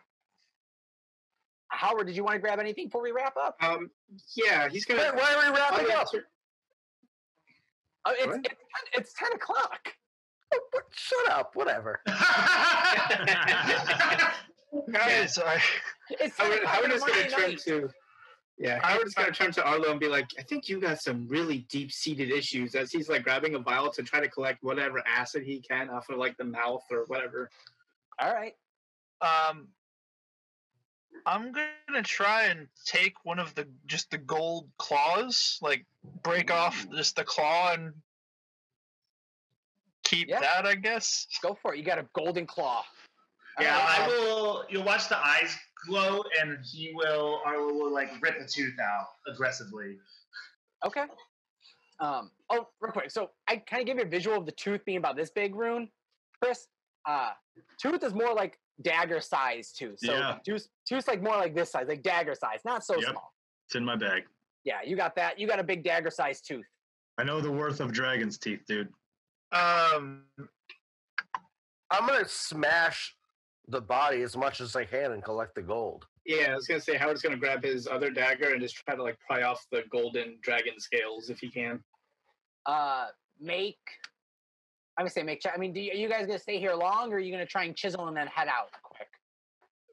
[SPEAKER 2] howard did you want to grab anything before we wrap up
[SPEAKER 6] Um, yeah, he's gonna.
[SPEAKER 3] Wait, why are we
[SPEAKER 6] I'm
[SPEAKER 3] wrapping
[SPEAKER 6] gonna
[SPEAKER 3] up?
[SPEAKER 6] tur-
[SPEAKER 2] oh, it's, it's, 10, it's 10 o'clock
[SPEAKER 3] What- what- Shut up, whatever.
[SPEAKER 7] Guys, I,
[SPEAKER 2] it's 10
[SPEAKER 6] Howard,
[SPEAKER 2] o'clock on
[SPEAKER 6] Howard
[SPEAKER 2] a
[SPEAKER 6] is gonna
[SPEAKER 2] Monday
[SPEAKER 6] turn
[SPEAKER 2] night.
[SPEAKER 6] to. Yeah, Howard is gonna turn to Arlo and be like, "I think you got some really deep-seated issues." As he's like grabbing a vial to try to collect whatever acid he can off of like the mouth or whatever.
[SPEAKER 2] all right
[SPEAKER 7] um, I'm gonna try and take one of the just the gold claws, like break off just the claw and keep
[SPEAKER 2] Yeah.
[SPEAKER 7] that, I guess.
[SPEAKER 2] go for it you got a golden claw All
[SPEAKER 5] Yeah,
[SPEAKER 2] right,
[SPEAKER 5] I
[SPEAKER 2] um,
[SPEAKER 5] will. You'll watch the eyes glow, and he will. Arlo will like rip a tooth out aggressively.
[SPEAKER 2] Okay. Um, oh, real quick. So I kind of give you a visual of the tooth being about this big, Rune. Chris, uh, tooth is more like dagger size tooth. So
[SPEAKER 4] Yeah.
[SPEAKER 2] tooth, tooth's like more like this size, like dagger size, not so
[SPEAKER 4] Yep.
[SPEAKER 2] small.
[SPEAKER 4] It's in my bag.
[SPEAKER 2] Yeah, you got that. You got a big dagger size tooth.
[SPEAKER 4] I know the worth of dragon's teeth, dude.
[SPEAKER 7] Um,
[SPEAKER 3] I'm gonna smash the body as much as I can and collect the gold.
[SPEAKER 6] Yeah, I was gonna say Howard's gonna grab his other dagger and just try to like pry off the golden dragon scales if he can.
[SPEAKER 2] Uh, make. I'm gonna say make. check- I mean, do you, are you guys gonna stay here long, or are you gonna try and chisel and then head out quick?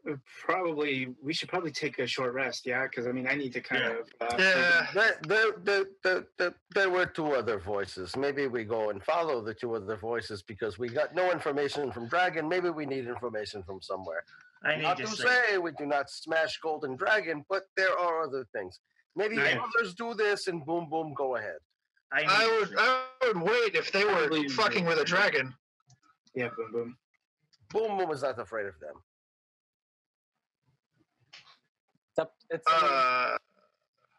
[SPEAKER 6] Uh, Probably, we should probably take a short rest. Yeah, because I mean, I need to kind
[SPEAKER 4] Yeah.
[SPEAKER 6] of. Uh,
[SPEAKER 7] yeah,
[SPEAKER 3] There, there, there, there, there, there were two other voices. Maybe we go and follow the two other voices because we got no information from Dragon. Maybe we need information from somewhere.
[SPEAKER 5] I
[SPEAKER 3] Not
[SPEAKER 5] need
[SPEAKER 3] to
[SPEAKER 5] to say.
[SPEAKER 3] say we do not smash Golden Dragon, but there are other things. Maybe
[SPEAKER 5] Right.
[SPEAKER 3] others do this and boom, boom, go ahead.
[SPEAKER 5] I, need
[SPEAKER 7] I
[SPEAKER 5] to
[SPEAKER 7] would
[SPEAKER 5] sleep.
[SPEAKER 7] I would wait if they were
[SPEAKER 6] Probably-
[SPEAKER 7] fucking with a dragon.
[SPEAKER 6] yeah, boom, boom.
[SPEAKER 3] Boom, boom is not afraid of them.
[SPEAKER 2] It's up. It's. I mean,
[SPEAKER 7] Uh,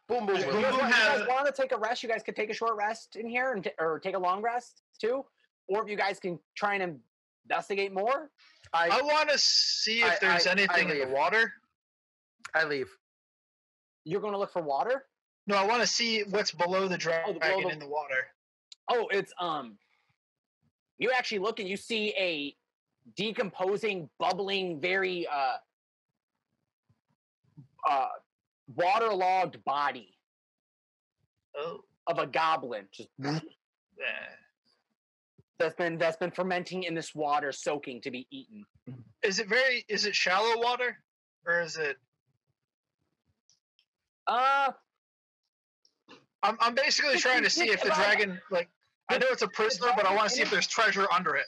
[SPEAKER 3] Boom, boom,
[SPEAKER 5] Does
[SPEAKER 2] if
[SPEAKER 3] will-
[SPEAKER 2] you guys, want- if
[SPEAKER 5] Boom
[SPEAKER 2] you
[SPEAKER 5] have-
[SPEAKER 2] guys want to take a rest, you guys could take a short rest in here and t- or take a long rest too. Or if you guys can try and investigate more,
[SPEAKER 3] I,
[SPEAKER 7] I want to see
[SPEAKER 3] I-
[SPEAKER 7] if there's
[SPEAKER 3] I- I
[SPEAKER 7] anything in the
[SPEAKER 3] leave.
[SPEAKER 7] water.
[SPEAKER 3] I leave.
[SPEAKER 2] you're going to look for water.
[SPEAKER 7] No, I want to see what's below the dragon
[SPEAKER 2] the- below the-
[SPEAKER 7] in the water.
[SPEAKER 2] Oh, it's um. You actually look and you see a decomposing, bubbling, very uh, uh, waterlogged body
[SPEAKER 7] Oh,
[SPEAKER 2] of a goblin. Just
[SPEAKER 7] yeah.
[SPEAKER 2] that's been that's been fermenting in this water, soaking to be eaten.
[SPEAKER 7] Is it very? Is it shallow water, or is it?
[SPEAKER 2] Uh
[SPEAKER 7] I'm I'm basically trying to see if the dragon like. I know it's a prisoner, but I want to see if there's treasure under it.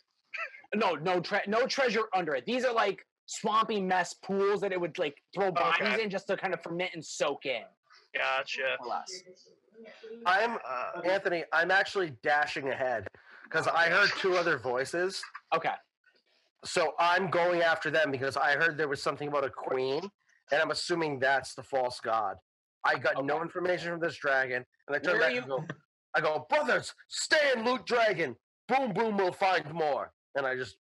[SPEAKER 2] no, no tre- no treasure under it. These are like swampy mess pools that it would like throw bodies
[SPEAKER 7] Oh, Okay.
[SPEAKER 2] in just to kind of ferment and soak in.
[SPEAKER 7] Gotcha.
[SPEAKER 2] More or less.
[SPEAKER 3] I'm uh, Anthony. I'm actually dashing ahead because I heard two other voices.
[SPEAKER 2] Okay.
[SPEAKER 3] So I'm going after them because I heard there was something about a queen, and I'm assuming that's the false god. I got no information from this dragon, and I turn
[SPEAKER 2] Where are
[SPEAKER 3] back
[SPEAKER 2] you-
[SPEAKER 3] and go, I go, brothers, stay and loot dragon. Boom, boom, we'll find more. And I just,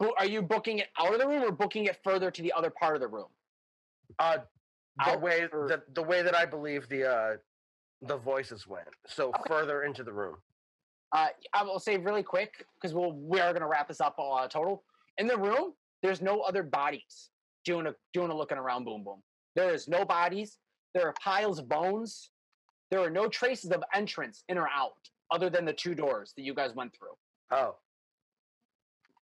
[SPEAKER 2] Bo- Are you booking it out of the room or booking it further to the other part of the room?
[SPEAKER 3] uh, the
[SPEAKER 2] Out
[SPEAKER 3] way
[SPEAKER 2] or-
[SPEAKER 3] the, the way that I believe the uh, the voices went, so further into the room.
[SPEAKER 2] Uh, I will say really quick because we'll we are going to wrap this up uh, total. In the room, there's no other bodies doing a doing a looking around. Boom boom. There is no bodies. There are piles of bones. There are no traces of entrance in or out, other than the two doors that you guys went through.
[SPEAKER 3] Oh,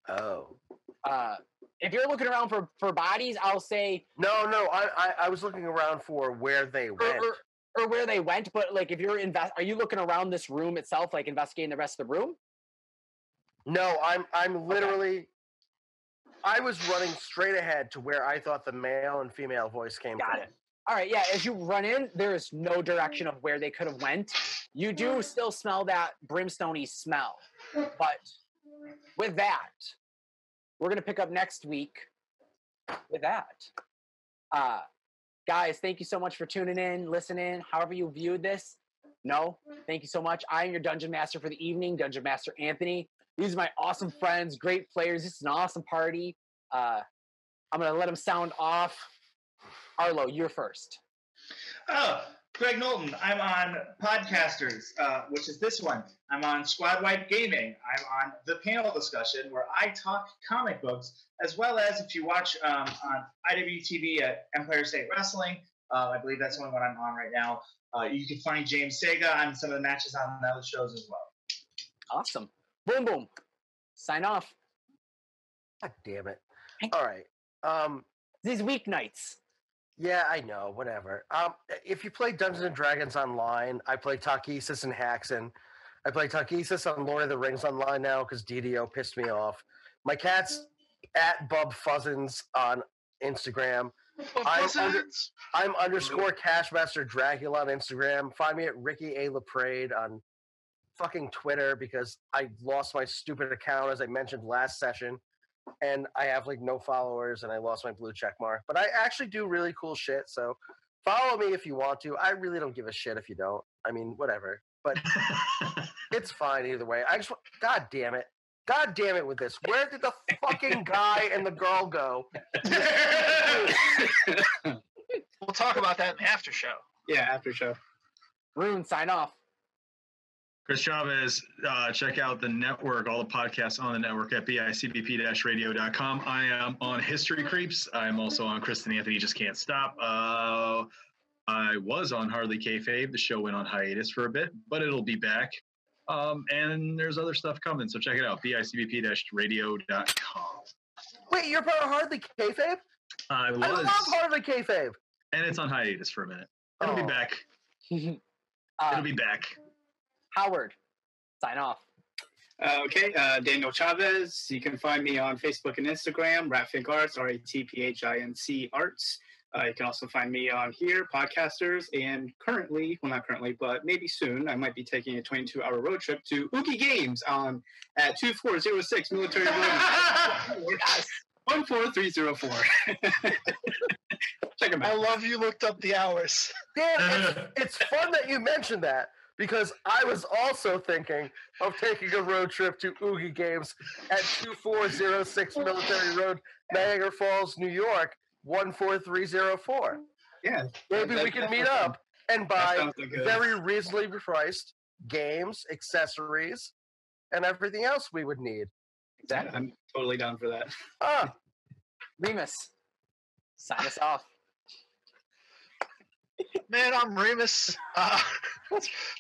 [SPEAKER 3] oh.
[SPEAKER 2] Uh, if you're looking around for for bodies, I'll say
[SPEAKER 3] No, no, I, I, I was looking around for where they
[SPEAKER 2] or,
[SPEAKER 3] went.
[SPEAKER 2] or, or where they went. But like, if you're invest, are you looking around this room itself, like investigating the rest of the room?
[SPEAKER 3] No, I'm I'm literally I was running straight ahead to where I thought the male and female voice came
[SPEAKER 2] Got
[SPEAKER 3] from.
[SPEAKER 2] it. All right, yeah. As you run in, there is no direction of where they could have went. You do still smell that brimstoney smell, but with that, we're gonna pick up next week. With that, uh, guys, thank you so much for tuning in, listening, however you viewed this. No, thank you so much. I am your dungeon master for the evening, dungeon master Anthony. These are my awesome friends, great players. This is an awesome party. Uh, I'm gonna let them sound off. Arlo, you're first.
[SPEAKER 5] Oh, Greg Knowlton. I'm on Podcasters, uh, which is this one. I'm on Squad Wipe Gaming. I'm on the panel discussion where I talk comic books, as well as if you watch um, on IWTV at Empire State Wrestling. Uh, I believe that's the only one I'm on right now. Uh, you can find James Sega on some of the matches on those shows as well.
[SPEAKER 2] Awesome. Boom, boom. Sign off.
[SPEAKER 3] God damn it.
[SPEAKER 2] Thank
[SPEAKER 3] All right. Um
[SPEAKER 2] These weeknights.
[SPEAKER 3] yeah, I know, whatever. Um if you play Dungeons and Dragons online, I play Takesis and Haxan. I play Takesis on Lord of the Rings online now because DDO pissed me off. My cat's
[SPEAKER 2] Mm.
[SPEAKER 3] at Bub Fuzzins on Instagram. I'm under- I'm underscore Cashmaster Dracula on Instagram. Find me at Ricky A. Laprade on fucking Twitter because I lost my stupid account as I mentioned last session. And I have like no followers and I lost my blue check mark. But I actually do really cool shit. So follow me if you want to. I really don't give a shit if you don't. I mean, whatever. But it's fine either way. I just, wa- God damn it. God damn it with this. Where did the fucking guy and the girl go?
[SPEAKER 7] We'll talk about that in the after show.
[SPEAKER 6] Yeah, after show.
[SPEAKER 2] Rune, sign off.
[SPEAKER 4] Chris Chavez, uh, check out the network, all the podcasts on the network at bicbp radio.com. I am on History Creeps. I'm also on Chris and Anthony Just Can't Stop. Uh, I was on Hardly Kayfabe. The show went on hiatus for a bit, but it'll be back. Um, and there's other stuff coming, so check it out bicbp radio.com.
[SPEAKER 3] Wait, you're part of Hardly Kayfabe?
[SPEAKER 4] I
[SPEAKER 3] I love
[SPEAKER 4] was,
[SPEAKER 3] Hardly Kayfabe.
[SPEAKER 4] and it's on hiatus for a minute. It'll be
[SPEAKER 3] Oh.
[SPEAKER 4] back.
[SPEAKER 2] uh,
[SPEAKER 4] It'll be back.
[SPEAKER 2] Howard, sign off.
[SPEAKER 6] Uh, okay, uh, Daniel Chavez. You can find me on Facebook and Instagram, Ratfink Arts, R A T P H I N C Arts. Uh, you can also find me on here, Podcasters, and currently, well, not currently, but maybe soon, I might be taking a 22 hour road trip to Oogie Games on at 2406 Military Road,
[SPEAKER 2] Yes.
[SPEAKER 6] 14304. Check them
[SPEAKER 7] I
[SPEAKER 6] out.
[SPEAKER 7] love you. Looked up the hours.
[SPEAKER 3] Damn, it's, it's fun that you mentioned that because I was also thinking of taking a road trip to Oogie Games at 2406 Military Road, Niagara Falls, New York, 14304.
[SPEAKER 6] Yeah,
[SPEAKER 3] Maybe
[SPEAKER 6] that-
[SPEAKER 3] we can
[SPEAKER 6] that
[SPEAKER 3] meet
[SPEAKER 6] sounds-
[SPEAKER 3] up and
[SPEAKER 6] that
[SPEAKER 3] buy
[SPEAKER 6] sounds like a-
[SPEAKER 3] very reasonably priced games, accessories, and everything else we would need.
[SPEAKER 6] Yeah, I'm totally down for that.
[SPEAKER 3] Ah,
[SPEAKER 2] Remus, sign us off.
[SPEAKER 7] Man, I'm Remus. Uh,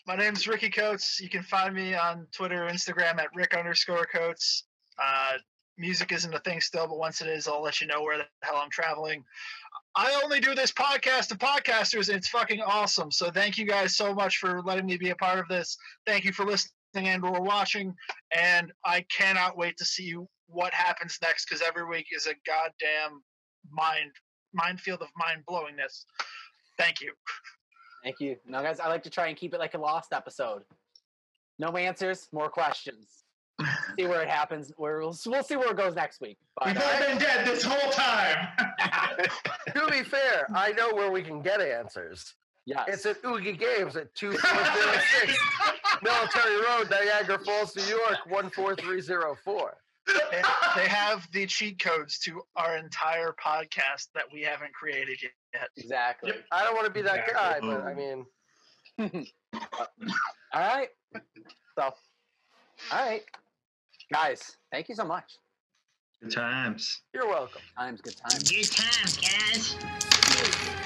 [SPEAKER 7] my name's Ricky Coates. You can find me on Twitter, Instagram at Rick underscore Coates. Uh, music isn't a thing still, but once it is, I'll let you know where the hell I'm traveling. I only do this podcast to podcasters, and it's fucking awesome. So thank you guys so much for letting me be a part of this. Thank you for listening and or watching, and I cannot wait to see what happens next because every week is a goddamn mind minefield of mind blowingness. Thank you.
[SPEAKER 2] Thank you. Now, guys, I like to try and keep it like a lost episode. No answers, more questions. see where it happens. Where we'll, we'll see where it goes next week. But,
[SPEAKER 5] We've
[SPEAKER 2] uh,
[SPEAKER 5] all been dead this whole time.
[SPEAKER 3] to be fair, I know where we can get answers.
[SPEAKER 2] yeah.
[SPEAKER 3] It's at Oogie Games at 2406 Military Road, Niagara Falls, New York, 14304.
[SPEAKER 7] They, they have the cheat codes to our entire podcast that we haven't created yet.
[SPEAKER 2] Exactly.
[SPEAKER 3] I don't want to be that
[SPEAKER 5] Yeah.
[SPEAKER 3] guy, but I mean,
[SPEAKER 2] All right. So, all right, guys. Thank you so much.
[SPEAKER 4] Good times.
[SPEAKER 3] you're welcome.
[SPEAKER 2] Times good times.
[SPEAKER 10] Good times, guys.